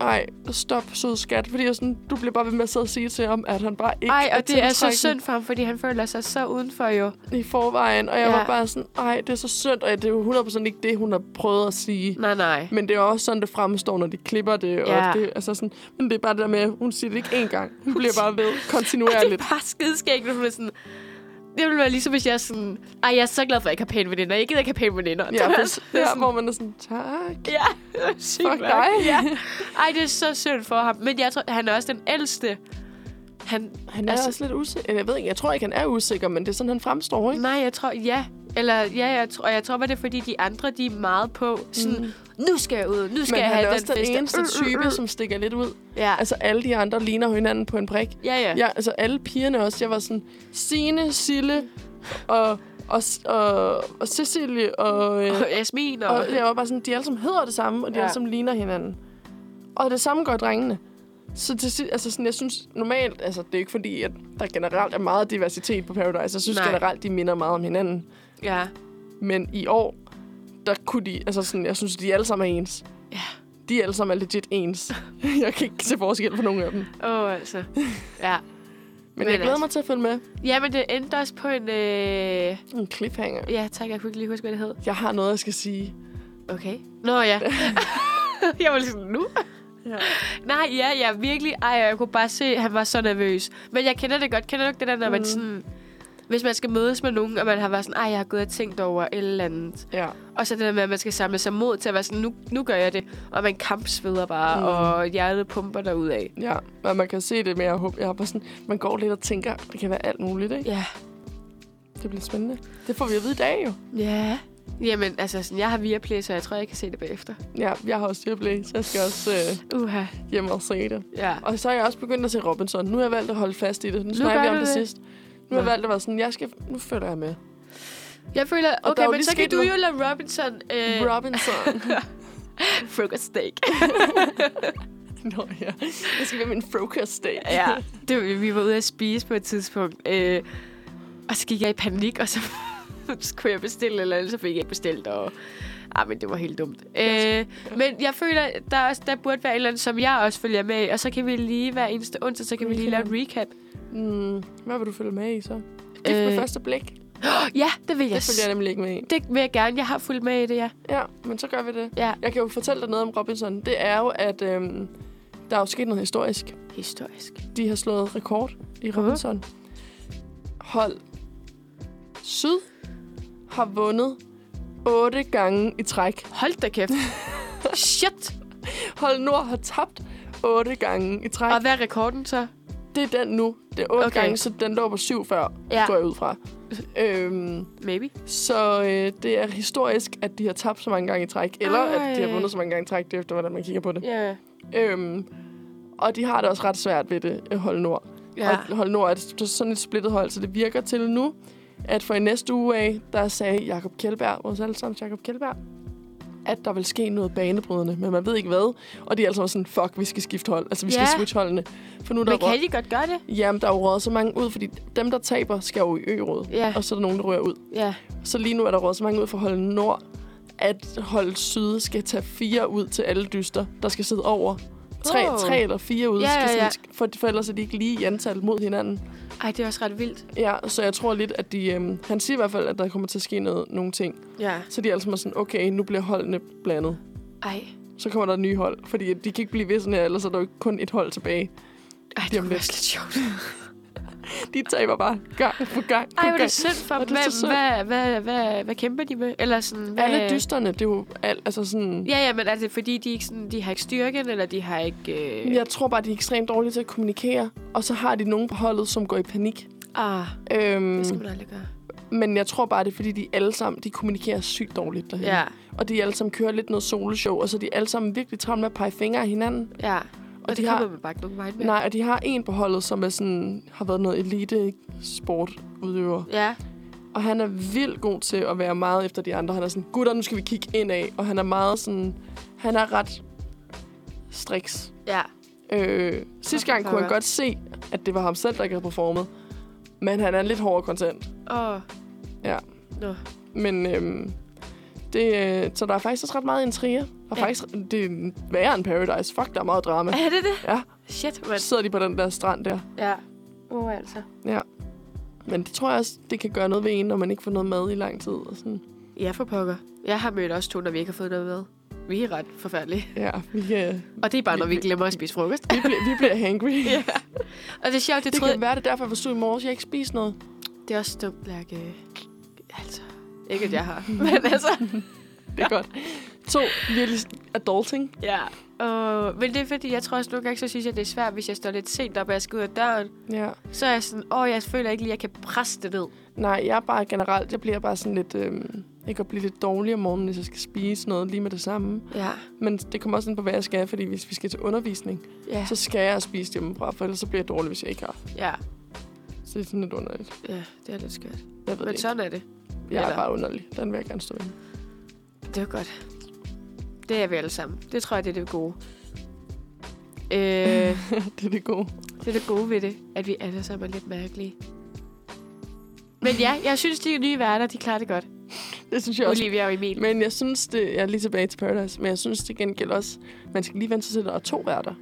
S1: ej, stop, sød skat. Fordi jeg sådan, du bliver bare ved med at sidde og sige til ham, at han bare ikke
S2: Ej, og det er så
S1: tiltrækkende
S2: synd for ham, fordi han føler sig så udenfor jo.
S1: i forvejen. Og jeg
S2: Ja.
S1: var bare sådan, ej, det er så synd. Og det er jo 100% ikke det, hun har prøvet at sige.
S2: Nej, nej.
S1: Men det er også sådan, det fremstår, når de klipper det. Og
S2: Ja.
S1: det altså sådan, men det er bare det der med, at hun siger det ikke én gang. Hun bliver bare ved
S2: Og det
S1: kontinuerligt.
S2: er bare skideskægt, når hun er sådan... Det ville være ligesom, hvis jeg er sådan... Ej, jeg er så glad for, at jeg ikke har pæne veninder. Jeg gider ikke have pæne veninder.
S1: Ja,
S2: det er
S1: præcis.
S2: sådan-
S1: ja, hvor man er sådan, tak.
S2: Ja, det er sygt
S1: Fuck dig.
S2: mærkeligt. Ej, det er så synd for ham. Men jeg tror, han er også den ældste. Han...
S1: Han er
S2: Altså-
S1: altså, også lidt usikker. Jeg ved ikke, jeg tror ikke, han er usikker, men det er sådan, han fremstår, ikke?
S2: Nej, jeg tror... Ja. Eller ja, jeg tror, og jeg tror bare, det er, fordi de andre, de er meget på. Sådan, mm. nu skal jeg ud. Nu skal
S1: Men
S2: jeg
S1: han
S2: have Øh,
S1: er også den,
S2: fest. Mm,
S1: eneste type, som stikker lidt ud.
S2: Ja.
S1: Altså, alle de andre ligner hinanden på en prik.
S2: ja, ja.
S1: Ja, altså, alle pigerne også. Jeg var sådan, Sine, Sille og, og, og, og Cecilie og... øh,
S2: Og Jasmin og...
S1: Og jeg var bare sådan, de alle sammen hedder det samme, og de
S2: Ja.
S1: ja. alle sammen ligner hinanden. Og det samme gør drengene. Så til sidst, altså sådan, jeg synes normalt, altså det er ikke fordi, at der generelt er meget diversitet på Paradise. Jeg synes
S2: Nej.
S1: Nej. generelt, de minder meget om hinanden.
S2: Ja.
S1: Men i år, der kunne de, altså sådan, jeg synes, de alle sammen er ens.
S2: Ja.
S1: De alle sammen er legit ens. jeg kan ikke se forskel på nogen af dem. Men,
S2: Åh, oh, altså. Ja.
S1: Men jeg glæder
S2: altså-
S1: mig til at følge med.
S2: Ja, men det endte også på en... Øh...
S1: En cliffhanger.
S2: Ja, tak. Jeg kunne ikke lige huske, hvad det hed.
S1: Jeg har noget, jeg skal sige.
S2: Okay. Nå, ja. jeg var lige sådan, nu?
S1: Ja.
S2: Nej, ja, ja, virkelig. Ej, jeg kunne bare se, at han var så nervøs. Men jeg kender det godt. Kender du ikke det der, når mm. man sådan... Hvis man skal mødes med nogen, og man har været sådan, ej, jeg har gået og tænkt over et eller andet.
S1: Ja.
S2: Og så det der med, at man skal samle sig mod til at være sådan, nu, nu gør jeg det. Og man kampsveder bare, mm. og hjertet pumper derudad.
S1: Ja, men man kan se det, men jeg håber, jeg har bare sådan, man går lidt og tænker, det kan være alt muligt, ikke?
S2: Ja.
S1: Det bliver spændende. Det får vi at vide i dag jo.
S2: Ja. Jamen, altså, sådan, jeg har Viaplay, så jeg tror, jeg kan se det bagefter.
S1: Ja, jeg har også Viaplay, så jeg skal også øh,
S2: Uha.
S1: hjem og se det.
S2: Ja.
S1: Og så er jeg også begyndt at se Robinson. Nu har jeg valgt at holde fast i det. Nu,
S2: gør
S1: snakker vi om
S2: du
S1: det
S2: det.
S1: sidst. Nu har
S2: Nå.
S1: jeg valgt at være sådan, jeg skal, nu følger jeg med.
S2: Jeg føler,
S1: der er
S2: okay,
S1: jo
S2: men
S1: lige
S2: så kan
S1: sket
S2: du
S1: noget.
S2: jo lade Robinson... Øh,
S1: Robinson.
S2: Frokost steak.
S1: Nå ja. Det skal være min frokost dag.
S2: ja, det, var- vi var ude at spise på et tidspunkt, øh, og så gik jeg i panik, og så, så kunne jeg bestille, eller ellers så fik jeg ikke bestilt, og... Ah, men det var helt dumt. Øh, men jeg føler, der, er også, der burde være et eller andet, som jeg også følger med i, og så kan vi lige hver eneste onsdag, så kan vi lige lave en recap.
S1: Mm, hvad vil du følge med i så? Gift øh, med
S2: Øh,
S1: første blik.
S2: Ja, det vil jeg.
S1: Det følger jeg nemlig ikke med i.
S2: Det vil jeg gerne. Jeg har fulgt med i det, ja.
S1: Ja, men så gør vi det.
S2: ja.
S1: Jeg kan jo fortælle dig noget om Robinson. Det er jo, at øhm, der er jo sket noget historisk.
S2: Historisk.
S1: De har slået rekord i
S2: Åh.
S1: Robinson. Hold Syd har vundet otte gange i træk.
S2: Hold da kæft. Shit.
S1: Hold Nord har tabt otte gange i træk.
S2: Og hvad er rekorden så?
S1: Det er den nu. Det er otte okay.
S2: Okay.
S1: gange, så den lå på syv før, ja.
S2: Ja.
S1: går jeg ud fra. Øhm,
S2: Maybe.
S1: så øh, det er historisk, at de har tabt så mange gange i træk. Eller Ej. at de har
S2: Ej.
S1: vundet så mange gange i træk, det er efter, hvordan man kigger på det.
S2: Ja.
S1: Øhm, og de har det også ret svært ved det, øh, Hold Nord. Ja. Og Hold Nord er et- sådan et splittet hold, så det virker til nu, at for i næste uge af, der sagde Jakob Kjeldberg, vores allesammens Jakob Kjeldberg, at der vil ske noget banebrydende, men man ved ikke hvad. Og de er altså også sådan, fuck, vi skal skifte hold. Altså, vi skal
S2: Ja.
S1: switche holdene. For nu er der
S2: Men
S1: rå-
S2: kan de godt gøre det?
S1: Jamen, der er jo røget så mange ud, fordi dem, der taber, skal jo i ø-råd.
S2: Ja.
S1: Og så er der nogen, der rører ud.
S2: Ja.
S1: Så lige nu er der røget så mange ud for hold nord, at hold syd skal tage fire ud til alle dyster, der skal sidde over. Tre,
S2: Wow.
S1: tre eller fire ud,
S2: Ja,
S1: skal
S2: ja,
S1: sådan,
S2: ja.
S1: For, for ellers er de ikke lige i antal mod hinanden.
S2: Ej, det er også ret vildt.
S1: Ja, så jeg tror lidt, at de... Øhm, han siger i hvert fald, at der kommer til at ske noget, nogle ting.
S2: Ja.
S1: Så de er altså sådan, okay, nu bliver holdene blandet.
S2: Ej.
S1: Så kommer der et nye hold, fordi de kan ikke blive ved sådan her, ellers er der jo kun et hold tilbage.
S2: Ej, det
S1: Jamen
S2: er
S1: lidt.
S2: også lidt sjovt.
S1: De taber bare gang på gang på
S2: Ej, hvor er
S1: gang.
S2: det synd for
S1: Hvor er
S2: dem.
S1: det så
S2: Hvad,
S1: synd.
S2: hvad, hvad, hvad, hvad kæmper de med? Eller sådan, hvad,
S1: Alle dysterne, det er jo al, altså sådan...
S2: Ja, ja, men er det fordi, de, ikke sådan, de har ikke styrken, eller de har ikke... Øh...
S1: Jeg tror bare, de er ekstremt dårlige til at kommunikere, og så har de nogen på holdet, som går i panik.
S2: Ah, det skal
S1: Øhm,
S2: man aldrig gøre.
S1: men jeg tror bare, det er fordi, de alle sammen de kommunikerer sygt dårligt derhen.
S2: Ja,
S1: Og de alle sammen kører lidt noget soloshow, og så er de alle sammen virkelig travlt med at pege fingre af hinanden.
S2: ja. Og,
S1: Og
S2: og
S1: de
S2: det
S1: har-
S2: kommer man bare ikke nogen vej med.
S1: Nej, og de har en på holdet, som er sådan, har været noget elite sportudøver.
S2: Ja,
S1: Og han er vildt god til at være meget efter de andre. Han er sådan, gutter, nu skal vi kigge indad. Og han er meget sådan, han er ret striks.
S2: ja.
S1: Øh, sidste gang kunne han godt se, at det var ham selv, der ikke havde performet. Men han er lidt hårdere kontant.
S2: Åh,
S1: Ja.
S2: nå.
S1: Men øhm, det, øh, så der er faktisk også ret meget intriger. Og
S2: Ja.
S1: faktisk, det er værre end Paradise. Fuck, der er meget drama.
S2: Er det det?
S1: Ja.
S2: Shit, man.
S1: Så sidder de på den der strand der.
S2: Ja. Åh, oh, altså.
S1: Men det tror jeg også, det kan gøre noget ved en, når man ikke får noget mad i lang tid. Og sådan.
S2: Ja, for pokker. Jeg har mødt også to, når vi ikke har fået noget med. Vi er ret forfærdelige.
S1: Ja, vi, øh,
S2: Og det er bare, når vi glemmer at spise frokost.
S1: vi, bliver, vi bliver hangry.
S2: Ja. Og det er sjovt, det,
S1: Det
S2: troede
S1: kan være, det er derfor, jeg var syg i morges. Jeg ikke spiste noget.
S2: Det er også dumt, Lærke. Altså, ikke at jeg har. Men altså,
S1: Det er godt. To, virkelig adulting.
S2: ja. Og, men det er fordi, jeg tror også nogle gange, så synes jeg, det er svært, hvis jeg står lidt sent op, og jeg skal ud af døren.
S1: Ja.
S2: Så er jeg sådan, åh, jeg føler ikke lige, at jeg kan presse det ned.
S1: Nej, jeg er bare generelt, jeg bliver bare sådan lidt, øh, jeg kan blive lidt dårlig om morgenen, hvis jeg skal spise noget lige med det samme.
S2: Ja.
S1: Men det kommer også ind på, hvad jeg skal, fordi hvis vi skal til undervisning,
S2: Ja.
S1: så skal jeg spise hjemmefra, for ellers så bliver jeg dårlig, hvis jeg ikke har.
S2: ja.
S1: Så det er sådan lidt underligt.
S2: Ja, det er lidt skørt.
S1: Jeg ved det
S2: Men
S1: ikke.
S2: sådan er det.
S1: Jeg er
S2: eller-
S1: bare underlig. Den vil jeg gerne stå inde.
S2: Det er godt. Det er vi alle sammen. Det tror jeg, det er det gode. Øh,
S1: det er det gode.
S2: det er det gode ved det, at vi alle sammen er lidt mærkelige. Men ja, jeg synes, de nye værter, de klarer det godt.
S1: Det synes jeg også.
S2: Olivia og Emil.
S1: Men jeg synes, det, jeg er lige tilbage til Paradise, men jeg synes det gengæld også, man skal lige vente sig til, at der er to værter.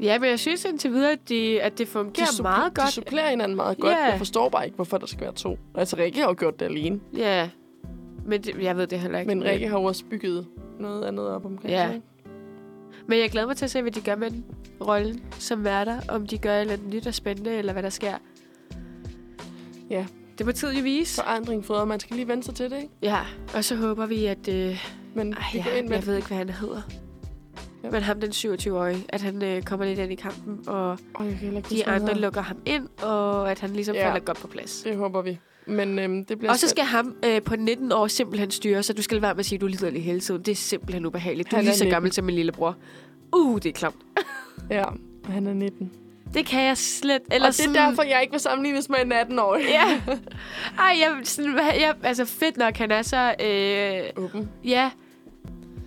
S2: Ja, men jeg synes indtil videre, at, de, at det
S1: De
S2: fungerer
S1: supple-
S2: de meget
S1: De
S2: godt.
S1: supplerer hinanden meget godt.
S2: Ja.
S1: Jeg forstår bare ikke, hvorfor der skal være to. Altså, Rikke har jo gjort det alene,
S2: Ja, men det, jeg ved det heller ikke.
S1: men Rikke har jo også bygget noget andet op omkring
S2: Ja.
S1: sig, ikke?
S2: men jeg glæder mig til at se, hvad de gør med den rollen som værter. Om de gør et eller andet nyt og spændende, eller hvad der sker.
S1: Ja.
S2: Det må tiden jo vise.
S1: Forandring fodrer, man skal lige vende sig til det, ikke?
S2: Ja, og så håber vi, at... Øh,
S1: Men
S2: ej,
S1: vi går
S2: jeg,
S1: ind med
S2: jeg ved ikke, hvad han hedder.
S1: Ja.
S2: Men ham, den 27-årige, at han øh, kommer lidt ind i kampen, og
S1: Og jeg kan heller ikke
S2: de
S1: huske, hvad han
S2: andre
S1: hedder.
S2: lukker ham ind, og at han ligesom
S1: Ja.
S2: ja. falder godt på plads.
S1: Det håber vi. Men øhm, det bliver
S2: Og så
S1: spændt.
S2: skal ham øh, på 19 år simpelthen styre, så du skal lade være med at sige, at du lider lige hele tiden. Det er simpelthen ubehageligt. Du
S1: Han
S2: er
S1: er
S2: lige så
S1: 19.
S2: gammel som min lillebror. Uh, det er klamt.
S1: Ja, han er 19.
S2: Det kan jeg slet. Eller
S1: Og det er derfor, jeg ikke vil sammenlignes med en 18-årig.
S2: Ja. Ej, jeg, sådan, hvad- jeg, altså fedt nok, han er så... Øh,
S1: Åben.
S2: ja.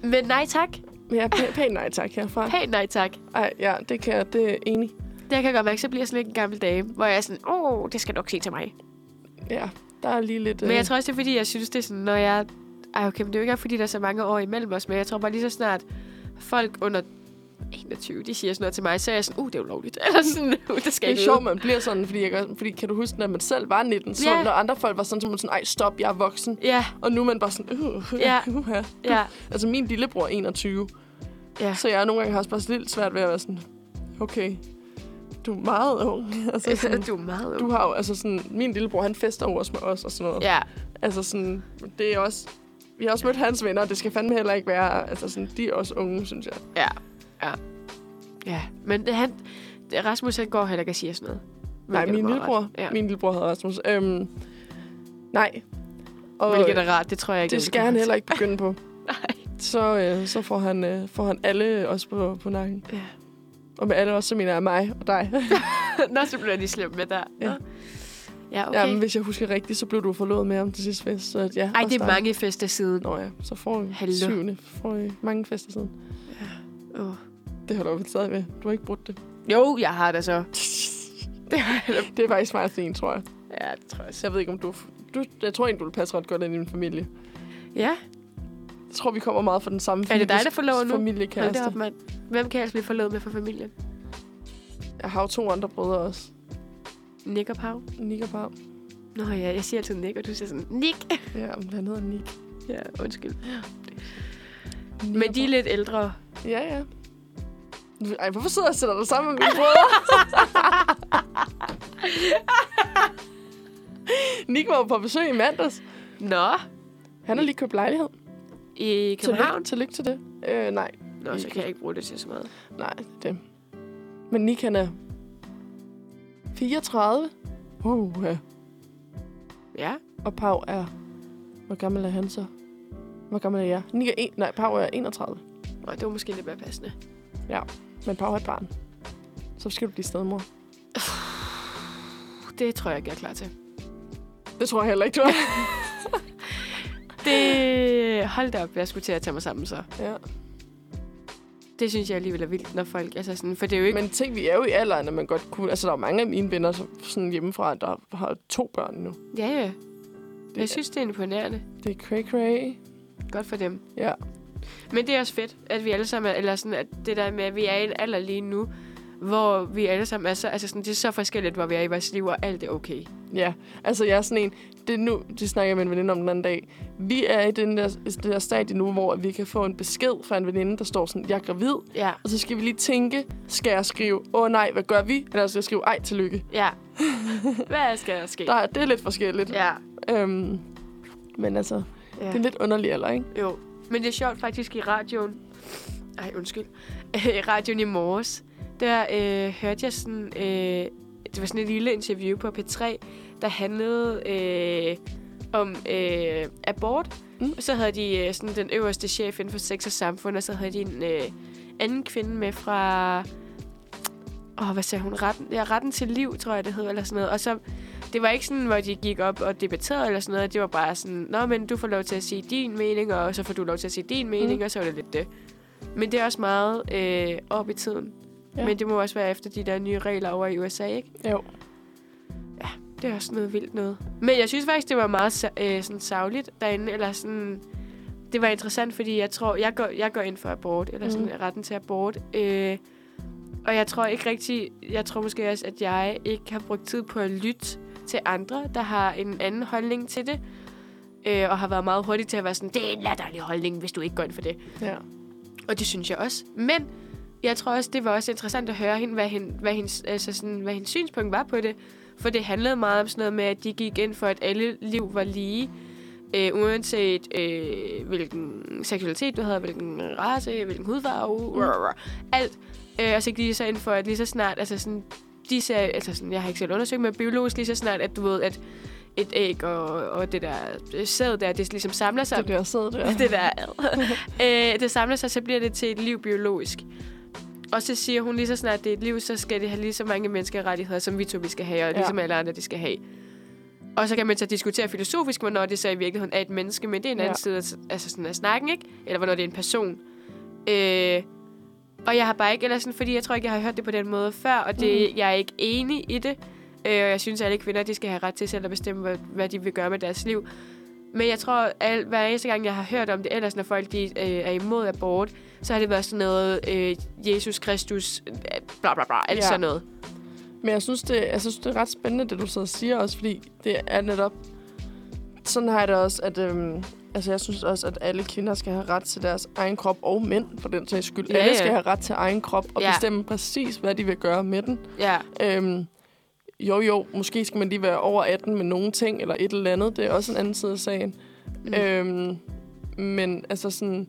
S2: Men nej tak.
S1: Ja, pæ- pænt nej tak herfra.
S2: Pænt nej tak.
S1: Ej, ja, det kan jeg, det er enig.
S2: Det kan jeg godt mærke, så bliver jeg sådan lidt en gammel dame, hvor jeg er sådan, åh, oh, det skal nok se til mig.
S1: Ja, der er lige lidt... øh,
S2: Men jeg tror også, det er fordi, jeg synes, det er sådan, når jeg... Ej, okay, men det er jo ikke engang, fordi, der er så mange år imellem os, men jeg tror bare lige så snart folk under 21, de siger sådan noget til mig, så er jeg sådan, uh, det er ulovligt. Eller sådan, uh, det skal
S1: det er
S2: jeg ikke
S1: sjovt,
S2: vide."
S1: man bliver sådan, fordi, jeg, gør- fordi kan du huske, når man selv var 19, så
S2: Ja.
S1: når andre folk var sådan, så var man sådan, ej, stop, jeg er voksen.
S2: Ja,
S1: Og nu er man bare sådan, øh, øh,
S2: Ja.
S1: øh, øh.
S2: ja,
S1: Altså, min lillebror er 21,
S2: ja.
S1: så jeg nogle gange har også bare lidt svært ved at være sådan, okay, du er meget ung. altså, sådan,
S2: du er meget ung.
S1: du har jo, altså sådan, min lillebror, han fester over os med os og sådan noget.
S2: Ja,
S1: Altså sådan, det er også... Vi har også mødt hans venner, og det skal fandme heller ikke være... Altså sådan, de er også unge, synes jeg.
S2: ja, ja. Ja, men det, han, det- Rasmus, han går heller ikke og siger sådan noget.
S1: Nej,
S2: Hvilket er
S1: min
S2: meget
S1: lillebror.
S2: rart. Ja.
S1: Min lillebror hedder Rasmus. Øhm, nej. Og
S2: Hvilket er rart, det tror jeg ikke.
S1: det
S2: jeg vil
S1: skal han
S2: kunne håndtere.
S1: heller ikke begynde på.
S2: Nej.
S1: Så, øh, så får, han, øh, får han alle os på, på nakken.
S2: Ja.
S1: Og med alle os, så mener jeg mig og dig.
S2: Nå, så blev jeg lige slem med der.
S1: Ja.
S2: Ja. Ja, okay.
S1: Okay. Jamen, hvis jeg husker rigtigt, så blev du forlovet med om til sidste fest. Så, ja,
S2: Ej,
S1: også
S2: det er
S1: dig.
S2: mange fester siden.
S1: Nå ja, så får vi
S2: Hallo.
S1: syvende. Får vi mange fester siden.
S2: Oh.
S1: Det holder vi stadig ved. Du har ikke brudt det.
S2: Jo, jeg har det så.
S1: Det er faktisk meget sent, tror jeg.
S2: Ja, det tror jeg
S1: Så jeg ved ikke, om du... du jeg tror egentlig, du vil passe ret godt ind i min familie.
S2: Ja,
S1: Jeg tror, vi kommer meget fra den samme
S2: er det dig,
S1: families-
S2: der forlover nu? Hold
S1: familiekæreste.
S2: det op, mand. Hvem kan jeg altså blive forlovet med fra familien?
S1: Jeg har jo to andre brødre også.
S2: Nick og Pau?
S1: Nick og Pau.
S2: Nå ja, jeg siger altid Nick, og du siger sådan, Nick!
S1: Ja, men han hedder Nick.
S2: Ja, undskyld.
S1: Nick
S2: Men
S1: og
S2: de er
S1: Pau.
S2: lidt ældre.
S1: Ja, ja. Ej, hvorfor sidder jeg og sætter dig sammen med mine brødre? Nick var jo på besøg i mandags.
S2: Nå,
S1: Han har lige købt lejlighed.
S2: i København?
S1: Tillykke, tillykke til det. Øh, nej,
S2: Nå, så kan jeg ikke bruge det til så meget.
S1: nej, det er det. Men Nick, han er 34. Uh, ja.
S2: Ja,
S1: Og Pau er... Hvor gammel er han så? Hvor gammel er jeg? Nick er en, nej, Pau er 31.
S2: og det var måske lidt mere passende.
S1: Men Pau er et barn. Så skal du blive stedmor.
S2: Det tror jeg ikke, jeg er klar til.
S1: Det tror jeg heller ikke, du er.
S2: Det... Hold da op, jeg skulle til at tage mig sammen så.
S1: ja.
S2: Det synes jeg alligevel er vildt, når folk... Altså sådan, for det er jo ikke...
S1: Men tænk, vi er jo i alderen, at man godt kunne... Altså, der er jo mange af mine venner som- sådan hjemmefra, der har to børn nu.
S2: Ja, ja.
S1: Det,
S2: Jeg synes, det er imponerende.
S1: det er cray-cray.
S2: Godt for dem.
S1: Ja.
S2: Men det er også fedt, at vi alle sammen, er- eller sådan, at det der med, at vi er i en alder lige nu, hvor vi alle sammen er så, altså sådan, det er så forskelligt, hvor vi er i vores liv, og alt er okay.
S1: Ja, altså jeg er sådan en, det er nu, det snakker jeg med en veninde om den anden dag, vi er i den der, det der stadie nu, hvor vi kan få en besked fra en veninde, der står sådan, jeg er gravid,
S2: Ja,
S1: og så skal vi lige tænke, skal jeg skrive, åh oh, nej, hvad gør vi? Eller skal jeg skrive, ej, tillykke.
S2: ja. Hvad skal der ske?
S1: Der, er- det er lidt forskelligt.
S2: Ja,
S1: Øhm, men altså, ja.
S2: ja.
S1: det er en lidt underlig alder, ikke?
S2: Jo, men det er sjovt faktisk i radioen. Ej, undskyld. I radioen i morges, der øh, hørte jeg sådan... Øh, det var sådan et lille interview på P3, der handlede øh, om øh, abort.
S1: Mm.
S2: Mm. Og så havde de øh, sådan den øverste chef inden for sex og samfund, og så havde de en øh, anden kvinde med fra... Åh, hvad sagde hun? Retten, ja, retten til liv, tror jeg, det hed, eller sådan noget. Og så det var ikke sådan, hvor de gik op og debatterede eller sådan noget. Det var bare sådan, nå, men du får lov til at sige din mening, og så får du lov til at sige din mening,
S1: Mm.
S2: mm. og så var det lidt det. Men det er også meget øh, op i tiden.
S1: Ja.
S2: Ja. Men det må også være efter de der nye regler over i USA, ikke?
S1: Jo.
S2: Det er også noget vildt noget. Men jeg synes faktisk, det var meget sa- øh, sådan savligt derinde, eller sådan... Det var interessant, fordi jeg tror, jeg går, jeg går ind for abort, eller sådan
S1: Mhm.
S2: retten til abort. Øh, og jeg tror ikke rigtig, jeg tror måske også, at jeg ikke har brugt tid på at lytte til andre, der har en anden holdning til det. Øh, og har været meget hurtig til at være sådan, det er en latterlig holdning, hvis du ikke går ind for det.
S1: Ja.
S2: Og det synes jeg også. Men jeg tror også, det var også interessant at høre hende, hvad, hende, hvad, hendes, altså sådan, hvad hendes synspunkt var på det. For det handlede meget om sådan noget med, at de gik ind for, at alle liv var lige. Øh, uanset øh, hvilken seksualitet du havde, hvilken race, hvilken hudfarve, mm. alt. Øh, og så gik de så ind for, at lige så snart, altså sådan, de ser, altså sådan, jeg har ikke selv undersøgt, men biologisk lige så snart, at du ved, at et æg og, og det der øh, sæd der, det ligesom samler sig
S1: Det der sidder der.
S2: det der ad. øh, det samler sig, så bliver det til et liv biologisk. Og så siger hun lige så snart, det er et liv, så skal det have lige så mange menneskerettigheder, som vi to vi skal have, og
S1: Ja.
S2: ja. ligesom alle andre, de skal have. Og så kan man så diskutere filosofisk, hvornår det så i virkeligheden er et menneske, men det er en
S1: Ja.
S2: ja. anden side af, altså sådan af snakken, ikke? Eller hvornår det er en person. Øh, og jeg har bare ikke, eller sådan, fordi jeg tror ikke, jeg har hørt det på den måde før, og det, mm. jeg er ikke enig i det. Øh, og jeg synes, at alle kvinder, de skal have ret til selv at bestemme, hvad, hvad de vil gøre med deres liv. Men jeg tror, at hver eneste gang, jeg har hørt om det, ellers når folk de, øh, er imod abort, så har det været sådan noget, øh, Jesus Kristus, øh, bla bla bla, alt
S1: Ja.
S2: ja. sådan noget.
S1: Men jeg synes, det, jeg synes, det er ret spændende, det du sidder og siger også, fordi det er netop... Sådan har jeg det også, at... Øhm, altså, jeg synes også, at alle kvinder skal have ret til deres egen krop, og mænd, for den sags skyld.
S2: Ja,
S1: alle
S2: ja.
S1: skal have ret til egen krop, og
S2: Ja.
S1: bestemme præcis, hvad de vil gøre med den.
S2: Ja,
S1: Øhm, jo, jo, måske skal man lige være over 18 med nogle ting, eller et eller andet. Det er også en anden side af sagen. Mm. Øhm, men altså sådan...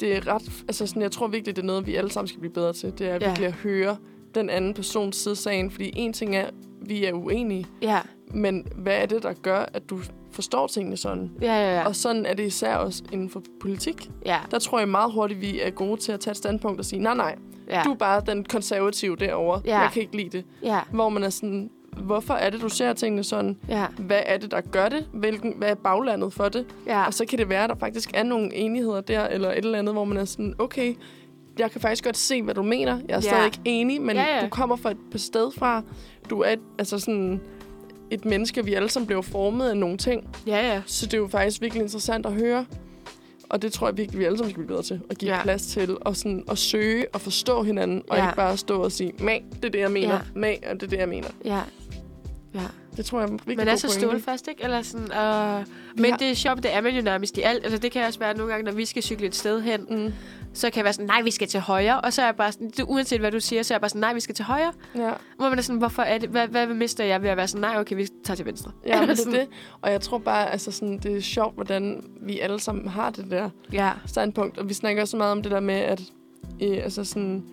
S1: Det er ret... Altså sådan, jeg tror virkelig, det er noget, vi alle sammen skal blive bedre til. Det er
S2: Ja.
S1: virkelig at høre den anden persons side af sagen. Fordi en ting er, vi er uenige.
S2: ja,
S1: Men hvad er det, der gør, at du forstår tingene sådan?
S2: ja, ja, ja.
S1: Og sådan er det især også inden for politik.
S2: ja,
S1: Der tror jeg meget hurtigt, vi er gode til at tage et standpunkt og sige, nej, nej,
S2: ja.
S1: du er bare den konservative derovre.
S2: Ja.
S1: Jeg kan ikke lide det
S2: ja,
S1: hvor man er sådan, hvorfor er det, du ser tingene sådan?
S2: ja,
S1: Hvad er det, der gør det? Hvilken, hvad er baglandet for det?
S2: ja,
S1: Og så kan det være, at der faktisk er nogle enigheder der, eller et eller andet, hvor man er sådan, okay, jeg kan faktisk godt se, hvad du mener. Jeg er
S2: Ja.
S1: stadig ikke enig, men
S2: Ja, ja.
S1: du kommer fra et et sted fra. Du er et, altså sådan et menneske, vi alle sammen bliver formet af nogle ting.
S2: ja, ja.
S1: Så det er jo faktisk virkelig interessant at høre. Og det tror jeg virkelig, vi alle sammen skal blive bedre til. At give ja.
S2: Ja.
S1: plads til og sådan, at søge og forstå hinanden. Og ja.
S2: Ja.
S1: ikke bare stå og sige, mag, det er det, jeg mener. Ja.
S2: Ja.
S1: Mag, og det er det, jeg mener.
S2: ja. ja.
S1: Det tror jeg er en virkelig
S2: Man
S1: god
S2: er så
S1: pointe.
S2: stålfast, ikke? Eller sådan, øh. Men
S1: har-
S2: det er sjovt, det er man jo nærmest i alt. Altså, det kan også være nogle gange, når vi skal cykle et sted hen,
S1: Mm.
S2: så kan jeg være sådan, nej, vi skal til højre. Og så er jeg bare sådan, det, uanset hvad du siger, så er jeg bare sådan, nej, vi skal til højre.
S1: Ja,
S2: Hvor man er sådan, hvorfor er det? Hvad, hvad mister jeg ved at være sådan, nej, okay, vi tager til venstre.
S1: ja men det er
S2: Sådan.
S1: det. Og jeg tror bare, altså sådan, det er sjovt, hvordan vi alle sammen har det der
S2: Ja,
S1: standpunkt. Og vi snakker også meget om det der med, at øh, altså sådan,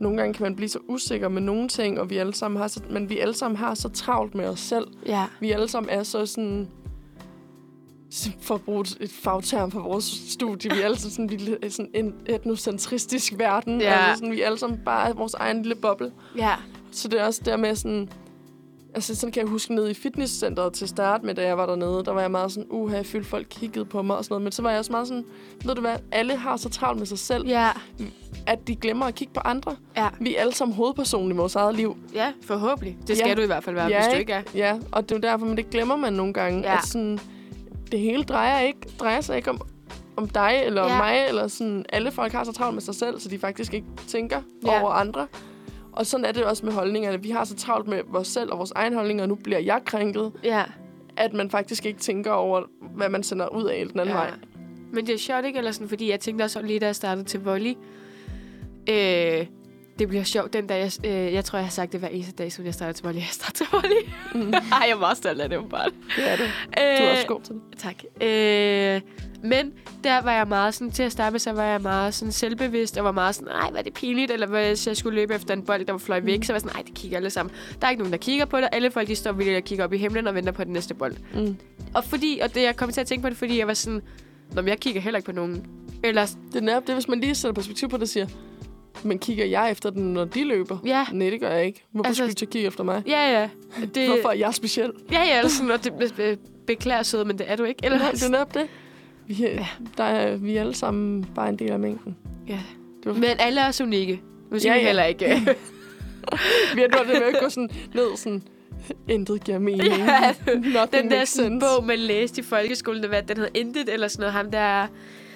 S1: nogle gange kan man blive så usikker med nogle ting, og vi alle sammen har så, men vi alle sammen har så travlt med os selv.
S2: ja,
S1: Vi alle sammen er så sådan for at bruge et fagterm fra vores studie. Vi er alle sammen sådan, vi er øh, sådan en etnocentristisk verden.
S2: Ja.
S1: Altså sådan, vi er alle sammen bare vores egen lille boble.
S2: ja,
S1: Så det er også der med sådan... Altså, sådan kan jeg huske nede i fitnesscenteret til start med, da jeg var dernede. Der var jeg meget sådan, uha, jeg følte folk kiggede på mig og sådan noget. Men så var jeg også meget sådan, ved du hvad, alle har så travlt med sig selv, ja.
S2: ja,
S1: at de glemmer at kigge på andre.
S2: ja,
S1: Vi er alle sammen hovedpersonen i vores eget liv.
S2: ja, forhåbentlig. Det skal
S1: Ja.
S2: ja. du i hvert fald være, ja, hvis du ikke er.
S1: Ja, og det er jo derfor, men det glemmer man nogle gange. Ja.
S2: Ja.
S1: At sådan, det hele drejer, ikke, drejer sig ikke om, om dig eller ja.
S2: Ja.
S1: mig, eller sådan, alle folk har så travlt med sig selv, så de faktisk ikke tænker ja.
S2: Ja.
S1: over andre. Og sådan er det også med holdningerne. Vi har så travlt med vores selv og vores egen holdninger, og nu bliver jeg krænket,
S2: Ja.
S1: at man faktisk ikke tænker over, hvad man sender ud af den anden ja. vej.
S2: Men det er sjovt, ikke? Eller sådan, fordi jeg tænkte også lige, da jeg startede til volley. Øh, det bliver sjovt den dag, jeg, øh, jeg tror, jeg har sagt det hver eneste dag, siden jeg startede til volley. Jeg startede til volley. Mm. Ej, jeg er meget stolt af det, åbenbart.
S1: Det er det. Du
S2: Øh.
S1: er også god til det.
S2: Tak. Øh, men der var jeg meget sådan, til at starte med, så var jeg meget sådan selvbevidst, og var meget sådan, nej, var det pinligt, eller hvis jeg skulle løbe efter en bold, der var fløj
S1: Mm.
S2: væk, så var jeg sådan, nej, det kigger alle sammen. Der er ikke nogen, der kigger på det, alle folk, de står vildt og kigger op i himlen og venter på den næste bold.
S1: Mm.
S2: Og fordi, og det, jeg kom til at tænke på det, fordi jeg var sådan, Nå, men jeg kigger heller ikke på nogen. Eller,
S1: Det er netop det, hvis man lige sætter perspektiv på det og siger, men kigger jeg efter den, når de løber?
S2: ja,
S1: Nej, det gør jeg ikke. Hvorfor altså,
S2: Altså-
S1: skulle de så kigge efter mig?
S2: ja, ja. Det,
S1: Hvorfor er jeg speciel?
S2: Ja, ja, eller sådan, og det be- be, beklager søde, men det er du ikke. Eller,
S1: Nej, det er netop det. Vi er, der er, vi er alle sammen bare en del af mængden.
S2: ja.
S1: Du-
S2: Men alle er også unikke. Nu siger
S1: Ja, ja.
S2: ja, ja. heller ikke.
S1: Vi har gjort det med at gå sådan ned sådan, intet giver mening.
S2: Ja,
S1: Nothing
S2: Den der
S1: makes
S2: sådan,
S1: sense.
S2: bog, man læste i folkeskolen, det var, den hed Intet eller sådan noget. Ham der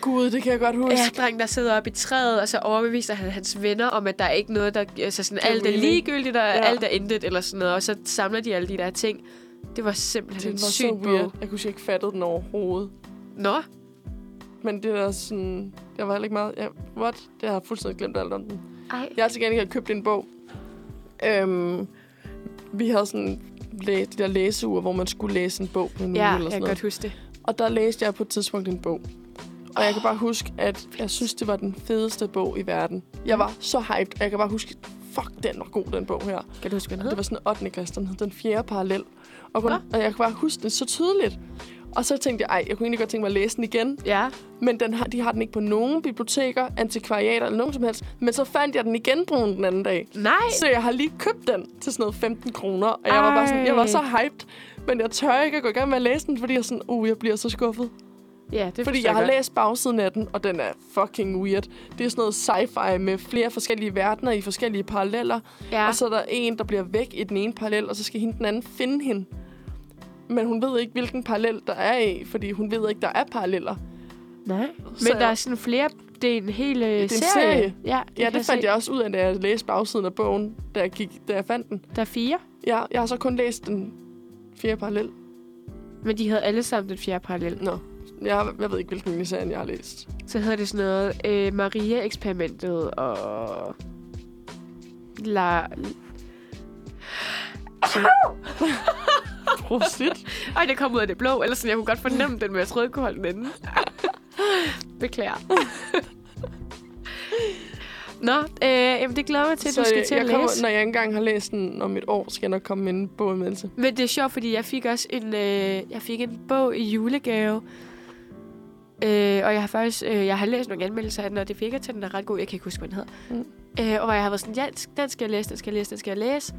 S1: Gud, det kan jeg godt huske.
S2: ja, dreng, der sidder oppe i træet, og så overbeviser han hans venner om, at der er ikke noget, der... Altså sådan,
S1: Giver
S2: alt er
S1: mening.
S2: ligegyldigt, og
S1: Ja.
S2: ja. alt er intet eller sådan noget. Og så samler de alle de der ting. Det var simpelthen
S1: det var så
S2: en syg
S1: weird.
S2: bog.
S1: Jeg kunne ikke fatte den overhovedet.
S2: Nå,
S1: Men det er sådan... Jeg var heller ikke meget... Ja, what? Det har jeg fuldstændig glemt alt om den.
S2: ej.
S1: Jeg har til gengæld købt en bog. Øhm, vi havde sådan læ- de der læseuger, hvor man skulle læse en bog på en
S2: Ja,
S1: uge
S2: jeg
S1: eller sådan
S2: kan
S1: noget.
S2: godt huske det.
S1: Og der læste jeg på et tidspunkt en bog. Og jeg kan bare huske, at jeg synes, det var den fedeste bog i verden. Jeg var så hyped, og jeg kan bare huske, fuck, den var god, den bog her.
S2: Kan du huske, hvad den
S1: Det
S2: hed?
S1: var sådan 8. klasse, den hed den fjerde parallel. Og, kun,
S2: Nå.
S1: og jeg kan bare huske den så tydeligt. Og så tænkte jeg, ej, jeg kunne egentlig godt tænke mig at læse den igen.
S2: Ja.
S1: Men den har, de har den ikke på nogen biblioteker, antikvariater eller nogen som helst. Men så fandt jeg den i genbrugen den anden dag.
S2: Nej.
S1: Så jeg har lige købt den til sådan noget 15 kroner. Og jeg var bare sådan, jeg var så hyped. Men jeg tør ikke at gå i gang med at læse den, fordi jeg sådan, uh, jeg bliver så skuffet.
S2: Ja,
S1: Fordi
S2: det forstår
S1: jeg har
S2: godt.
S1: læst bagsiden af den, og den er fucking weird. Det er sådan noget sci-fi med flere forskellige verdener i forskellige paralleller.
S2: Ja.
S1: Ja. Og så er der en, der bliver væk i den ene parallel, og så skal hende den anden finde hende. Men hun ved ikke, hvilken parallel der er i, fordi hun ved ikke, der er paralleller.
S2: Nej. Men
S1: Så-
S2: der er sådan flere... Det er en hel øh,
S1: en
S2: serie.
S1: serie.
S2: Ja,
S1: Ja,
S2: kan
S1: det fandt
S2: se.
S1: jeg også ud af, da jeg læste bagsiden af bogen, da jeg, gik, da jeg fandt den.
S2: Der er fire.
S1: Ja, jeg har så kun læst den fjerde parallel.
S2: Men de havde alle sammen den fjerde parallel.
S1: Nå, jeg, jeg ved ikke, hvilken miniserien jeg har læst.
S2: Så hedder det sådan noget øh, Maria-eksperimentet og... La...
S1: Prosit.
S2: Ej, det kom ud af det blå. Ellers sådan, jeg kunne godt fornemme den, men jeg troede, jeg kunne holde den inde. Beklager. Nå, øh, jamen, det glæder jeg mig til, at du skal
S1: jeg,
S2: til
S1: øh, jeg
S2: at
S1: kommer,
S2: læse.
S1: når jeg engang har læst den om et år, skal jeg nok komme med en boganmeldelse.
S2: Men det er sjovt, fordi jeg fik også en, øh, jeg fik en bog i julegave. Øh, og jeg har faktisk øh, jeg har læst nogle anmeldelser af den, og det virker til, at den er ret god. Jeg kan ikke huske, hvad den hedder. Mm. Øh, og hvor jeg har været sådan, ja, den skal jeg læse, den skal jeg læse, den skal jeg læse.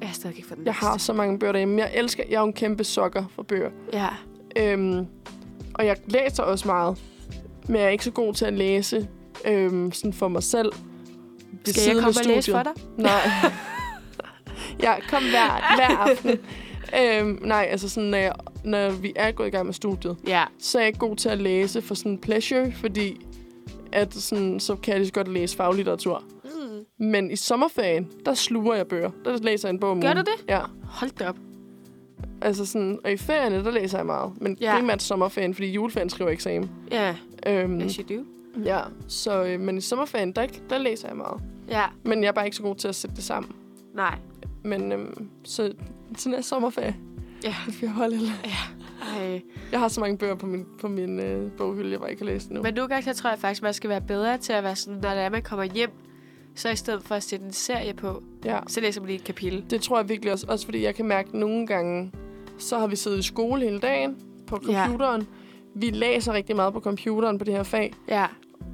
S2: Jeg har stadig ikke fået den
S1: Jeg har
S2: læst.
S1: så mange bøger derhjemme. Jeg elsker, jeg er jo en kæmpe sokker for bøger.
S2: Ja.
S1: Øhm, og jeg læser også meget, men jeg er ikke så god til at læse øhm, sådan for mig selv. ved
S2: Skal jeg
S1: siden af
S2: komme og læse for
S1: studiet.
S2: dig?
S1: Nej. jeg kom hver, hver aften. Øhm, nej, altså sådan, når, jeg, når vi er gået i gang med studiet,
S2: Ja.
S1: så er jeg ikke god til at læse for sådan pleasure, fordi at sådan, så kan jeg lige så godt læse faglitteratur.
S2: Mm.
S1: Men i sommerferien, der sluger jeg bøger. Der læser jeg en bog om
S2: Gør
S1: ugen.
S2: du det?
S1: Ja.
S2: Hold da op.
S1: Altså sådan, og i ferierne, der læser jeg meget. Men
S2: Ja.
S1: ja. primært sommerferien, fordi juleferien skriver jeg eksamen.
S2: Ja,
S1: Øhm,
S2: yes you do.
S1: ja, så, øh, men i sommerferien, der, der læser jeg meget.
S2: Ja,
S1: Men jeg er bare ikke så god til at sætte det sammen.
S2: nej.
S1: Men øhm, så til næste sommerferie,
S2: Ja.
S1: det skal jeg holde. eller-
S2: Ej.
S1: Jeg har så mange bøger på min, på min øh, boghylde, jeg bare ikke har læst endnu.
S2: Men nogle gange så tror jeg faktisk, man skal være bedre til at være sådan, når det er, man kommer hjem, så i stedet for at sætte en serie på,
S1: Ja.
S2: så læser man lige et kapitel.
S1: Det tror jeg virkelig også, også fordi jeg kan mærke at nogle gange, så har vi siddet i skole hele dagen på
S2: Ja.
S1: computeren. Ja. Vi læser rigtig meget på computeren på det her fag.
S2: Ja.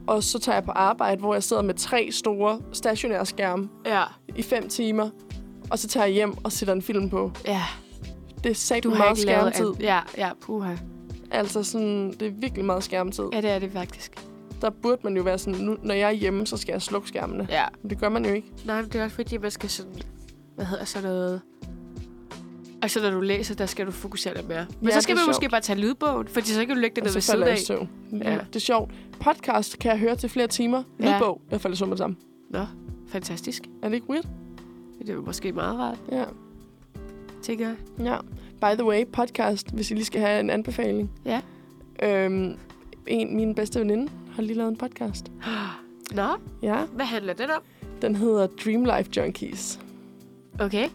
S1: Og så tager jeg på arbejde, hvor jeg sidder med tre store stationære skærme
S2: Ja.
S1: i fem timer. Og så tager jeg hjem og sætter en film på.
S2: Ja.
S1: Det er sagt
S2: Du har
S1: meget
S2: ikke lavet
S1: skærmtid.
S2: Ja, ja, puha.
S1: Altså sådan, det er virkelig meget skærmtid.
S2: Ja, det er det faktisk.
S1: Der burde man jo være sådan, nu, når jeg er hjemme, så skal jeg slukke skærmene.
S2: Ja.
S1: Men det gør man jo ikke.
S2: Nej, men det er også fordi, man skal sådan, hvad hedder sådan noget... Altså, når du læser, der skal du fokusere lidt mere. Men
S1: Ja,
S2: så skal
S1: det
S2: man
S1: er
S2: måske bare tage lydbogen, for så kan du lægge det
S1: og
S2: ned ved
S1: Altså, så
S2: siden
S1: falder jeg i
S2: af.
S1: søvn.
S2: Ja.
S1: Ja. Det er sjovt. Podcast kan jeg høre til flere timer.
S2: Ja.
S1: Lydbog, jeg falder i søvn med det samme.
S2: Nå, fantastisk.
S1: Er det ikke weird?
S2: Det er jo måske meget rart,
S1: Ja.
S2: tænker jeg.
S1: ja. By the way, podcast, hvis I lige skal have en anbefaling.
S2: Ja.
S1: Øhm, en, min bedste veninde, har lige lavet en podcast.
S2: Nå,
S1: Ja.
S2: hvad handler det om?
S1: Den hedder Dream Life Junkies.
S2: Okay.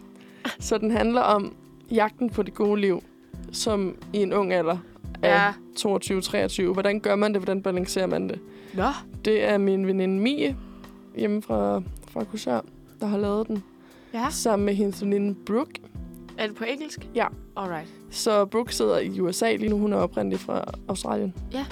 S1: Så den handler om jagten på det gode liv, som i en ung alder
S2: Ja.
S1: af 22-23. Hvordan gør man det? Hvordan balancerer man det?
S2: Nå.
S1: Det er min veninde Mie, hjemme fra, fra Kursør, der har lavet den.
S2: Ja.
S1: Sammen med hendes veninde Brooke.
S2: Er det på engelsk?
S1: Ja.
S2: Alright.
S1: Så Brooke sidder i USA lige nu. Hun er oprindelig fra Australien.
S2: Ja.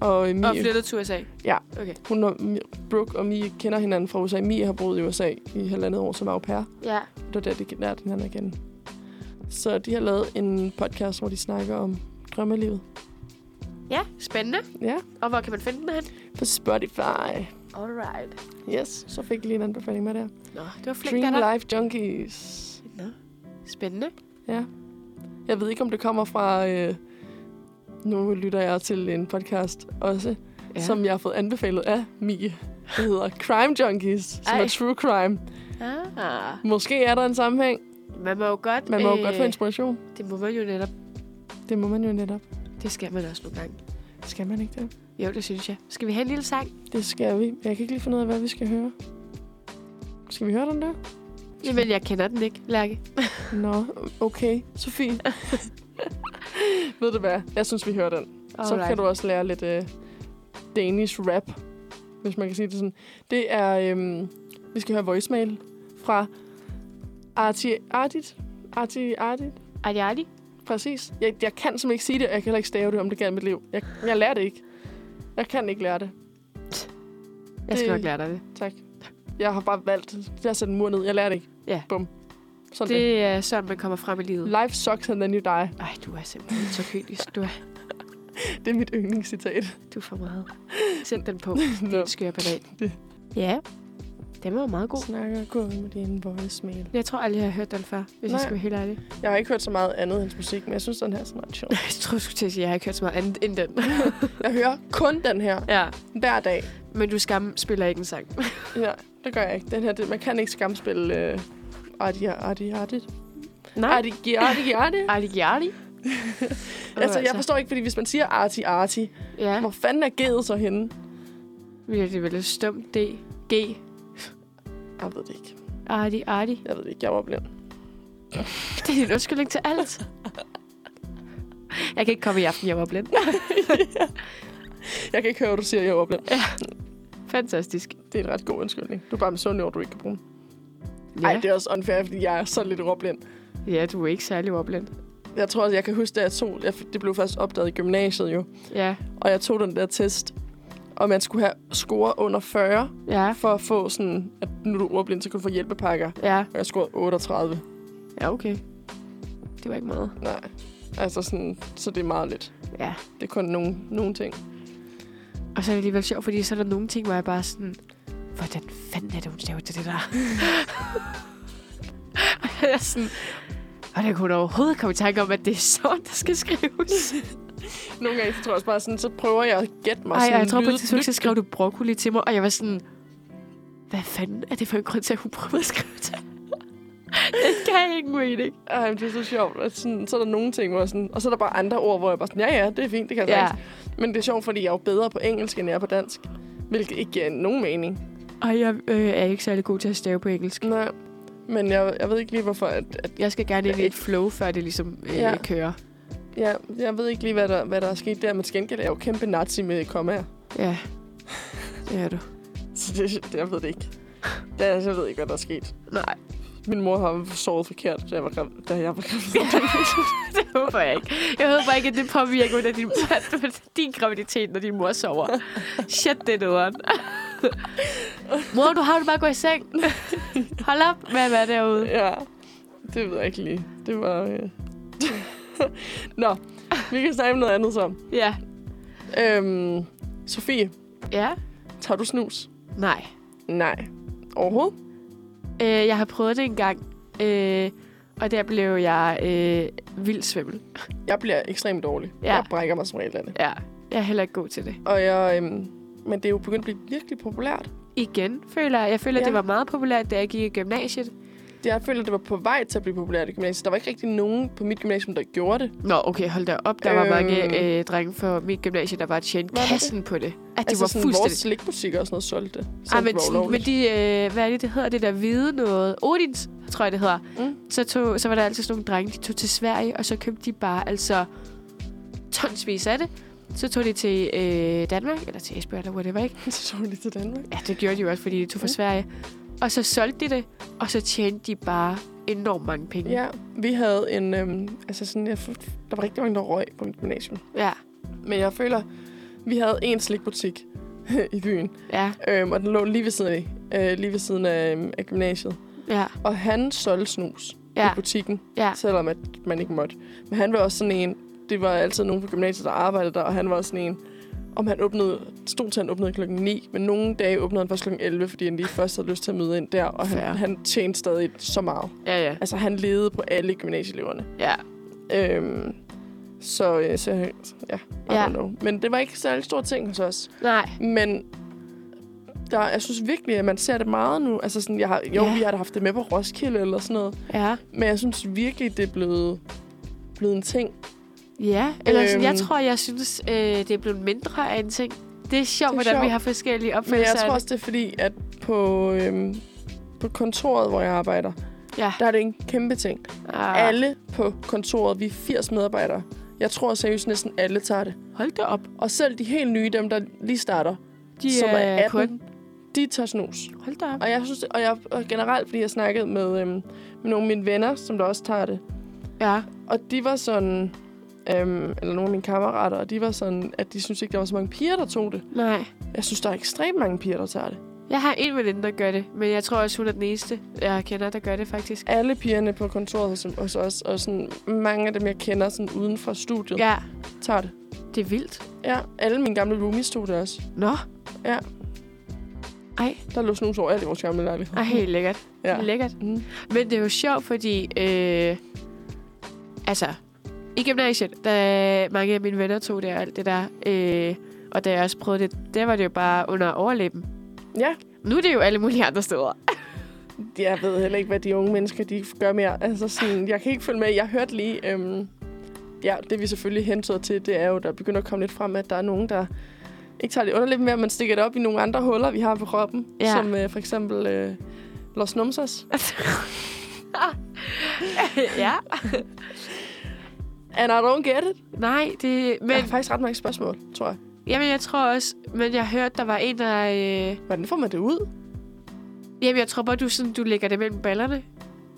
S1: Og
S2: Og
S1: Mie,
S2: flyttet til USA?
S1: Ja.
S2: Okay.
S1: hun og, Mi- Brooke og Mie kender hinanden fra USA. Mie har boet i USA i halvandet år som au pair.
S2: Ja.
S1: Det var der, de lærte hinanden at kende. Så de har lavet en podcast, hvor de snakker om drømmelivet.
S2: Ja, spændende.
S1: Ja,
S2: Og hvor kan man finde den hen?
S1: på Spotify.
S2: Alright.
S1: Yes, så fik jeg lige en anbefaling med der.
S2: Nå, det var flink af dig.
S1: Dream Life Junkies.
S2: Nå. Spændende.
S1: Ja. Jeg ved ikke, om det kommer fra... Øh, nu lytter jeg til en podcast også, ja. som jeg har fået anbefalet af Mie. Det hedder Crime Junkies, som
S2: Ej.
S1: er true crime.
S2: Ah.
S1: Måske er der en sammenhæng.
S2: Man må jo godt...
S1: Man må øh. jo godt få inspiration.
S2: Det må man jo netop.
S1: Det må man jo netop.
S2: Det skal man også nogle gange.
S1: Skal man ikke det?
S2: Jo, det synes jeg. Skal vi have en lille sang?
S1: Det skal vi. Jeg kan ikke lige finde ud af, hvad vi skal høre. Skal vi høre den der?
S2: Jamen, jeg kender den ikke, Lærke.
S1: Nå, okay. Sofie. ved du hvad? Jeg synes, vi hører den. Så kan du også lære lidt øh, Danish rap, hvis man kan sige det sådan. Det er, øhm, vi skal høre voicemail fra Arti Ardit. Arti Ardit
S2: Adi, adi.
S1: fra Præcis. Jeg, jeg kan simpelthen ikke sige det, og jeg kan heller ikke stave det om det galt mit liv. Jeg, jeg lærer det ikke. Jeg kan ikke lære det.
S2: Jeg skal
S1: Det-
S2: nok lære dig det.
S1: Tak. Jeg har bare valgt. Jeg har sat en mur ned. Jeg lærer det ikke.
S2: Ja.
S1: Bum. Sådan det...
S2: Det er sådan, man kommer frem i livet.
S1: det. Life sucks and then you die.
S2: Ej, du er simpelthen så kølisk. Du er,
S1: Det er mit yndlingscitat.
S2: du er for meget. Send den på.
S1: Nå.
S2: Skør banan. Ja, den var meget god.
S1: Snakker kun med din voicemail.
S2: Jeg tror aldrig, jeg har hørt den før, hvis Nej.
S1: Nej.
S2: jeg skal være helt ærlig.
S1: Jeg har ikke hørt så meget andet af hans musik, men jeg synes, den her er sådan ret sjov.
S2: Jeg tror, du skulle til at sige, at jeg har ikke hørt så meget andet end den.
S1: Jeg hører kun den her
S2: ja.
S1: hver dag.
S2: Men du skam spiller ikke en sang.
S1: Ja, det gør jeg ikke. Den her, det, man kan ikke skamspille... Øh, Ardi, ardi, ardi.
S2: Nej.
S1: Ardi, gi- ardi, ardi.
S2: Ardi Giardi?
S1: Altså, jeg forstår ikke, fordi hvis man siger arti, arti,
S2: Ja,
S1: hvor fanden er G'et så henne?
S2: det er vel et stumt D. G.
S1: Jeg ved det ikke.
S2: Ardi, Ardi.
S1: Jeg ved det ikke. Jeg var blind.
S2: Det er din undskyldning til alt. Jeg kan ikke komme i aften, jeg var blind.
S1: Jeg kan ikke høre, hvad du siger, jeg var blind.
S2: Fantastisk.
S1: Det er en ret god undskyldning. Du er bare misundelig over, at du ikke kan bruge den.
S2: Ja.
S1: Nej, det er også unfair, fordi jeg er så lidt ordblind.
S2: ja, du er ikke særlig ordblind.
S1: Jeg tror også, jeg kan huske, at jeg tog, jeg, det blev først opdaget i gymnasiet jo,
S2: Ja,
S1: og jeg tog den der test, og man skulle have score under 40,
S2: ja,
S1: for at få sådan, at nu er du ordblind, så kan du få hjælpepakker.
S2: ja.
S1: Og jeg scorede 38.
S2: Ja, okay. Det var ikke meget.
S1: Nej. Altså sådan, så det er meget lidt.
S2: Ja.
S1: Det er kun nogle, nogle ting.
S2: Og så er det alligevel sjovt, fordi så er der nogle ting, hvor jeg bare sådan... Hvordan fanden er det, hun staver til det der? og jeg er sådan... Hvordan kunne hun overhovedet komme i tanke om, at det er sådan, der skal skrives?
S1: Nogle gange, så tror jeg også bare sådan, så prøver jeg at gætte mig.
S2: Ej,
S1: sådan,
S2: ej, jeg tror på
S1: lyde-
S2: et tidspunkt, så skrev du broccoli til mig, og jeg var sådan, hvad fanden er det for en grund til, at hun prøvede at skrive til? det kan ikke mening.
S1: Ej, men det er så sjovt. At sådan, så er der nogle ting, hvor jeg sådan, og så er der bare andre ord, hvor jeg bare sådan, ja, ja, det er fint, det kan jeg
S2: Ja.
S1: ja. Men det er sjovt, fordi jeg er jo bedre på engelsk, end jeg er på dansk. Hvilket ikke giver nogen mening.
S2: Og jeg øh, er ikke særlig god til at stave på engelsk.
S1: Nej. Men jeg, jeg ved ikke lige, hvorfor... At, at,
S2: Jeg skal gerne ind i
S1: Ja,
S2: et flow, før det ligesom øh, ja.
S1: Ja.
S2: kører.
S1: ja, jeg ved ikke lige, hvad der, hvad der er sket der, men til gengæld er jeg jo kæmpe nazi med kommaer.
S2: Ja. Det er du.
S1: Så det, det, jeg ved det ikke. Det, er- jeg ved ikke, hvad der er sket.
S2: Nej,
S1: Min mor har sovet forkert, da jeg var gravid. Da jeg var gravid.
S2: det håber jeg ikke. Jeg håber ikke, at det påvirker under din, din graviditet, når din mor sover. Shit, det er nederen. mor, du har du bare gå i seng. Hold op med at være derude.
S1: ja, det ved jeg ikke lige. Det var... Øh... Nå, vi kan snakke om noget andet så.
S2: Ja.
S1: Øhm, Sofie,
S2: Ja?
S1: tager du snus?
S2: Nej.
S1: Nej. Overhovedet?
S2: Øh, jeg har prøvet det engang, øh, og der blev jeg øh, vildt svimmel.
S1: Jeg bliver ekstremt dårlig.
S2: Ja.
S1: Ja. Jeg brækker mig som regel af det.
S2: Ja. Jeg er heller ikke god til det.
S1: Og jeg, øhm, men det er jo begyndt at blive virkelig populært.
S2: Igen, føler jeg. Jeg føler, ja.
S1: Ja.
S2: det var meget populært, da jeg gik i gymnasiet.
S1: Det, jeg føler, det var på vej til at blive populært i gymnasiet. Der var ikke rigtig nogen på mit gymnasium, der gjorde det.
S2: Nå, okay, hold da op. Der øh... var
S1: Øh.
S2: mange øh, drenge fra mit gymnasie, der bare tjente
S1: Var der
S2: kassen det? på det. At det
S1: altså,
S2: var
S1: sådan, vores
S2: fuldstændig...
S1: slikbutikker og sådan noget solgte det. Så
S2: Ej,
S1: det
S2: men,
S1: var
S2: sådan, men
S1: ulovligt.
S2: de, øh, hvad er det, det hedder? Det der hvide noget. Odins, tror jeg, det hedder.
S1: Mm.
S2: Så, tog, så var der altid sådan nogle drenge, de tog til Sverige, og så købte de bare altså tonsvis af det. Så tog de til øh, Danmark, eller til Esbjerg, eller whatever, ikke?
S1: Så tog de til Danmark.
S2: Ja, det gjorde de jo også, fordi de tog fra
S1: Ja.
S2: Sverige. Og så solgte de det, og så tjente de bare enormt mange penge.
S1: Ja, vi havde en... Øhm, altså sådan, jeg, f- der var rigtig mange, der røg på mit gymnasium.
S2: Ja.
S1: Men jeg føler, vi havde en slikbutik i byen.
S2: Ja.
S1: Øhm, og den lå lige ved siden af, øh, lige ved siden af, øhm, af gymnasiet.
S2: Ja.
S1: Og han solgte snus
S2: Ja.
S1: i butikken,
S2: Ja.
S1: selvom at man ikke måtte. Men han var også sådan en, det var altid nogen på gymnasiet, der arbejdede der, og han var også sådan en, om han åbnede, stod til han åbnede klokken 9, men nogle dage åbnede han først klokken 11, fordi han lige først havde lyst til at møde ind der, og han,
S2: Fair.
S1: han tjente stadig så meget.
S2: Ja, ja.
S1: Altså, han levede på alle gymnasieeleverne.
S2: Ja.
S1: Øhm, så, øh, så, ja, I
S2: Ja.
S1: don't know. Men det var ikke særlig stor ting hos os.
S2: Nej.
S1: Men der, jeg synes virkelig, at man ser det meget nu. Altså sådan, jeg har, jo,
S2: Ja.
S1: vi har da haft det med på Roskilde eller sådan noget.
S2: Ja.
S1: Men jeg synes virkelig, det er blevet, blevet en ting.
S2: Ja. Eller sådan, jeg
S1: Øhm.
S2: tror, jeg synes, øh, det er blevet mindre af en ting. Det er sjovt,
S1: Det er
S2: hvordan vi
S1: sjovt.
S2: har forskellige
S1: Men jeg
S2: opfattelser
S1: tror
S2: af det.
S1: også, det er fordi, at på, øhm, på kontoret, hvor jeg arbejder,
S2: Ja.
S1: der er det en kæmpe ting.
S2: Ah,
S1: Alle på kontoret, vi er 80 medarbejdere. Jeg tror seriøst, næsten alle tager det.
S2: Hold da op.
S1: Og selv de helt nye, dem der lige starter,
S2: De
S1: som er 18,
S2: kun.
S1: de tager snus.
S2: Hold da op.
S1: Og jeg synes, og jeg og generelt, fordi jeg snakkede med, øhm, med nogle af mine venner, som der også tager det,
S2: Ja.
S1: Og de var sådan, øhm, eller nogle af mine kammerater, og de var sådan, at de synes ikke, der var så mange piger, der tog det.
S2: Nej.
S1: Jeg synes, der er ekstremt mange piger, der tager det.
S2: Jeg har en veninde, der gør det, men jeg tror også, hun er den eneste, jeg kender, der gør det faktisk.
S1: Alle pigerne på kontoret hos, hos os, og sådan, mange af dem, jeg kender sådan uden for studiet, ja.
S2: Ja,
S1: tager det.
S2: det er vildt.
S1: Ja, alle mine gamle roomies tog det også.
S2: Nå.
S1: Ja.
S2: Ej,
S1: Der lå snus over alt i vores gamle lejlighed.
S2: ej, helt lækkert.
S1: Mm. Ja.
S2: Ja. Lækkert.
S1: Mm.
S2: Men det er jo sjovt, fordi... Øh, altså, i gymnasiet, da mange af mine venner tog det og alt det der, øh, og da jeg også prøvede det, der var det jo bare under overlæben.
S1: Ja.
S2: Nu er det jo alle mulige andre steder.
S1: Jeg ved heller ikke, hvad de unge mennesker de gør mere. Altså sådan, jeg kan ikke følge med. Jeg hørte lige... Øhm, ja, det vi selvfølgelig hentyder til, det er jo, der begynder at komme lidt frem, at der er nogen, der ikke tager det underlæben mere, men stikker det op i nogle andre huller, vi har på kroppen.
S2: Ja.
S1: Som øh, for eksempel øh, Los Numsas.
S2: ja.
S1: And I don't get it.
S2: Nej, det...
S1: Men... Jeg
S2: Men,
S1: har faktisk ret mange spørgsmål, tror jeg.
S2: jamen, jeg tror også... Men jeg hørte, der var en, der... Øh,
S1: Hvordan får man det ud?
S2: jamen, jeg tror bare, du, sådan, du lægger det mellem ballerne.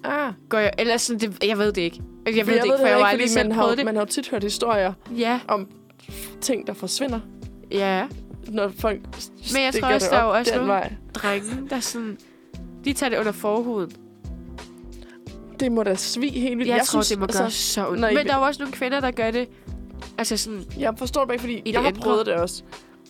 S1: Ah,
S2: Går jeg, eller sådan, det, jeg ved det ikke. Altså, Jeg ved
S1: for
S2: det ikke, for jeg var aldrig selv
S1: man har,
S2: prøvet
S1: jo-
S2: det.
S1: man har jo tit hørt historier
S2: Ja,
S1: om ting, der forsvinder,
S2: ja.
S1: når folk
S2: Men jeg
S1: stikker
S2: tror også,
S1: det
S2: der er
S1: op
S2: jo også
S1: den
S2: nogen-
S1: vej.
S2: Drengen, der sådan... De tager det under forhuden.
S1: Det må da svi helt vildt. altså,
S2: Jeg, jeg tror, synes, det må gøre så ondt.
S1: når I-
S2: Men der er jo også nogle kvinder, der gør det. Altså sådan,
S1: Jeg forstår det bare ikke, fordi
S2: det
S1: jeg har
S2: indre.
S1: prøvet det også.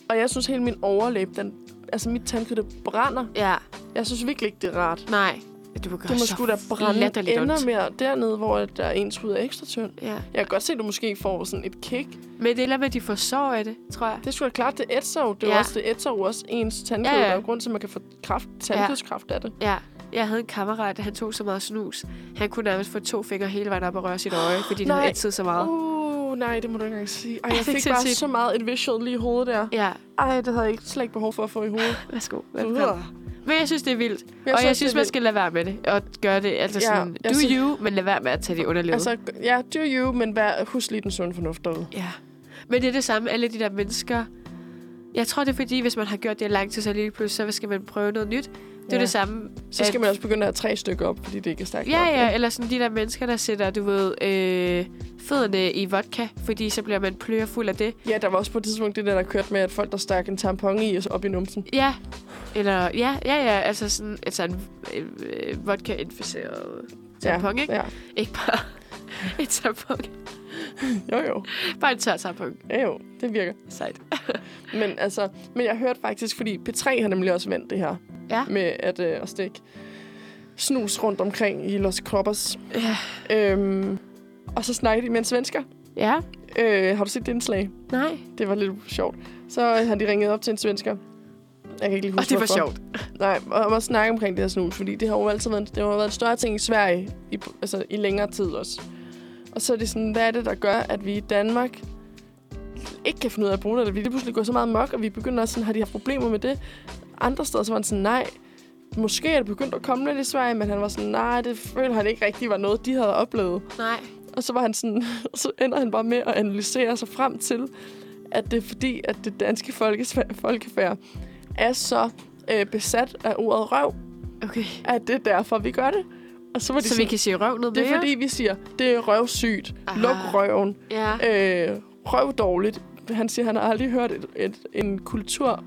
S1: Og jeg synes, hele min overlæb, den, altså mit tandkød, det brænder.
S2: ja,
S1: Jeg synes virkelig ikke, det er rart.
S2: nej. Det må gøre
S1: Det må
S2: så
S1: sgu da brænde
S2: latterligt
S1: endnu
S2: ondt.
S1: mere dernede, hvor at der er ens hud er ekstra tynd.
S2: Ja.
S1: Jeg kan godt se, at du måske får sådan et kick.
S2: Men det er eller med, at de får sår af det, tror jeg.
S1: Det er sgu da klart, det ætser jo. Det er
S2: Ja.
S1: ja. også, det ætser jo også ens tandkød.
S2: Ja,
S1: Ja,
S2: ja.
S1: ja. Der er jo grund til, at man kan få kraft, tandkødskraft af det.
S2: Ja. Jeg havde en kammerat, han tog så meget snus. Han kunne nærmest få to fingre hele vejen op og røre sit øje, fordi det
S1: Nej.
S2: havde altid så meget.
S1: Uh, nej, det må du ikke engang sige. Ej,
S2: Ej,
S1: jeg
S2: det er
S1: fik bare
S2: sindssygt.
S1: så meget et visual lige i hovedet der.
S2: Ja,
S1: Ej, det havde jeg ikke slet ikke behov for at få i hovedet.
S2: værsgo.
S1: Uah.
S2: Velkommen. Men jeg synes, det er vildt.
S1: Jeg
S2: og jeg
S1: synes,
S2: synes,
S1: det er
S2: man skal lade være med det. Og gøre det, altså
S1: Ja,
S2: sådan,
S1: jeg
S2: do
S1: synes-
S2: you, men lad være med at tage det underlivet.
S1: Altså, ja, do you, men vær, husk lige den sunde fornuft derude.
S2: Ja. Men det er det samme, alle de der mennesker... Jeg tror, det er fordi, hvis man har gjort det i lang tid, så lige pludselig, så skal man prøve noget nyt. Det er
S1: Ja.
S2: det samme.
S1: Så skal
S2: at-
S1: man også begynde at have tre stykker op, fordi det ikke er stærkt
S2: Ja,
S1: nok.
S2: ja, eller sådan de der mennesker, der sætter, du ved, øh, fødderne i vodka, fordi så bliver man plørefuld af det.
S1: Ja, der var også på et tidspunkt det der, der kørte med, at folk, der stak en tampon i, og så op i numsen.
S2: Ja, eller ja, ja, ja, altså sådan altså en øh, øh, vodka-inficeret
S1: ja,
S2: tampon, ja. ikke?
S1: Ja.
S2: Ikke bare en tampon,
S1: Jo, jo.
S2: bare en tør tampon.
S1: Ja, jo. Det virker.
S2: Sejt.
S1: Men altså, men jeg hørte faktisk, fordi P3 har nemlig også vendt det her.
S2: Ja.
S1: Med at, øh, at stikke snus rundt omkring i Los Coppers.
S2: Ja.
S1: Øhm, og så snakkede de med en svensker.
S2: Ja,
S1: Øh, har du set det indslag?
S2: nej.
S1: Det var lidt sjovt. Så øh, har de ringet op til en svensker. Jeg kan ikke lige
S2: Og
S1: huske,
S2: det var
S1: hvorfor.
S2: sjovt.
S1: Nej, om at snakke omkring det her snus, fordi det har jo altid været, det har jo været en større ting i Sverige, i, altså i længere tid også. Og så er det sådan, hvad er det, der gør, at vi i Danmark ikke kan finde ud af at bruge det, eller vi lige pludselig går så meget mok, og vi begynder også sådan, har de haft problemer med det? Andre steder, så var han sådan, nej, måske er det begyndt at komme lidt i Sverige, men han var sådan, nej, det føler han ikke rigtig var noget, de havde oplevet.
S2: Nej.
S1: Og så var han sådan, så ender han bare med at analysere sig frem til, at det er fordi, at det danske folkesfæ- folkefærd er så øh, besat af ordet røv,
S2: Okay.
S1: at det er derfor, vi gør det. Og så var de
S2: Så vi
S1: sådan,
S2: kan sige røv noget
S1: det er
S2: mere?
S1: fordi, vi siger, det er røvsygt,
S2: Aha.
S1: luk røven,
S2: Ja.
S1: øh, røv dårligt. Han siger, han har aldrig hørt et, et, en kultur,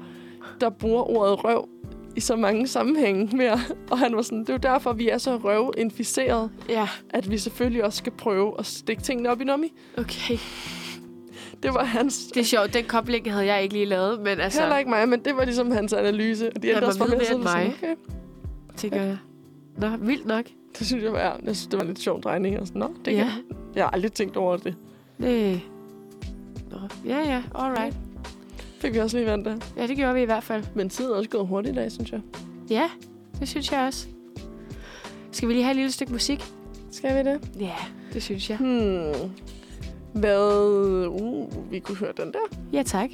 S1: der bruger ordet røv i så mange sammenhænge mere. Og han var sådan, det er jo derfor, vi er så røvinficeret,
S2: Ja,
S1: at vi selvfølgelig også skal prøve at stikke tingene op i nummi.
S2: okay.
S1: Det var hans...
S2: Det er sjovt, den kobling havde jeg ikke lige lavet, men altså,
S1: Heller ikke mig, men det var ligesom hans analyse. Og de
S2: Han
S1: endte
S2: var
S1: også bare med
S2: videre
S1: at sidde
S2: end
S1: sådan, okay.
S2: tænker jeg, nå, vildt nok.
S1: Det synes jeg var, jeg synes, det var en lidt sjov drejning. Og sådan, Nå, det kan.
S2: ja.
S1: Jeg har aldrig tænkt over det.
S2: Det... Nå, ja, ja, alright.
S1: Fik vi også lige vandt det.
S2: Ja, det gjorde vi i hvert fald.
S1: Men tiden er også gået hurtigt i dag, synes jeg.
S2: Ja, det synes jeg også. Skal vi lige have et lille stykke musik?
S1: Skal vi det?
S2: Ja, det synes jeg.
S1: Hmm. Hvad? Uh, vi kunne høre den der.
S2: Ja, tak.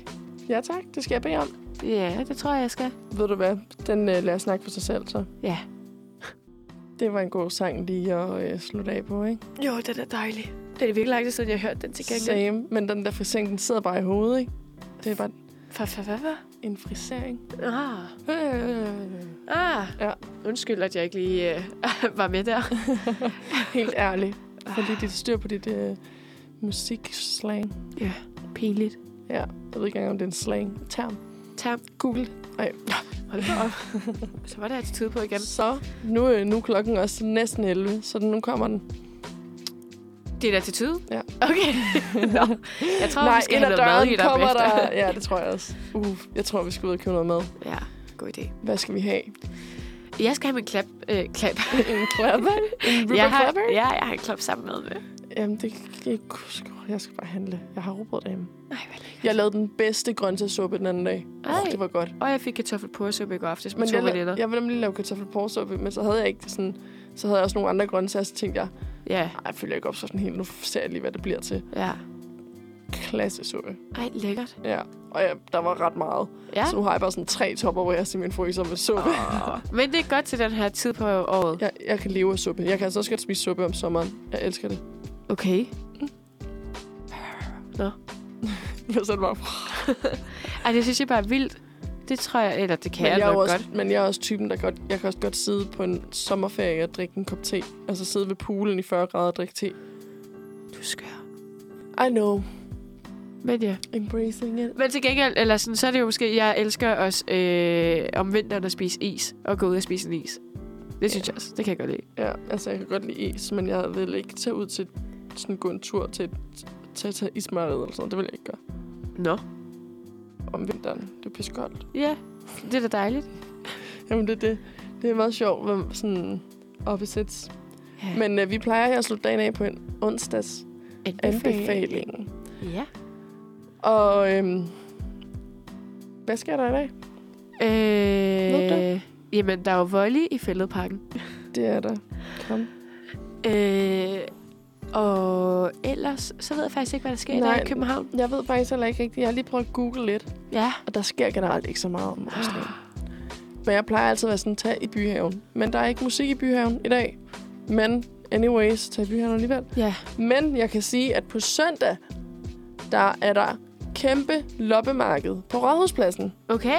S1: Ja tak, det skal jeg bede om.
S2: Ja, det tror jeg, jeg skal.
S1: Ved du hvad? Den uh, lader snakke for sig selv, så.
S2: Ja.
S1: Det var en god sang lige at uh, slutte af på, ikke?
S2: Jo, den er dejlig. Det er det virkelig lang tid siden, jeg har hørt den til gengæld.
S1: Same. Men den der frisering, den sidder bare i hovedet, ikke? Det er bare
S2: Fa, fa, fa, fa.
S1: en frisering.
S2: Ah.
S1: Øh.
S2: Ah.
S1: Ja.
S2: Undskyld, at jeg ikke lige øh, var med der.
S1: Helt ærligt. for lige dit styr på dit øh, musikslang.
S2: Pinligt.
S1: Ja, jeg ved ikke engang, om det er en slang. Term.
S2: Tam.
S1: Google.
S2: Hold da op. Så var der et tid på igen.
S1: Så nu, øh, nu er klokken også næsten 11, så nu kommer den.
S2: Det er da til tid.
S1: Ja.
S2: Okay. Nå. Jeg tror,
S1: Nej,
S2: vi skal
S1: ind ad
S2: have noget mad
S1: døren
S2: i dig
S1: kommer
S2: bagefter.
S1: der... Ja, det tror jeg også. Uh, jeg tror, vi skal ud og købe noget mad.
S2: Ja, god idé.
S1: Hvad skal vi have?
S2: Jeg skal have min klap. Øh, klap.
S1: En klapper? En rubber
S2: jeg har,
S1: klapper?
S2: ja, jeg har en klap sammen med. med.
S1: Jamen, det kan jeg ikke huske. Jeg skal bare handle. Jeg har rugbrød derhjemme.
S2: Nej, hvad lækkert.
S1: Jeg lavede den bedste grøntsagssuppe den anden dag.
S2: Ej.
S1: Oh, det var godt.
S2: Og jeg fik kartoffelpursuppe i går aftes med
S1: Men
S2: to
S1: jeg,
S2: vanitter.
S1: la- jeg ville nemlig lave kartoffelporsuppe, men så havde jeg ikke sådan... Så havde jeg også nogle andre grøntsager, så tænkte jeg,
S2: Ja,
S1: nej, følger jeg ikke op sådan helt. Nu ser jeg lige, hvad det bliver til.
S2: ja.
S1: Klasse suppe.
S2: Ej, lækkert.
S1: Ja, og jeg, der var ret meget.
S2: Ja. Ah.
S1: Ja. Så nu har jeg bare sådan tre topper, hvor jeg simpelthen fryser med suppe. Oh.
S2: Åh. Men det er godt til den her tid på året.
S1: Jeg, jeg kan leve af suppe. Jeg kan altså også godt spise suppe om sommeren. Jeg elsker det.
S2: Okay.
S1: Jeg er sådan bare,
S2: Ej, det synes jeg bare er vildt. Det tror jeg, eller det kan
S1: men,
S2: jeg,
S1: jeg er
S2: nok
S1: jo også,
S2: godt.
S1: men jeg er også typen, der godt, jeg kan også godt sidde på en sommerferie og drikke en kop te. Altså sidde ved poolen i 40 grader og drikke te.
S2: Du skør.
S1: I know.
S2: Men ja.
S1: Embracing it.
S2: Men til gengæld, eller sådan, så er det jo måske, jeg elsker også øh, om vinteren at spise is, og gå ud og spise en is. Det synes
S1: Ja.
S2: jeg også, det kan jeg godt lide.
S1: Ja, altså jeg kan godt lide is, men jeg vil ikke tage ud til sådan gå en tur til til at tage ismejeriet eller sådan noget. Det vil jeg ikke gøre
S2: Nå.
S1: om vinteren. Det er pissekoldt.
S2: Ja, det er da dejligt.
S1: Jamen det, det, det er meget sjovt, hvad sådan opposites.
S2: Ja.
S1: Men øh, vi plejer at slutte dagen af på en onsdags anbefaling.
S2: Ja.
S1: Og øhm, hvad sker der i dag? Ved du
S2: Øh, jamen, der er jo volley i fældeparken.
S1: Det er der. Kom.
S2: Øh, og ellers, så ved jeg faktisk ikke, hvad der sker Nej. i
S1: Nej.
S2: dag i København.
S1: Jeg ved faktisk heller ikke rigtigt. Jeg har lige prøvet at google lidt,
S2: Ja.
S1: og der sker generelt ikke så meget om onsdagen. Men jeg plejer altid at være sådan, tag i byhaven. Men der er ikke musik i byhaven i dag. Men anyways, tag i byhaven alligevel.
S2: Ja.
S1: Men jeg kan sige, at på søndag, der er der kæmpe loppemarked på Rådhuspladsen.
S2: Okay.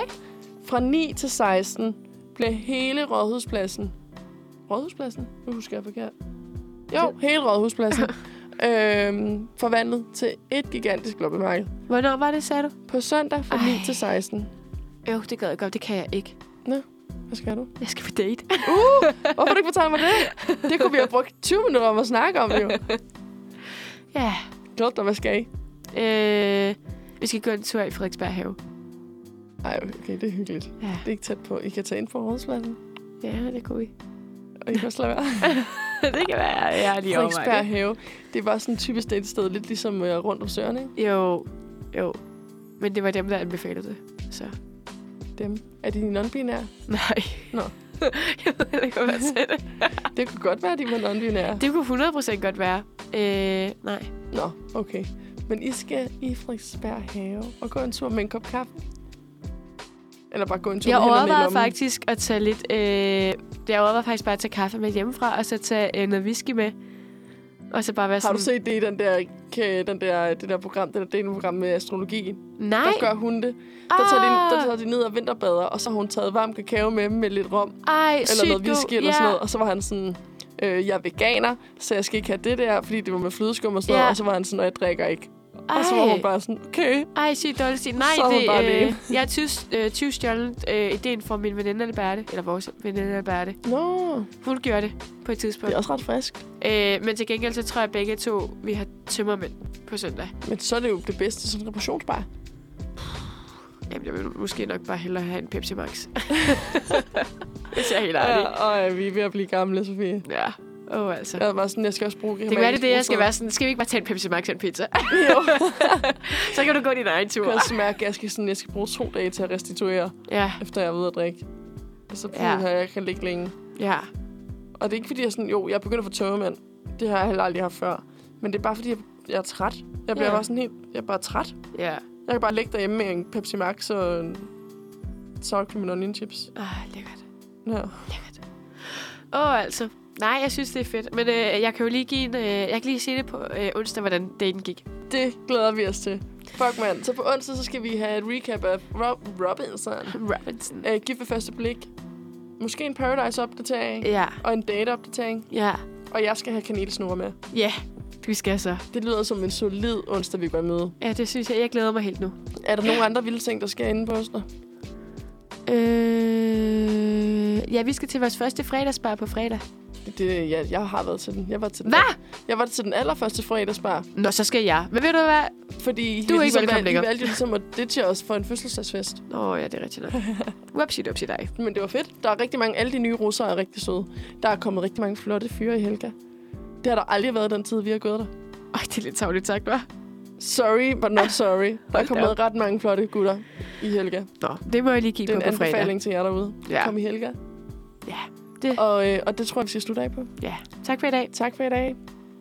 S1: Fra 9 til 16 bliver hele Rådhuspladsen... Rådhuspladsen? Nu husker jeg forkert. Jo, hele Rådhuspladsen. øhm, forvandlet til et gigantisk loppemarked.
S2: Hvornår var det, sagde du?
S1: På søndag fra
S2: Ej.
S1: 9 til 16.
S2: Jo, det gad jeg godt. Det kan jeg ikke.
S1: Hvad skal du?
S2: Jeg skal på date.
S1: Hvorfor har du ikke fortalt mig det? Det kunne vi have brugt 20 minutter om at snakke om, jo.
S2: ja.
S1: Glæd dig, hvad skal I?
S2: Øh, vi skal gå en tur i Frederiksberg Have.
S1: Ej, okay, det er hyggeligt.
S2: Ja.
S1: Det er ikke tæt på. I kan tage ind på Rådhuspladsen,
S2: Ja, det kunne vi.
S1: og I kan også lade være.
S2: det kan være, jeg er lige over
S1: Frederiksberg
S2: det.
S1: Have. Det er bare sådan typisk det sted, lidt ligesom øh, rundt om søerne, ikke?
S2: Jo, jo. Men det var dem, der anbefalede det. Så
S1: Dem. Er de non-binære?
S2: nej.
S1: Nå.
S2: jeg ved heller ikke, hvad jeg sagde det.
S1: Det kunne godt være, at de var non-binære.
S2: Det kunne 100% godt være. Øh, nej.
S1: Nå, okay. Men I skal i Frederiksberg have og gå en tur med en kop kaffe. Eller bare gå en tur
S2: Jeg
S1: med hænderne i
S2: overvejede
S1: lommen.
S2: faktisk at tage lidt... Øh, jeg overvejede faktisk bare at tage kaffe med hjemmefra, og så tage øh, noget whisky med. Og så bare være altså sådan...
S1: Har du set det i den der, kan- den der, det der program, det der program med astrologien?
S2: Nej.
S1: Der gør hun det. Der tager,
S2: Ah.
S1: de, der tager de ned og vinterbader, og så har hun taget varm kakao med med lidt rom
S2: ah, Ej,
S1: eller
S2: sygt
S1: noget whisky
S2: god.
S1: eller
S2: ja.
S1: sådan noget. Og så var han sådan, øh, jeg er veganer, så jeg skal ikke have det der, fordi det var med flødeskum og sådan
S2: Ja.
S1: noget. Og så var han sådan, og jeg drikker ikke.
S2: Ej,
S1: Og så var hun bare sådan, okay.
S2: ej sygt dårligt stil. Nej,
S1: Så er hun
S2: det,
S1: bare
S2: øh,
S1: alene.
S2: jeg har tyvs- øh, tyvstjålet øh, ideen fra min veninde Alberte, eller vores veninde Alberte.
S1: Nå,
S2: Hun gjorde det på et
S1: det
S2: tidspunkt.
S1: er også ret frisk.
S2: Øh, men til gengæld, så tror jeg begge to, vi har tømmermænd på søndag.
S1: Men så er det jo det bedste, sådan en reparationsbar.
S2: Jamen, jeg vil måske nok bare hellere have en Pepsi Max. Hvis jeg er helt ærlig.
S1: Ja, og øh, vi er ved at blive gamle, Sofie.
S2: Ja. Åh, oh, altså.
S1: Jeg var sådan, jeg skal også bruge
S2: Det kan være, det er det, jeg skal være sådan. Skal vi ikke bare tage en Pepsi Max og en pizza? så kan du gå din egen
S1: Jeg
S2: tur.
S1: kan også mærke, at jeg skal, sådan, jeg skal bruge to dage til at restituere,
S2: Ja,
S1: efter jeg er ude at drikke. Og så
S2: Ja.
S1: ja. her, jeg kan ligge længe.
S2: ja.
S1: Og det er ikke fordi, jeg sådan, jo, jeg begynder at få tømmermænd. Det har jeg heller aldrig haft før. Men det er bare fordi, jeg, jeg er træt. Jeg bliver
S2: Ja.
S1: bare sådan helt, jeg er bare træt.
S2: Ja.
S1: Jeg kan bare ligge derhjemme med en Pepsi Max og en sour cream and onion chips.
S2: Ah, lækkert.
S1: Ja.
S2: Lækkert. Åh, oh, altså. Nej, jeg synes, det er fedt. Men øh, jeg kan jo lige give en, øh, jeg kan lige sige det på øh, onsdag, hvordan daten gik.
S1: Det glæder vi os til. Fuck, mand. Så på onsdag, så skal vi have et recap af Rob Robinson.
S2: Robinson.
S1: Øh, Uh, gift ved første blik. Måske en Paradise-opdatering.
S2: Ja,
S1: Og en date-opdatering.
S2: ja.
S1: og jeg skal have kanelsnore med.
S2: Ja, vi skal så.
S1: Det lyder som en solid onsdag, vi går i møde.
S2: Ja, det synes jeg. Jeg glæder mig helt nu.
S1: Er der nogle andre vilde ting, der sker inde på os?
S2: Øh, ja, vi skal til vores første fredagsbar på fredag.
S1: Det, jeg, jeg har været til den. Jeg var til den,
S2: Hvad?
S1: Jeg var til den allerførste fredagsbar.
S2: Nå, så skal jeg. Men ved du hvad?
S1: Fordi
S2: Du er
S1: I
S2: ikke
S1: ligesom
S2: velkommen
S1: valg-
S2: længere.
S1: I valgte jo ligesom at ditche os for en fødselsdagsfest.
S2: Nå, ja, det er rigtigt nok. Whoopsie dupsie dig.
S1: Men det var fedt. Der er rigtig mange... Alle de nye russere er rigtig søde. Der er kommet rigtig mange flotte fyre i Helga. Det har der aldrig været den tid, vi har gået der.
S2: Ej, det er lidt tavligt sagt, hva'?
S1: Sorry, but not sorry. Der er
S2: Hold da
S1: kommet ret mange flotte gutter i Helga.
S2: Nå, det må jeg lige
S1: Det
S2: kigge
S1: er en
S2: på på fredag.
S1: anbefaling til jer derude.
S2: Ja.
S1: Kom i Helga.
S2: Ja, det-
S1: Og, øh, og det tror jeg, vi skal slutte af på.
S2: Ja, tak for i dag.
S1: Tak for i dag.